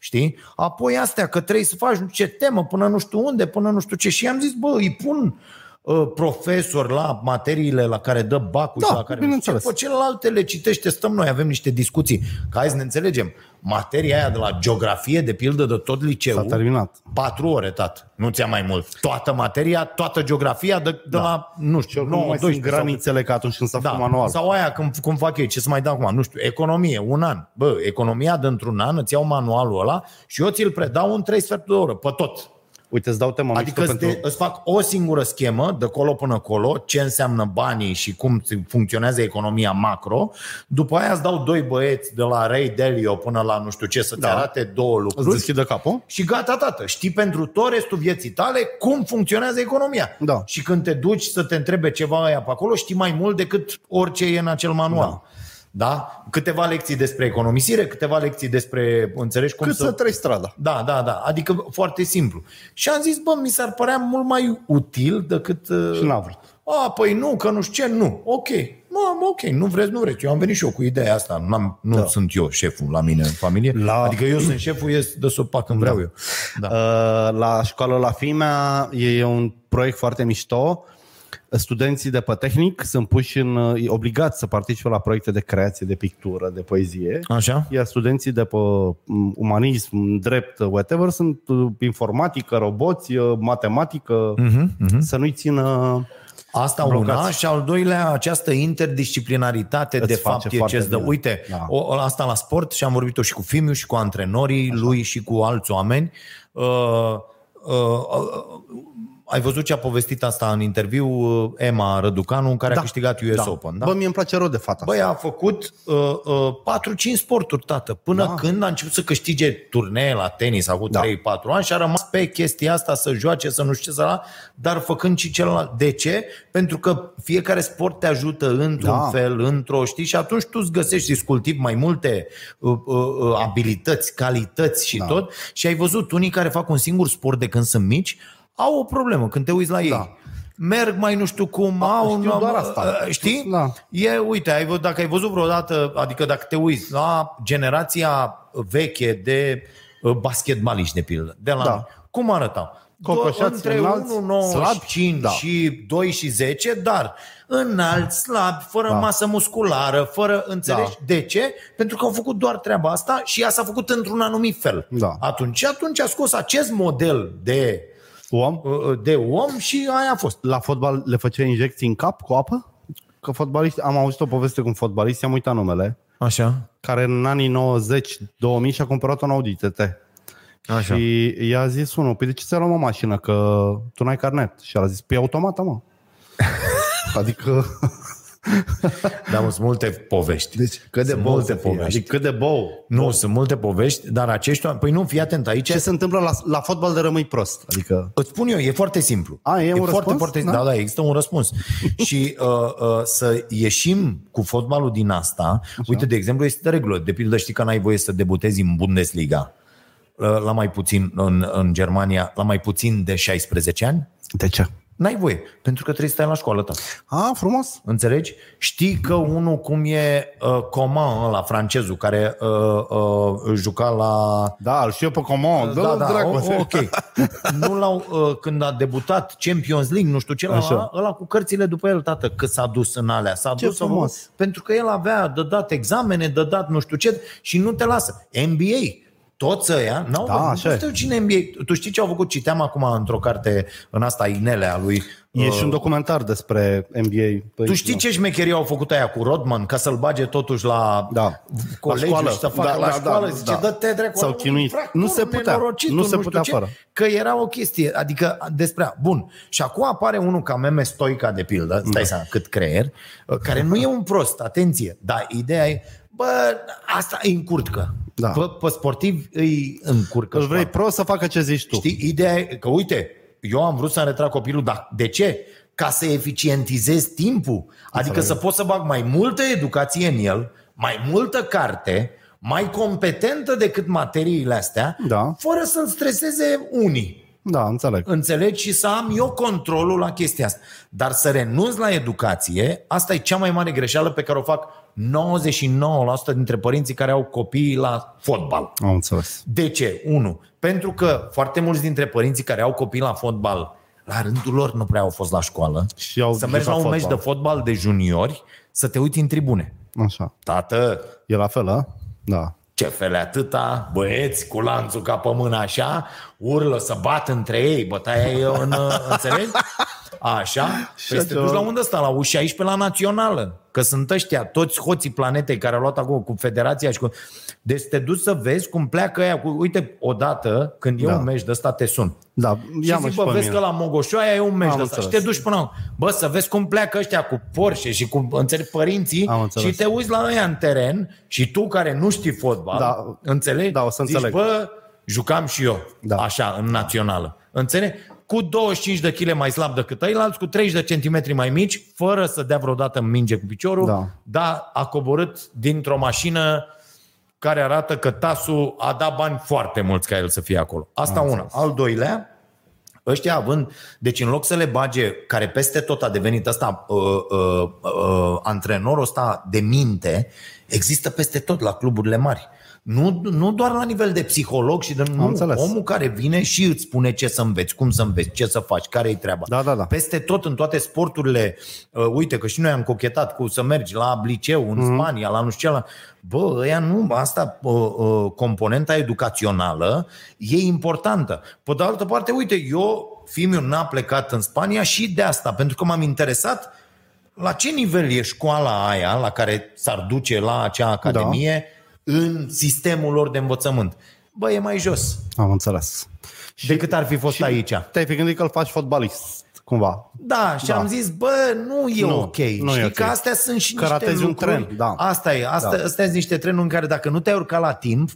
[SPEAKER 2] Știi? Apoi astea că trebuie să faci nu știu ce temă până nu știu unde, până nu știu ce. Și am zis, bă, îi pun uh, profesor la materiile la care dă bacul și
[SPEAKER 3] Da,
[SPEAKER 2] la care
[SPEAKER 3] bineînțeles.
[SPEAKER 2] Pe celelalte le citește, stăm noi, avem niște discuții. Ca hai să ne înțelegem, materia aia de la geografie, de pildă, de tot
[SPEAKER 3] S-a
[SPEAKER 2] liceul,
[SPEAKER 3] terminat.
[SPEAKER 2] patru ore, tat. Nu ți-a mai mult. Toată materia, toată geografia de, de da. la, nu știu,
[SPEAKER 3] Nu, nu
[SPEAKER 2] 9,
[SPEAKER 3] mai
[SPEAKER 2] 12
[SPEAKER 3] sunt granițele ca atunci când s-a făcut manual.
[SPEAKER 2] Da. sau aia cum, cum fac ei, ce să mai dau acum, nu știu, economie, un an. Bă, economia dintr-un an, îți iau manualul ăla și eu ți-l predau în 3 sferturi de oră, pe tot.
[SPEAKER 3] Uite, îți dau tema
[SPEAKER 2] Adică
[SPEAKER 3] mișto
[SPEAKER 2] îți,
[SPEAKER 3] pentru...
[SPEAKER 2] te, îți fac o singură schemă, de colo până colo, ce înseamnă banii și cum funcționează economia macro. După aia îți dau doi băieți de la Ray Dalio până la nu știu ce să-ți da.
[SPEAKER 3] Da.
[SPEAKER 2] arate două lucruri.
[SPEAKER 3] Îți deschide capul?
[SPEAKER 2] Și gata, tată, știi pentru tot restul vieții tale cum funcționează economia.
[SPEAKER 3] Da.
[SPEAKER 2] Și când te duci să te întrebe ceva aia pe acolo, știi mai mult decât orice e în acel manual. Da. Da? Câteva lecții despre economisire, câteva lecții despre, înțelegi cum
[SPEAKER 3] Cât să treci strada.
[SPEAKER 2] Da, da, da. Adică foarte simplu. Și am zis, bă, mi s-ar părea mult mai util decât...
[SPEAKER 3] Și n-a vrut.
[SPEAKER 2] A, păi nu, că nu știu ce, nu. Ok. Mă, ok, nu vreți, nu vreți. Eu am venit și eu cu ideea asta. N-am, nu da. sunt eu șeful la mine în familie.
[SPEAKER 3] La-
[SPEAKER 2] Adică eu sunt șeful, ies de sub pac când vreau eu. Da.
[SPEAKER 3] Uh, La școală la Fimea e un proiect foarte mișto. Studenții de pe tehnic sunt puși în, e obligați să participe la proiecte de creație, de pictură, de poezie.
[SPEAKER 2] Așa?
[SPEAKER 3] Iar studenții de pe m, umanism, drept, whatever, sunt uh, informatică, roboți, uh, matematică, să nu-i țină...
[SPEAKER 2] Asta Blocați. una și al doilea, această interdisciplinaritate
[SPEAKER 3] Îți
[SPEAKER 2] de
[SPEAKER 3] face
[SPEAKER 2] fapt e
[SPEAKER 3] foarte
[SPEAKER 2] ce-ți dă.
[SPEAKER 3] bine.
[SPEAKER 2] Uite, da.
[SPEAKER 3] Da.
[SPEAKER 2] o, o- asta la sport și am vorbit-o și cu Fimiu și cu antrenorii Așa. lui și cu alți oameni. Uh, uh, uh, ai văzut ce a povestit asta în interviu uh, Emma Răducanu, care da. a câștigat US da. Open, da?
[SPEAKER 3] Bă, mie îmi place rău de fata.
[SPEAKER 2] Băi, a făcut uh, uh, 4-5 sporturi, tată, până da. când a început să câștige turnee la tenis acum da. 3-4 ani și a rămas pe chestia asta să joace, să nu știu ce să la, dar făcând și celălalt. De ce? Pentru că fiecare sport te ajută într-un
[SPEAKER 3] Da.
[SPEAKER 2] da. fel, într-o, știi, și atunci tu îți găsești, îți cultivi mai multe uh, uh, uh, abilități, calități și da. tot și ai văzut unii care fac un singur sport de când sunt mici, au o problemă când te uiți la ei.
[SPEAKER 3] Da.
[SPEAKER 2] Da. Merg mai nu știu cum, au
[SPEAKER 3] știu
[SPEAKER 2] un-
[SPEAKER 3] doar asta.
[SPEAKER 2] uh, Știi?
[SPEAKER 3] Da.
[SPEAKER 2] E, uite, ai, vă- dacă ai văzut vreodată, adică dacă te uiți la generația veche de uh, basketbaliști, de pildă, de la
[SPEAKER 3] Da.
[SPEAKER 2] cum arătau?
[SPEAKER 3] Cocoșați,
[SPEAKER 2] între
[SPEAKER 3] înalți,
[SPEAKER 2] 1, 9
[SPEAKER 3] slabi,
[SPEAKER 2] și,
[SPEAKER 3] da.
[SPEAKER 2] și 2 și 10, dar înalt, slab, fără
[SPEAKER 3] Da.
[SPEAKER 2] da. masă musculară, fără, înțelegi? Da. De ce? Pentru că au făcut doar treaba asta și ea s-a făcut într-un anumit fel.
[SPEAKER 3] Da.
[SPEAKER 2] Atunci, atunci a scos acest model de,
[SPEAKER 3] Om,
[SPEAKER 2] uh, de om și aia a fost.
[SPEAKER 3] la fotbal le făcea injecții în cap cu apă? Că fotbaliști, am auzit o poveste cu un fotbalist, i-am uitat numele,
[SPEAKER 6] Așa.
[SPEAKER 3] care în anii 90-2000 și-a cumpărat un Audi TT.
[SPEAKER 6] Așa.
[SPEAKER 3] Și i-a zis unul, păi de ce ți-a luat o mașină, că tu n-ai carnet? Și el a zis, păi e automată, mă. adică,
[SPEAKER 6] Dar sunt multe povești.
[SPEAKER 3] deci, cât de
[SPEAKER 6] Sunt
[SPEAKER 3] bou
[SPEAKER 6] multe
[SPEAKER 3] să fie.
[SPEAKER 6] povești.
[SPEAKER 3] Adică cât de bou.
[SPEAKER 6] Nu, sunt multe povești, dar acești oameni... Păi nu, fii atent aici.
[SPEAKER 3] Ce se întâmplă la, la fotbal de rămâi prost? Adică,
[SPEAKER 2] Îți spun eu, e foarte simplu.
[SPEAKER 3] A, e un
[SPEAKER 2] foarte,
[SPEAKER 3] răspuns?
[SPEAKER 2] foarte,
[SPEAKER 3] Da.
[SPEAKER 2] da? da, da, există un răspuns. și uh, uh, să ieșim cu fotbalul din asta, Așa. uite, de exemplu, este de regulă. De pildă, știi că n-ai voie să debutezi în Bundesliga uh, la mai puțin în, în Germania, la mai puțin de 16 ani,
[SPEAKER 3] de ce?
[SPEAKER 2] n-ai voie, pentru că trebuie să stai la școală ta.
[SPEAKER 3] A, frumos.
[SPEAKER 2] Înțelegi? Știi că unul cum e uh, Coman ăla, francezul, care uh, uh, juca la
[SPEAKER 3] Da, îl știu eu pe Comon. Da, da, dracu.
[SPEAKER 2] o- o- ok. Nu l-au, uh, când a debutat Champions League, nu știu ce,
[SPEAKER 3] Așa.
[SPEAKER 2] la, ăla cu cărțile după el, tată, că s-a dus în alea. S-a
[SPEAKER 3] Ce
[SPEAKER 2] dus, s-a
[SPEAKER 3] frumos.
[SPEAKER 2] dus, pentru că el avea de dat examene, de dat nu știu ce și nu te lasă. NBA. Toți ăia, n-au
[SPEAKER 3] Da,
[SPEAKER 2] da, nu
[SPEAKER 3] așa e.
[SPEAKER 2] știu cine NBA. Tu știi ce au făcut? Citeam acum într-o carte în asta Inelea lui.
[SPEAKER 3] E
[SPEAKER 2] uh,
[SPEAKER 3] și un documentar despre NBA. pe
[SPEAKER 2] tu știi
[SPEAKER 3] internet.
[SPEAKER 2] ce șmecherie au făcut aia cu Rodman ca să-l bage totuși la
[SPEAKER 3] Da.
[SPEAKER 2] colegiu
[SPEAKER 3] La
[SPEAKER 2] la
[SPEAKER 3] școală.
[SPEAKER 2] și să facă
[SPEAKER 3] Da,
[SPEAKER 2] da, la
[SPEAKER 3] da,
[SPEAKER 2] școală?
[SPEAKER 3] da,
[SPEAKER 2] Da, zice,
[SPEAKER 3] da.
[SPEAKER 2] da. dă-te dracu,
[SPEAKER 3] S-au
[SPEAKER 2] un
[SPEAKER 3] chinuit.
[SPEAKER 2] infractor,
[SPEAKER 3] Nu se
[SPEAKER 2] un
[SPEAKER 3] putea.
[SPEAKER 2] nenorocit,
[SPEAKER 3] Nu
[SPEAKER 2] un
[SPEAKER 3] se
[SPEAKER 2] știu
[SPEAKER 3] putea
[SPEAKER 2] ce,
[SPEAKER 3] fără.
[SPEAKER 2] Că era o chestie, adică despre aia. Bun. Și acum apare unul ca meme stoica de pildă, stai
[SPEAKER 3] Da.
[SPEAKER 2] să cât creier, care nu e un prost, atenție, dar ideea e, bă, asta îi încurcă.
[SPEAKER 3] Da.
[SPEAKER 2] Pe, pe sportiv îi încurcă.
[SPEAKER 3] Îl vrei
[SPEAKER 2] școala.
[SPEAKER 3] prost să facă ce zici tu.
[SPEAKER 2] Știi, ideea e că, uite, eu am vrut să-mi retrag copilul, dar de ce? Ca să eficientizez timpul. Adică să pot să bag mai multă educație în el, mai multă carte, mai competentă decât materiile astea,
[SPEAKER 3] Da.
[SPEAKER 2] fără să-l streseze unii.
[SPEAKER 3] Da, înțeleg.
[SPEAKER 2] Înțelegi? Și să am eu controlul la chestia asta. Dar să renunț la educație, asta e cea mai mare greșeală pe care o fac 99% dintre părinții care au copii la fotbal.
[SPEAKER 3] Am înțeles.
[SPEAKER 2] De ce? Unu, pentru că foarte mulți dintre părinții care au copii la fotbal, la rândul lor nu prea au fost la școală.
[SPEAKER 3] Și au
[SPEAKER 2] să mergi la
[SPEAKER 3] jucat
[SPEAKER 2] un meci de
[SPEAKER 3] fotbal.
[SPEAKER 2] fotbal de juniori, să te uiți în tribune.
[SPEAKER 3] Așa.
[SPEAKER 2] Tată,
[SPEAKER 3] E la fel, a? Da.
[SPEAKER 2] ce fele atâta, băieți cu lanțul ca pe mână așa, urlă să bat între ei, bătaia e în... înțelegi? Așa, păi să te
[SPEAKER 3] așa.
[SPEAKER 2] duci la unde sta, la ușa aici pe la națională, că sunt ăștia, toți hoții planetei care au luat acum cu federația și cu... Deci te duci să vezi cum pleacă ea cu... Uite, odată, când e
[SPEAKER 3] Da.
[SPEAKER 2] da. un meci de ăsta, te sun.
[SPEAKER 3] Da,
[SPEAKER 2] Și
[SPEAKER 3] ia mă
[SPEAKER 2] zic,
[SPEAKER 3] și
[SPEAKER 2] bă,
[SPEAKER 3] pe
[SPEAKER 2] vezi
[SPEAKER 3] mine.
[SPEAKER 2] că la Mogoșoaia e un meci
[SPEAKER 3] Am
[SPEAKER 2] de ăsta. Și te
[SPEAKER 3] înțeles.
[SPEAKER 2] duci până la... Bă, să vezi cum pleacă ăștia cu Porsche și cu înțelegi, părinții
[SPEAKER 3] Am înțeles.
[SPEAKER 2] și te uiți la ăia în teren și tu care nu știi fotbal,
[SPEAKER 3] Da.
[SPEAKER 2] înțelegi?
[SPEAKER 3] Da, o să
[SPEAKER 2] Zici,
[SPEAKER 3] înțeleg.
[SPEAKER 2] bă, jucam și eu
[SPEAKER 3] Da.
[SPEAKER 2] da. așa, în națională. Înțelegi? Cu 25 de kg mai slab decât ăilalți, cu 30 de centimetri mai mici, fără să dea vreodată în minge cu piciorul,
[SPEAKER 3] Da.
[SPEAKER 2] dar a coborât dintr-o mașină care arată că Tasu a dat bani foarte mulți ca el să fie acolo. Asta una. Al doilea, Ăștia având, deci în loc să le bage, care peste tot a devenit ăsta uh, uh, uh, antrenorul ăsta de minte, există peste tot la cluburile mari. Nu, nu doar la nivel de psiholog și de nu,
[SPEAKER 3] înțeles.
[SPEAKER 2] omul care vine și îți spune ce să înveți, cum să înveți, ce să faci, care e treaba.
[SPEAKER 3] Da, da, da.
[SPEAKER 2] Peste tot, în toate sporturile, uh, uite că și noi am cochetat cu să mergi la liceu
[SPEAKER 3] Mhm.
[SPEAKER 2] în mm-hmm. Spania, la nu știu ce, la... bă, ăia nu, asta, uh, uh, componenta educațională e importantă. Pe de altă parte, uite, eu, fiul n-a plecat în Spania și de asta, pentru că m-am interesat la ce nivel e școala aia la care s-ar duce la acea academie da. în sistemul lor de învățământ. Bă, e mai jos.
[SPEAKER 3] Am înțeles.
[SPEAKER 2] decât ar fi fost
[SPEAKER 3] Și
[SPEAKER 2] aici.
[SPEAKER 3] Te-ai fi gândit că îl faci fotbalist, cumva.
[SPEAKER 2] Da, și da. am zis, bă, nu e
[SPEAKER 3] Nu,
[SPEAKER 2] ok.
[SPEAKER 3] nu e
[SPEAKER 2] Știi e
[SPEAKER 3] ok.
[SPEAKER 2] că astea sunt și
[SPEAKER 3] Că
[SPEAKER 2] niște
[SPEAKER 3] ratezi un
[SPEAKER 2] lucruri.
[SPEAKER 3] tren, da.
[SPEAKER 2] Asta e, asta, da.
[SPEAKER 3] Da.
[SPEAKER 2] astea sunt niște trenuri în care dacă nu te-ai urcat la timp,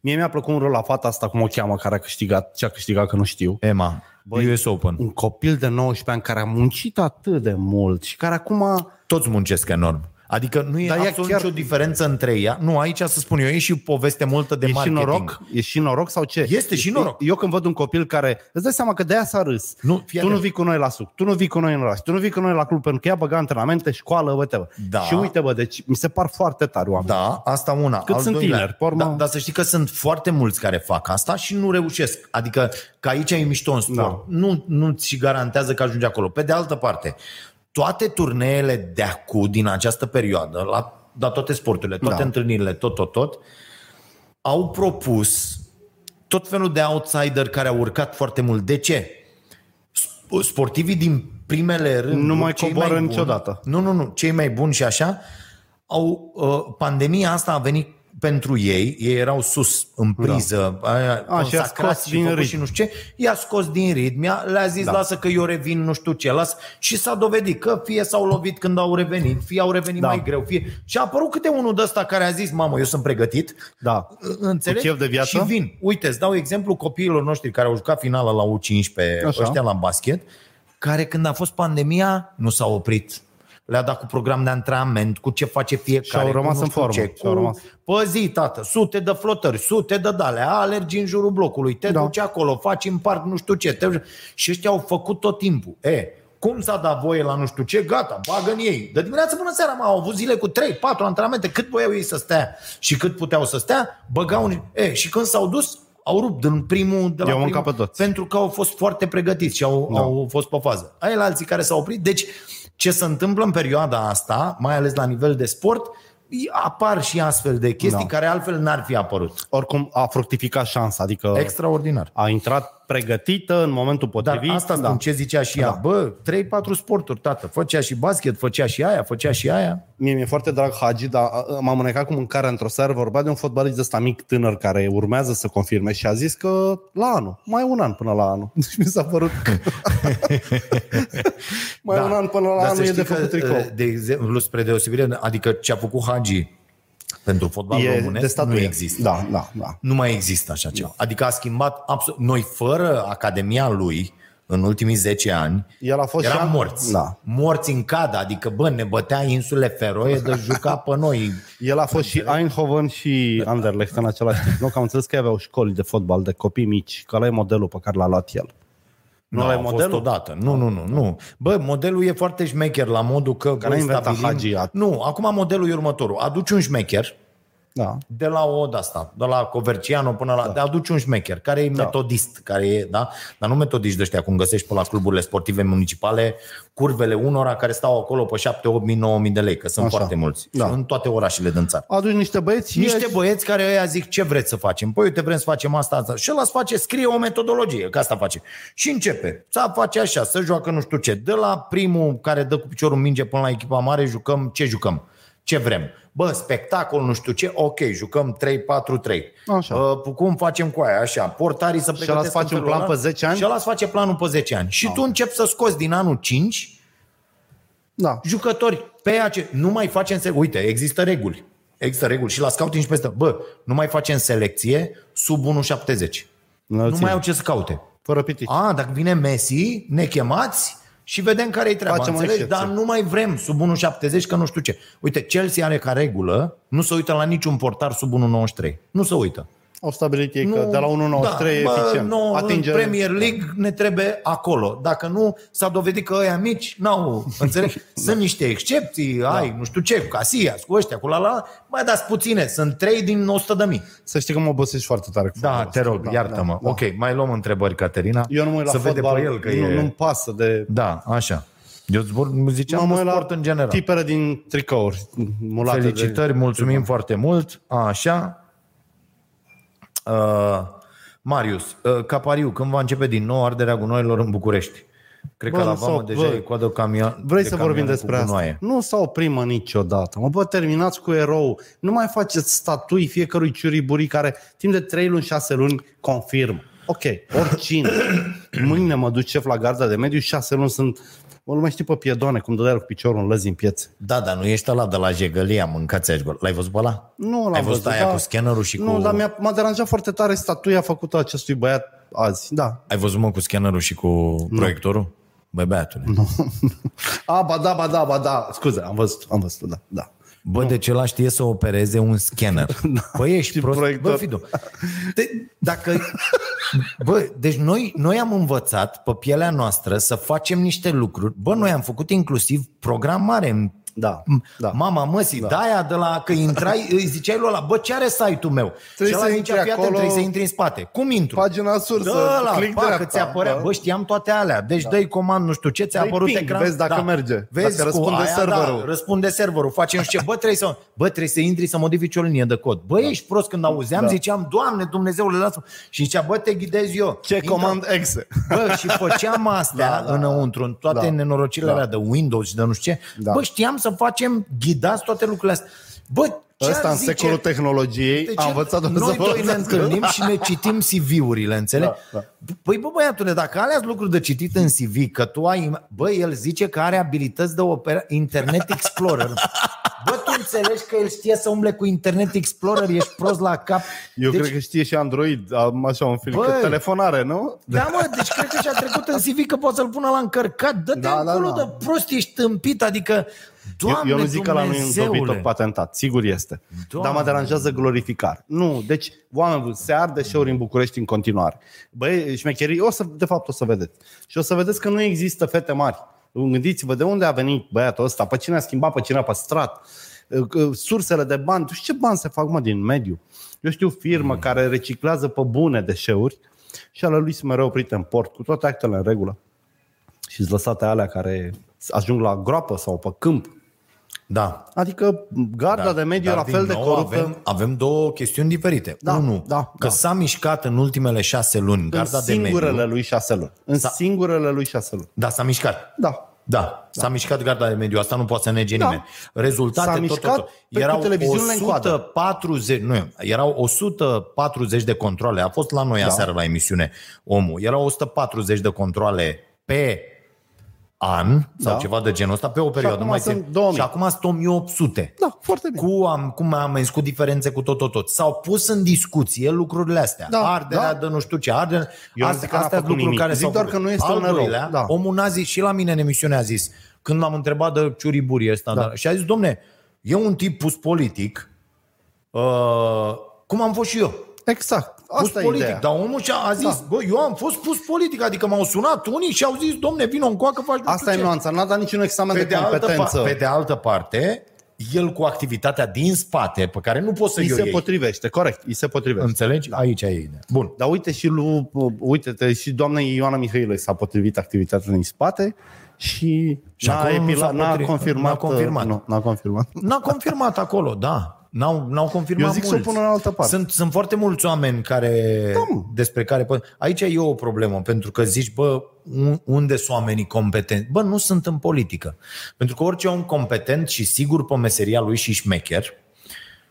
[SPEAKER 3] Mie mi-a plăcut un rol la fata asta, cum o cheamă, care a câștigat, ce a câștigat, că nu știu.
[SPEAKER 2] Emma, Băi, US Open.
[SPEAKER 3] Un copil de 19 ani care a muncit atât de mult și care acum...
[SPEAKER 2] Toți muncesc enorm. Adică nu e
[SPEAKER 3] Dar ea
[SPEAKER 2] absolut
[SPEAKER 3] chiar-
[SPEAKER 2] nicio diferență între ea. Nu, aici să spun eu, e și poveste multă de
[SPEAKER 3] e
[SPEAKER 2] marketing.
[SPEAKER 3] și noroc? E și noroc sau ce?
[SPEAKER 2] Este și
[SPEAKER 3] Eu-
[SPEAKER 2] noroc.
[SPEAKER 3] Eu când văd un copil care... Îți dai seama că de aia s-a râs.
[SPEAKER 2] Nu, fii
[SPEAKER 3] tu nu
[SPEAKER 2] atent.
[SPEAKER 3] vii cu noi la suc, tu nu vii cu noi în oraș, tu nu vii cu noi la club, pentru că ea băga antrenamente, școală, whatever.
[SPEAKER 2] Da.
[SPEAKER 3] Și uite, bă, deci mi se par foarte tare oameni.
[SPEAKER 2] Da, asta una.
[SPEAKER 3] Cât
[SPEAKER 2] Al
[SPEAKER 3] sunt
[SPEAKER 2] doilea,
[SPEAKER 3] tineri, pe urmă-
[SPEAKER 2] Da, dar să știi că sunt foarte mulți care fac asta și nu reușesc. Adică că aici e mișto în sport. Da.
[SPEAKER 3] Da.
[SPEAKER 2] Nu, nu ți garantează că ajungi acolo. Pe de altă parte, toate turneele de acu din această perioadă, la, la toate sporturile, toate da.
[SPEAKER 3] Da.
[SPEAKER 2] întâlnirile, tot, tot, tot, au propus tot felul de outsider care au urcat foarte mult. De ce? Sp- Sportivii din primele rânduri,
[SPEAKER 3] Nu mai
[SPEAKER 2] cei
[SPEAKER 3] coboară
[SPEAKER 2] buni-
[SPEAKER 3] niciodată.
[SPEAKER 2] Nu, nu, nu, cei mai buni și așa, au uh, pandemia asta a venit pentru ei, ei erau sus în priză, da. aia, consacrați
[SPEAKER 3] scos
[SPEAKER 2] și
[SPEAKER 3] din
[SPEAKER 2] făcuți
[SPEAKER 3] ritm.
[SPEAKER 2] și nu știu ce, i-a scos din ritm, i-a, le-a zis da. lasă că eu revin nu știu ce, las și s-a dovedit că fie s-au lovit când au revenit, fie au revenit da. mai greu, fie și a apărut câte unul de ăsta care a zis, mamă, eu sunt pregătit,
[SPEAKER 3] Da.
[SPEAKER 2] Înțelegi?
[SPEAKER 3] Cu chef de viață?
[SPEAKER 2] Și vin. Uite, îți dau exemplu copiilor noștri care au jucat finala la U15, Așa.
[SPEAKER 3] Așa.
[SPEAKER 2] ăștia la basket, care când a fost pandemia nu s-au oprit. Le-a dat cu program de antrenament, cu ce face fiecare.
[SPEAKER 3] Și-au
[SPEAKER 2] cu
[SPEAKER 3] rămas
[SPEAKER 2] nu
[SPEAKER 3] în
[SPEAKER 2] știu
[SPEAKER 3] formă.
[SPEAKER 2] Ce,
[SPEAKER 3] Și-au
[SPEAKER 2] cu...
[SPEAKER 3] rămas.
[SPEAKER 2] Pă zi, tată, sute de flotări, sute de dalea, alergi în jurul blocului, te da.
[SPEAKER 3] Da.
[SPEAKER 2] duci acolo, faci în parc nu știu ce. Te... Și ăștia au făcut tot timpul. E, cum s-a dat voie la nu știu ce, gata, bagă în ei. De dimineață până seara, mă, au avut zile cu 3-4 antrenamente, cât voiau ei să stea și cât puteau să stea, băgau în... E, și când s-au dus, au rupt din primul de la
[SPEAKER 3] I-au
[SPEAKER 2] primul,
[SPEAKER 3] mâncat pe toți.
[SPEAKER 2] pentru că au fost foarte pregătiți și au, da. au fost pe fază. Aia la alții care s-au oprit. Deci, ce se întâmplă în perioada asta, mai ales la nivel de sport, i- apar și astfel de chestii da.
[SPEAKER 3] Da.
[SPEAKER 2] care altfel n-ar fi apărut.
[SPEAKER 3] Oricum a fructificat șansa, adică
[SPEAKER 2] Extraordinar.
[SPEAKER 3] a intrat pregătită în momentul
[SPEAKER 2] Dar
[SPEAKER 3] potrivit.
[SPEAKER 2] asta spun da. ce zicea și ea. Da. Bă, 3-4 sporturi, tată. Făcea și basket, făcea și aia, făcea și aia.
[SPEAKER 3] Mie mi-e foarte drag Hagi, dar a, a, m-am înecat cu mâncarea într-o seară, vorba de un fotbalist ăsta mic tânăr care urmează să confirme și a zis că la anul, mai un an până la anul. Deci mi s-a părut că... mai da. un an până la
[SPEAKER 2] Dar să
[SPEAKER 3] anul e
[SPEAKER 2] știi ă, uh,
[SPEAKER 3] de făcut tricou.
[SPEAKER 2] De exemplu, spre deosebire, adică ce a făcut Hagi pentru fotbal
[SPEAKER 3] E de
[SPEAKER 2] românesc, nu
[SPEAKER 3] statuie.
[SPEAKER 2] există.
[SPEAKER 3] Da, da, da.
[SPEAKER 2] Nu mai există așa ceva. Adică a schimbat absolut. Noi, fără Academia lui, în ultimii 10 ani,
[SPEAKER 3] El a fost
[SPEAKER 2] eram
[SPEAKER 3] și an-
[SPEAKER 2] morți.
[SPEAKER 3] Da.
[SPEAKER 2] Morți în cadă. Adică, bă, ne bătea insule Feroe de juca pe noi.
[SPEAKER 3] El a fost și Eindhoven și Anderlecht în același timp. Nu, că am înțeles că ei aveau școli de fotbal de copii mici, că ăla e modelul pe care l-a luat el. Nu
[SPEAKER 2] Nu
[SPEAKER 3] ăla e
[SPEAKER 2] a Da, fost
[SPEAKER 3] modelul?
[SPEAKER 2] odată. Nu, nu, nu, nu. Bă, modelul e foarte șmecher la modul că... bă,
[SPEAKER 3] n-a inventat
[SPEAKER 2] stabilim-
[SPEAKER 3] Hagi at-
[SPEAKER 2] Nu, acum modelul e următorul. Aduci un șmecher,
[SPEAKER 3] Da.
[SPEAKER 2] de la o de asta, de la Coverciano până la... Da. De aduci un șmecher, care e da. metodist, care e, da? Dar nu metodiști de ăștia, cum găsești pe la cluburile sportive municipale, curvele unora care stau acolo pe 7, 8 mii, 9 mii de lei, că sunt Așa.
[SPEAKER 3] Așa.
[SPEAKER 2] foarte mulți. Da.
[SPEAKER 3] Da.
[SPEAKER 2] În toate orașele din țară.
[SPEAKER 3] Aduci niște băieți
[SPEAKER 2] Niște
[SPEAKER 3] ieși-
[SPEAKER 2] băieți care ăia zic ce vreți să facem. Păi uite, vrem să facem asta, asta. Și ăla îți face, scrie o metodologie, că asta face. Și începe. Să face așa, să joacă nu știu ce. De la primul care dă cu piciorul în minge până la echipa mare, jucăm ce jucăm. Ce vrem? Bă, spectacol, nu știu ce, ok, jucăm 3-4-3.
[SPEAKER 3] Așa.
[SPEAKER 2] Uh, cum facem cu aia? Așa, portarii să
[SPEAKER 3] ăla
[SPEAKER 2] pregătesc
[SPEAKER 3] îți face
[SPEAKER 2] în felul
[SPEAKER 3] un plan
[SPEAKER 2] ăla.
[SPEAKER 3] pe 10 ani?
[SPEAKER 2] Și ăla îți face planul pe 10 ani. Și tu începi să scoți din anul 5
[SPEAKER 3] Da.
[SPEAKER 2] jucători pe ace... Nu mai facem se... Uite, există reguli. Există reguli și la scouting și peste. Bă, nu mai facem selecție sub 1,70. Nu mai au ce să caute.
[SPEAKER 3] Fără pitici.
[SPEAKER 2] A, dacă vine Messi, ne chemați și vedem care e treaba.
[SPEAKER 3] Facem o
[SPEAKER 2] Înțelegi?
[SPEAKER 3] excepție.
[SPEAKER 2] Dar nu mai vrem sub 1,70 că nu știu ce. Uite, Chelsea are ca regulă, nu se uită la niciun portar sub 1,93. Nu se uită.
[SPEAKER 3] Au stabilit ei că
[SPEAKER 2] Nu,
[SPEAKER 3] de la 1.93 da,
[SPEAKER 2] bă,
[SPEAKER 3] eficient.
[SPEAKER 2] Nu,
[SPEAKER 3] Atinge-
[SPEAKER 2] În Premier League ne trebuie acolo. Dacă nu, s-a dovedit că ăia mici n-au, înțelegi? Sunt niște excepții, da. ai, nu știu ce, cu Casillas, cu ăștia, cu la la, la. mai dați puține, sunt 3 din 100 de mii.
[SPEAKER 3] Să știi că mă obosești foarte tare cu
[SPEAKER 2] Da,
[SPEAKER 3] fotbalul
[SPEAKER 2] te
[SPEAKER 3] ăsta.
[SPEAKER 2] rog, iartă-mă.
[SPEAKER 3] da.
[SPEAKER 2] Ok, mai luăm întrebări, Caterina.
[SPEAKER 3] Eu nu mă uit la
[SPEAKER 2] Să vede
[SPEAKER 3] fotbal,
[SPEAKER 2] pe el că
[SPEAKER 3] nu,
[SPEAKER 2] e...
[SPEAKER 3] nu-mi pasă de...
[SPEAKER 2] Da, așa. Eu zbor, ziceam
[SPEAKER 3] Mă
[SPEAKER 2] mă
[SPEAKER 3] uit
[SPEAKER 2] sport în general.
[SPEAKER 3] tipere din tricouri. mulate de-
[SPEAKER 2] Felicitări, mulțumim foarte mult. Așa. Uh, Marius, uh, Capariu, când va începe din nou arderea gunoilor în București? Cred
[SPEAKER 3] Bă,
[SPEAKER 2] că la
[SPEAKER 3] nu s-au-
[SPEAKER 2] vamă deja
[SPEAKER 3] bă,
[SPEAKER 2] e coadă camion.
[SPEAKER 3] Vrei
[SPEAKER 2] de
[SPEAKER 3] să vorbim
[SPEAKER 2] camioane
[SPEAKER 3] despre
[SPEAKER 2] cu
[SPEAKER 3] asta?
[SPEAKER 2] gunoaie.
[SPEAKER 3] Nu s-a oprimă niciodată. Mă, bă, terminați cu erou. Nu mai faceți statui fiecărui ciuriburi care timp de 3 luni, 6 luni confirm. Ok, oricine. Mâine mă duc șef la garda de mediu, șase luni sunt... Mă mai știi pe piedoane, cum dădeai cu piciorul în lăzi în piețe.
[SPEAKER 2] Da, dar nu ești ăla de la jegălia, mâncați aici gol. L-ai văzut pe ăla?
[SPEAKER 3] Nu l-am
[SPEAKER 2] Ai văzut
[SPEAKER 3] văzut,
[SPEAKER 2] aia
[SPEAKER 3] da.
[SPEAKER 2] cu scannerul și
[SPEAKER 3] Nu,
[SPEAKER 2] cu...
[SPEAKER 3] dar mi-a, m-a deranjat foarte tare statuia făcută acestui băiat azi. Da.
[SPEAKER 2] Ai văzut mă cu scannerul și cu proiectorul? Băi, băiatule.
[SPEAKER 3] A, ba da, ba da, ba da. Scuze, am văzut, am văzut, da, da.
[SPEAKER 2] Bă, de ce ăla știe să opereze un scanner? Păi ești prost.
[SPEAKER 3] proiector.
[SPEAKER 2] Bă, Fido, de, dacă... Bă, deci noi, noi am învățat pe pielea noastră să facem niște lucruri. Bă, noi am făcut inclusiv programare în
[SPEAKER 3] Da,
[SPEAKER 2] Mm.
[SPEAKER 3] da.
[SPEAKER 2] Mama măsii, da. de-aia de la că intrai, îi ziceai lui ăla, bă, ce are site-ul meu?
[SPEAKER 3] Trebuie
[SPEAKER 2] și ăla
[SPEAKER 3] să
[SPEAKER 2] zicea,
[SPEAKER 3] intri
[SPEAKER 2] "Fii atent,
[SPEAKER 3] acolo-
[SPEAKER 2] trebuie să intri în spate. Cum intru?
[SPEAKER 3] Pagina sursă,
[SPEAKER 2] Da, ăla,
[SPEAKER 3] click
[SPEAKER 2] pa, că
[SPEAKER 3] dreapta,
[SPEAKER 2] ți apărea.
[SPEAKER 3] da.
[SPEAKER 2] Bă, știam toate alea. Deci da. dai comand, nu știu ce, ți-a
[SPEAKER 3] Dă-i
[SPEAKER 2] apărut
[SPEAKER 3] ping,
[SPEAKER 2] ecran. Da.
[SPEAKER 3] vezi dacă merge,
[SPEAKER 2] Vezi
[SPEAKER 3] dacă
[SPEAKER 2] cu
[SPEAKER 3] răspunde
[SPEAKER 2] aia,
[SPEAKER 3] serverul.
[SPEAKER 2] Da, răspunde serverul, face nu știu ce. Bă, trebuie să, bă, trebuie să intri să modifici o linie de cod. Bă, da. ești prost când auzeam, da. ziceam, Doamne, Dumnezeule, lasă Și zicea, bă, te ghidez eu.
[SPEAKER 3] Ce
[SPEAKER 2] Intră-
[SPEAKER 3] comand exe?
[SPEAKER 2] Bă, și făceam astea da, da, înăuntru, în toate da,
[SPEAKER 3] Da.
[SPEAKER 2] nenorocirile da. alea de Windows și de nu știu ce. Da.
[SPEAKER 3] Da.
[SPEAKER 2] Bă, știam să facem ghidați toate lucrurile astea. Bă, ce
[SPEAKER 3] Ăsta
[SPEAKER 2] ar
[SPEAKER 3] în
[SPEAKER 2] zice-
[SPEAKER 3] secolul tehnologiei
[SPEAKER 2] deci
[SPEAKER 3] a învățat să
[SPEAKER 2] Noi doi ne
[SPEAKER 3] folosească.
[SPEAKER 2] întâlnim și ne citim CV-urile, înțeleg? Da, da. Păi bă băiatule, dacă alea sunt lucruri de citit în CV, că tu ai... Bă, el zice că are abilități de opera... Internet Explorer. Bă, tu înțelegi că el știe să umble cu Internet Explorer, ești prost la cap.
[SPEAKER 3] Eu deci... cred că știe și Android, am așa un film,
[SPEAKER 2] Băi.
[SPEAKER 3] că telefonare, nu?
[SPEAKER 2] Da, mă, deci cred că și-a trecut în CV că poți să-l pună la încărcat. Dă-te da,
[SPEAKER 3] Da,
[SPEAKER 2] în
[SPEAKER 3] da,
[SPEAKER 2] culo
[SPEAKER 3] da.
[SPEAKER 2] da, de prost, ești tâmpit, adică...
[SPEAKER 3] Eu,
[SPEAKER 2] Doamne
[SPEAKER 3] eu nu zic că la noi e un dobitoc
[SPEAKER 2] Dumnezeule!
[SPEAKER 3] patentat, sigur este.
[SPEAKER 2] Doamne.
[SPEAKER 3] Doamne. Dar mă deranjează glorificare. Nu, deci oameni buni, se arde deșeuri în București în continuare. Băi, șmecherii, o să, de fapt o să vedeți. Și o să vedeți că nu există fete mari. Gândiți-vă de unde a venit băiatul ăsta, pe cine a schimbat, pe cine a păstrat, ă, sursele de bani. Tu știi ce bani se fac, mă, din mediu? Eu știu
[SPEAKER 2] Mm.
[SPEAKER 3] firmă care reciclează pe bune deșeuri și ale lui sunt mereu oprite în port, cu toate actele în regulă. Și sunt lăsate alea care ajung la groapă sau pe câmp.
[SPEAKER 2] Da.
[SPEAKER 3] Adică garda da, de mediu e
[SPEAKER 2] Dar
[SPEAKER 3] la
[SPEAKER 2] din
[SPEAKER 3] fel de
[SPEAKER 2] nou
[SPEAKER 3] coruptă.
[SPEAKER 2] Avem, avem două chestiuni diferite.
[SPEAKER 3] Da,
[SPEAKER 2] Unu,
[SPEAKER 3] da,
[SPEAKER 2] că
[SPEAKER 3] da.
[SPEAKER 2] s-a mișcat în ultimele șase luni
[SPEAKER 3] în
[SPEAKER 2] garda de
[SPEAKER 3] singurele
[SPEAKER 2] mediu.
[SPEAKER 3] lui șase luni. În
[SPEAKER 2] Da.
[SPEAKER 3] singurele lui șase luni.
[SPEAKER 2] Da, s-a mișcat.
[SPEAKER 3] Da.
[SPEAKER 2] Da, s-a mișcat garda de mediu, asta nu poate să nege
[SPEAKER 3] Da.
[SPEAKER 2] nimeni. Rezultate,
[SPEAKER 3] S-a
[SPEAKER 2] tot, tot,
[SPEAKER 3] mișcat
[SPEAKER 2] tot.
[SPEAKER 3] pe
[SPEAKER 2] Erau
[SPEAKER 3] cu televiziunile în coadă.
[SPEAKER 2] 140, nu, erau 140 de controle. A fost la noi da. aseară la emisiune omul. Erau 140 de controle pe an sau
[SPEAKER 3] Da.
[SPEAKER 2] ceva de genul ăsta, pe o perioadă.
[SPEAKER 3] acum
[SPEAKER 2] mai
[SPEAKER 3] sunt
[SPEAKER 2] țin.
[SPEAKER 3] 2000.
[SPEAKER 2] și acum sunt 1800
[SPEAKER 3] Da, foarte bine.
[SPEAKER 2] cu, am, cum am cu diferențe cu tot, tot, tot. S-au pus în discuție lucrurile astea. Da,
[SPEAKER 3] Da,
[SPEAKER 2] arderea
[SPEAKER 3] da.
[SPEAKER 2] de nu știu ce, arderea...
[SPEAKER 3] Eu nu
[SPEAKER 2] astea
[SPEAKER 3] zic că n-a
[SPEAKER 2] astea sunt
[SPEAKER 3] făcut
[SPEAKER 2] lucruri
[SPEAKER 3] nimic.
[SPEAKER 2] care
[SPEAKER 3] Zic
[SPEAKER 2] s-au
[SPEAKER 3] doar
[SPEAKER 2] făcut.
[SPEAKER 3] că nu este
[SPEAKER 2] Al
[SPEAKER 3] un rău.
[SPEAKER 2] doilea,
[SPEAKER 3] Da.
[SPEAKER 2] Omul n-a zis, și la mine în emisiune a zis, când l-am întrebat de ciuriburi ăsta, da. și a zis, domne, e un tip pus politic, uh, cum am fost și eu.
[SPEAKER 3] Exact.
[SPEAKER 2] Pus
[SPEAKER 3] Asta e
[SPEAKER 2] politic,
[SPEAKER 3] ideea.
[SPEAKER 2] dar omul și-a a zis, da. bă, eu am fost pus politic, adică m-au sunat unii și au zis, domne, vină încoacă, faci nu știu
[SPEAKER 3] Asta e
[SPEAKER 2] ce."
[SPEAKER 3] nuanța. N-a dat niciun examen de, competență.
[SPEAKER 2] Altă, pa- pe de altă parte, el cu activitatea din spate, pe care nu poți să
[SPEAKER 3] Îi
[SPEAKER 2] o
[SPEAKER 3] se
[SPEAKER 2] iei.
[SPEAKER 3] potrivește, corect. Îi se potrivește.
[SPEAKER 2] Înțelegi? Da. Aici e ideea. Bun.
[SPEAKER 3] Dar uite și lui, uite-te, și doamnei Ioana Mihailă s-a potrivit activitatea din spate și,
[SPEAKER 2] Și
[SPEAKER 3] n-a,
[SPEAKER 2] acolo nu
[SPEAKER 3] epila-
[SPEAKER 2] s-a
[SPEAKER 3] n-a
[SPEAKER 2] potrivit.
[SPEAKER 3] confirmat.
[SPEAKER 2] N-a confirmat.
[SPEAKER 3] Nu, n-a confirmat.
[SPEAKER 2] N-a confirmat acolo, da. N-au, n-au confirmat
[SPEAKER 3] Eu zic să o
[SPEAKER 2] mulți.
[SPEAKER 3] pună în altă parte.
[SPEAKER 2] Sunt, sunt foarte mulți oameni care, da, despre care... pot- Aici e o problemă, pentru că zici, bă, un- unde sunt oamenii competenți? Bă, nu sunt în politică. Pentru că orice om competent și sigur pe meseria lui și șmecher,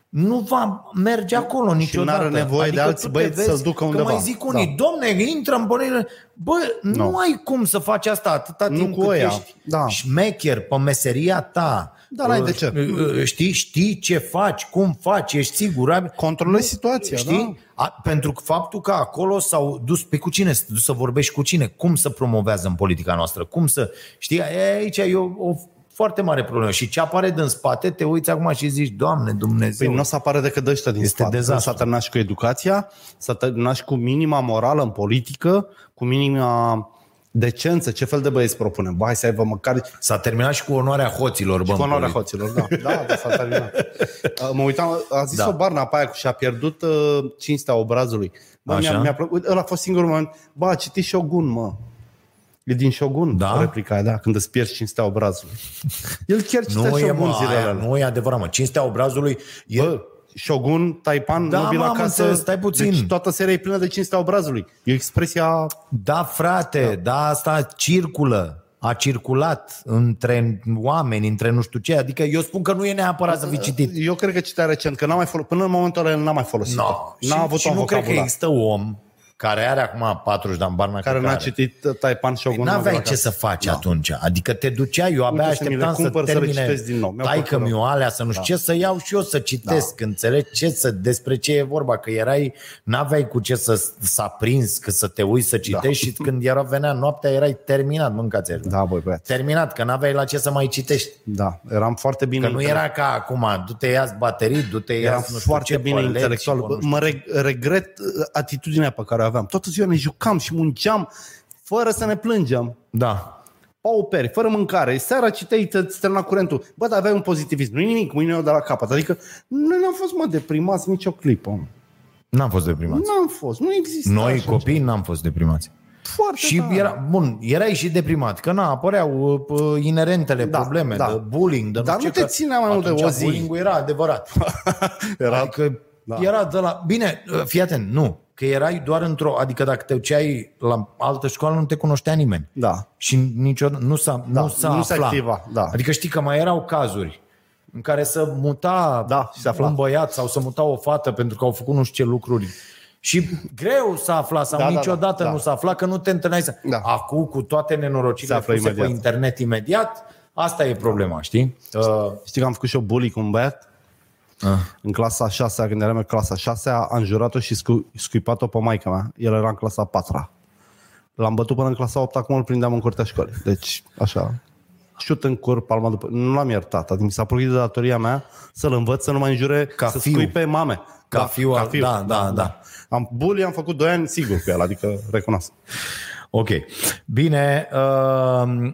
[SPEAKER 2] nu va merge acolo niciodată. Adică
[SPEAKER 3] n-are nevoie de alți
[SPEAKER 2] tu te
[SPEAKER 3] băieți
[SPEAKER 2] vezi
[SPEAKER 3] să-l ducă
[SPEAKER 2] Că
[SPEAKER 3] undeva.
[SPEAKER 2] mai zic unii, da. domne, intră în politică. Bă, nu,
[SPEAKER 3] Nu.
[SPEAKER 2] ai cum să faci asta atâta
[SPEAKER 3] Nu
[SPEAKER 2] timp
[SPEAKER 3] cu
[SPEAKER 2] cât
[SPEAKER 3] ăia.
[SPEAKER 2] ești
[SPEAKER 3] Da.
[SPEAKER 2] șmecher pe meseria ta.
[SPEAKER 3] Da, n-ai de ce.
[SPEAKER 2] Ă, Știi, știi ce faci, cum faci, ești
[SPEAKER 3] Da,
[SPEAKER 2] sigur.
[SPEAKER 3] Controlezi situația,
[SPEAKER 2] Știi? Da? A, pentru că faptul că acolo s-au dus pe cu cine să te duci să vorbești cu cine, cum să promovează în politica noastră, cum să. Știi, e, aici e o, o foarte mare problemă. Și ce apare din spate, te uiți acum și zici, Doamne Dumnezeu.
[SPEAKER 3] Păi nu o să apară decât de ăștia din
[SPEAKER 2] Este
[SPEAKER 3] spate.
[SPEAKER 2] dezastru.
[SPEAKER 3] S-a terminat și cu educația, s-a terminat și cu minima morală în politică, cu minima decență, ce fel de băieți propunem. Bă, hai să aibă măcar...
[SPEAKER 2] S-a terminat și cu onoarea hoților, bă.
[SPEAKER 3] Cu
[SPEAKER 2] în
[SPEAKER 3] onoarea
[SPEAKER 2] politic.
[SPEAKER 3] hoților, da. Da, da, s-a terminat. Uh, Mă uitam, a zis
[SPEAKER 2] Da.
[SPEAKER 3] da. o barna pe aia cu și-a pierdut uh, cinstea obrazului. Bă,
[SPEAKER 2] Așa.
[SPEAKER 3] mi-a, mi-a plăcut. Ăla a fost singurul moment. Bă, a citit Shogun, mă. E din Shogun,
[SPEAKER 2] Da?
[SPEAKER 3] replica aia, da, când îți pierzi cinstea obrazului. El chiar citește
[SPEAKER 2] Nu e,
[SPEAKER 3] Shogun
[SPEAKER 2] mă,
[SPEAKER 3] zilele
[SPEAKER 2] aia,
[SPEAKER 3] alea.
[SPEAKER 2] nu e adevărat, mă. Cinstea obrazului e
[SPEAKER 3] Bă, Shogun, Taipan,
[SPEAKER 2] Da,
[SPEAKER 3] da, Nobila
[SPEAKER 2] m-am
[SPEAKER 3] Casă,
[SPEAKER 2] înțeles, stai puțin.
[SPEAKER 3] Deci toată seria e plină de cinstea obrazului. E expresia...
[SPEAKER 2] Da, frate, da. da, asta circulă. A circulat între oameni, între nu știu ce. Adică eu spun că nu e neapărat să fi citit.
[SPEAKER 3] Eu cred că citea recent, că n-a mai folosit, până în momentul ăla el n-a mai folosit.
[SPEAKER 2] No.
[SPEAKER 3] N-a avut
[SPEAKER 2] și
[SPEAKER 3] un
[SPEAKER 2] nu cred că
[SPEAKER 3] vocabular.
[SPEAKER 2] există om care are acum 40 de ani, Barna
[SPEAKER 3] care n-a citit uh, Taipan
[SPEAKER 2] Păi
[SPEAKER 3] Shogun.
[SPEAKER 2] N-aveai
[SPEAKER 3] Nagaraka.
[SPEAKER 2] ce să faci atunci. Adică te duceai, eu abia
[SPEAKER 3] Uite să mi le
[SPEAKER 2] așteptam să
[SPEAKER 3] cumpăr, să le
[SPEAKER 2] termine
[SPEAKER 3] citesc din nou. Mi-au
[SPEAKER 2] taică mi
[SPEAKER 3] plăcut. da.
[SPEAKER 2] alea, să nu știu ce, să iau și eu să citesc, înțelegi ce să, despre ce e vorba, că erai, n-aveai cu ce să s aprins, că să te uiți să citești și când era venea noaptea, erai terminat, mâncați
[SPEAKER 3] Da, băi, băiat.
[SPEAKER 2] Terminat, că n-aveai la ce să mai citești.
[SPEAKER 3] Da, eram foarte bine
[SPEAKER 2] Că nu era ca acum, du-te ia baterii, du-te ia
[SPEAKER 3] Eram
[SPEAKER 2] nu știu
[SPEAKER 3] foarte
[SPEAKER 2] ce,
[SPEAKER 3] bine
[SPEAKER 2] păleți,
[SPEAKER 3] intelectual.
[SPEAKER 2] bă, nu
[SPEAKER 3] Bă,
[SPEAKER 2] știu.
[SPEAKER 3] mă reg- regret uh, atitudinea pe care o aveam. Toată ziua ne jucam și munceam fără să ne plângem.
[SPEAKER 2] Da.
[SPEAKER 3] Pauperi, fără mâncare. Seara citeai, te strâna curentul. Bă, dar aveai un pozitivism. Nu-i nimic, mâine o de la capăt. Adică noi n-am fost, mă, deprimați nicio clipă. mă.
[SPEAKER 2] N-am fost deprimați.
[SPEAKER 3] N-am fost. Nu există
[SPEAKER 2] Noi,
[SPEAKER 3] așa
[SPEAKER 2] copii, n-am fost deprimați.
[SPEAKER 3] ceva. Foarte
[SPEAKER 2] Și
[SPEAKER 3] tare.
[SPEAKER 2] era, bun, erai și deprimat, că na, apăreau uh, p- inerentele
[SPEAKER 3] Da,
[SPEAKER 2] probleme,
[SPEAKER 3] da.
[SPEAKER 2] de bullying, de
[SPEAKER 3] Dar
[SPEAKER 2] nu,
[SPEAKER 3] nu
[SPEAKER 2] ce,
[SPEAKER 3] te
[SPEAKER 2] că
[SPEAKER 3] ținea mai mult de
[SPEAKER 2] atunci
[SPEAKER 3] o zi.
[SPEAKER 2] bullying era adevărat. era, adică da. era de la... Bine, uh, fii atent, nu, că erai doar într-o... Adică dacă te duceai la altă școală, nu te cunoștea nimeni.
[SPEAKER 3] Da.
[SPEAKER 2] Și niciodată nu s-a, da, nu s-a
[SPEAKER 3] nu se
[SPEAKER 2] aflat.
[SPEAKER 3] activa, da.
[SPEAKER 2] Adică știi că mai erau cazuri în care să muta
[SPEAKER 3] Da, și se afla.
[SPEAKER 2] un băiat sau să muta o fată pentru că au făcut nu știu ce lucruri. Și greu s-a aflat sau
[SPEAKER 3] Da,
[SPEAKER 2] da,
[SPEAKER 3] da, da,
[SPEAKER 2] niciodată da,
[SPEAKER 3] da.
[SPEAKER 2] nu s-a aflat că nu te întâlneai. Să...
[SPEAKER 3] Da.
[SPEAKER 2] Acum, cu toate
[SPEAKER 3] Se
[SPEAKER 2] nenorocirile
[SPEAKER 3] află
[SPEAKER 2] puse pe
[SPEAKER 3] imediat.
[SPEAKER 2] internet imediat, asta e problema, știi? Uh,
[SPEAKER 3] Știi că am făcut și eu bully cu un băiat?
[SPEAKER 2] Ah.
[SPEAKER 3] În clasa 6 când eram în clasa 6 am jurat-o și scu- scuipat-o pe maica mea. El era în clasa 4 L-am bătut până în clasa 8 acum îl prindeam în curtea școlii. Deci, așa, șut în cur, palma după... Nu l-am iertat, adică mi s-a părut de datoria mea să-l învăț să nu mai înjure,
[SPEAKER 2] Ca
[SPEAKER 3] să
[SPEAKER 2] fiu.
[SPEAKER 3] scui pe mame.
[SPEAKER 2] Ca fiu al- da, da, da.
[SPEAKER 3] Am bully, am făcut 2 ani sigur cu el, adică recunosc.
[SPEAKER 2] ok. Bine. Uh,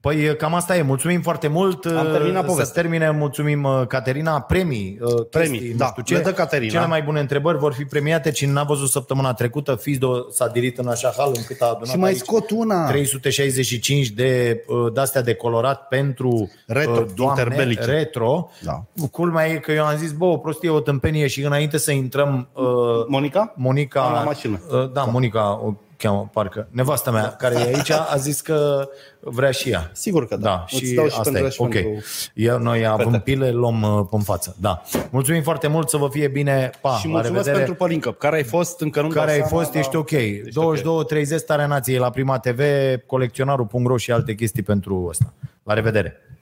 [SPEAKER 2] păi cam asta e. Mulțumim foarte mult. uh,
[SPEAKER 3] Am terminat
[SPEAKER 2] Să
[SPEAKER 3] povestea.
[SPEAKER 2] termine. Mulțumim, uh, Caterina. Premii. uh,
[SPEAKER 3] Premii,
[SPEAKER 2] chestii,
[SPEAKER 3] da.
[SPEAKER 2] Nu știu ce.
[SPEAKER 3] Le dă Caterina.
[SPEAKER 2] Cele mai bune întrebări vor fi premiate. Cine n-a văzut săptămâna trecută, Fizdo s-a dirit în așa hal încât a adunat
[SPEAKER 3] Și mai
[SPEAKER 2] aici
[SPEAKER 3] scot una.
[SPEAKER 2] 365 de uh, de-astea de colorat pentru
[SPEAKER 3] Retro,
[SPEAKER 2] uh, doamne,
[SPEAKER 3] interbelice.
[SPEAKER 2] retro.
[SPEAKER 3] Da.
[SPEAKER 2] Culmea e că eu am zis, bă, o prostie, o tâmpenie și înainte să intrăm uh,
[SPEAKER 3] Monica?
[SPEAKER 2] Monica,
[SPEAKER 3] Am la mașină.
[SPEAKER 2] Uh, Da, Monica o cheamă, parcă. Nevasta mea, care e aici, a zis că vrea și ea.
[SPEAKER 3] Sigur că da.
[SPEAKER 2] Da,
[SPEAKER 3] Îți
[SPEAKER 2] și
[SPEAKER 3] dau și
[SPEAKER 2] asta
[SPEAKER 3] pentru
[SPEAKER 2] e.
[SPEAKER 3] ea și
[SPEAKER 2] Ok.
[SPEAKER 3] pentru
[SPEAKER 2] Eu, noi avem pile, luăm uh, pe față. Da. Mulțumim foarte mult, să vă fie bine. Pa,
[SPEAKER 3] Și
[SPEAKER 2] Ah, la
[SPEAKER 3] mulțumesc
[SPEAKER 2] revedere.
[SPEAKER 3] pentru da, Pălincă, care ai fost încă nu
[SPEAKER 2] care ai fost, ești ok. 22.30, Starea Nației la Prima TV, colecționarul.ro și alte chestii pentru ăsta. La revedere!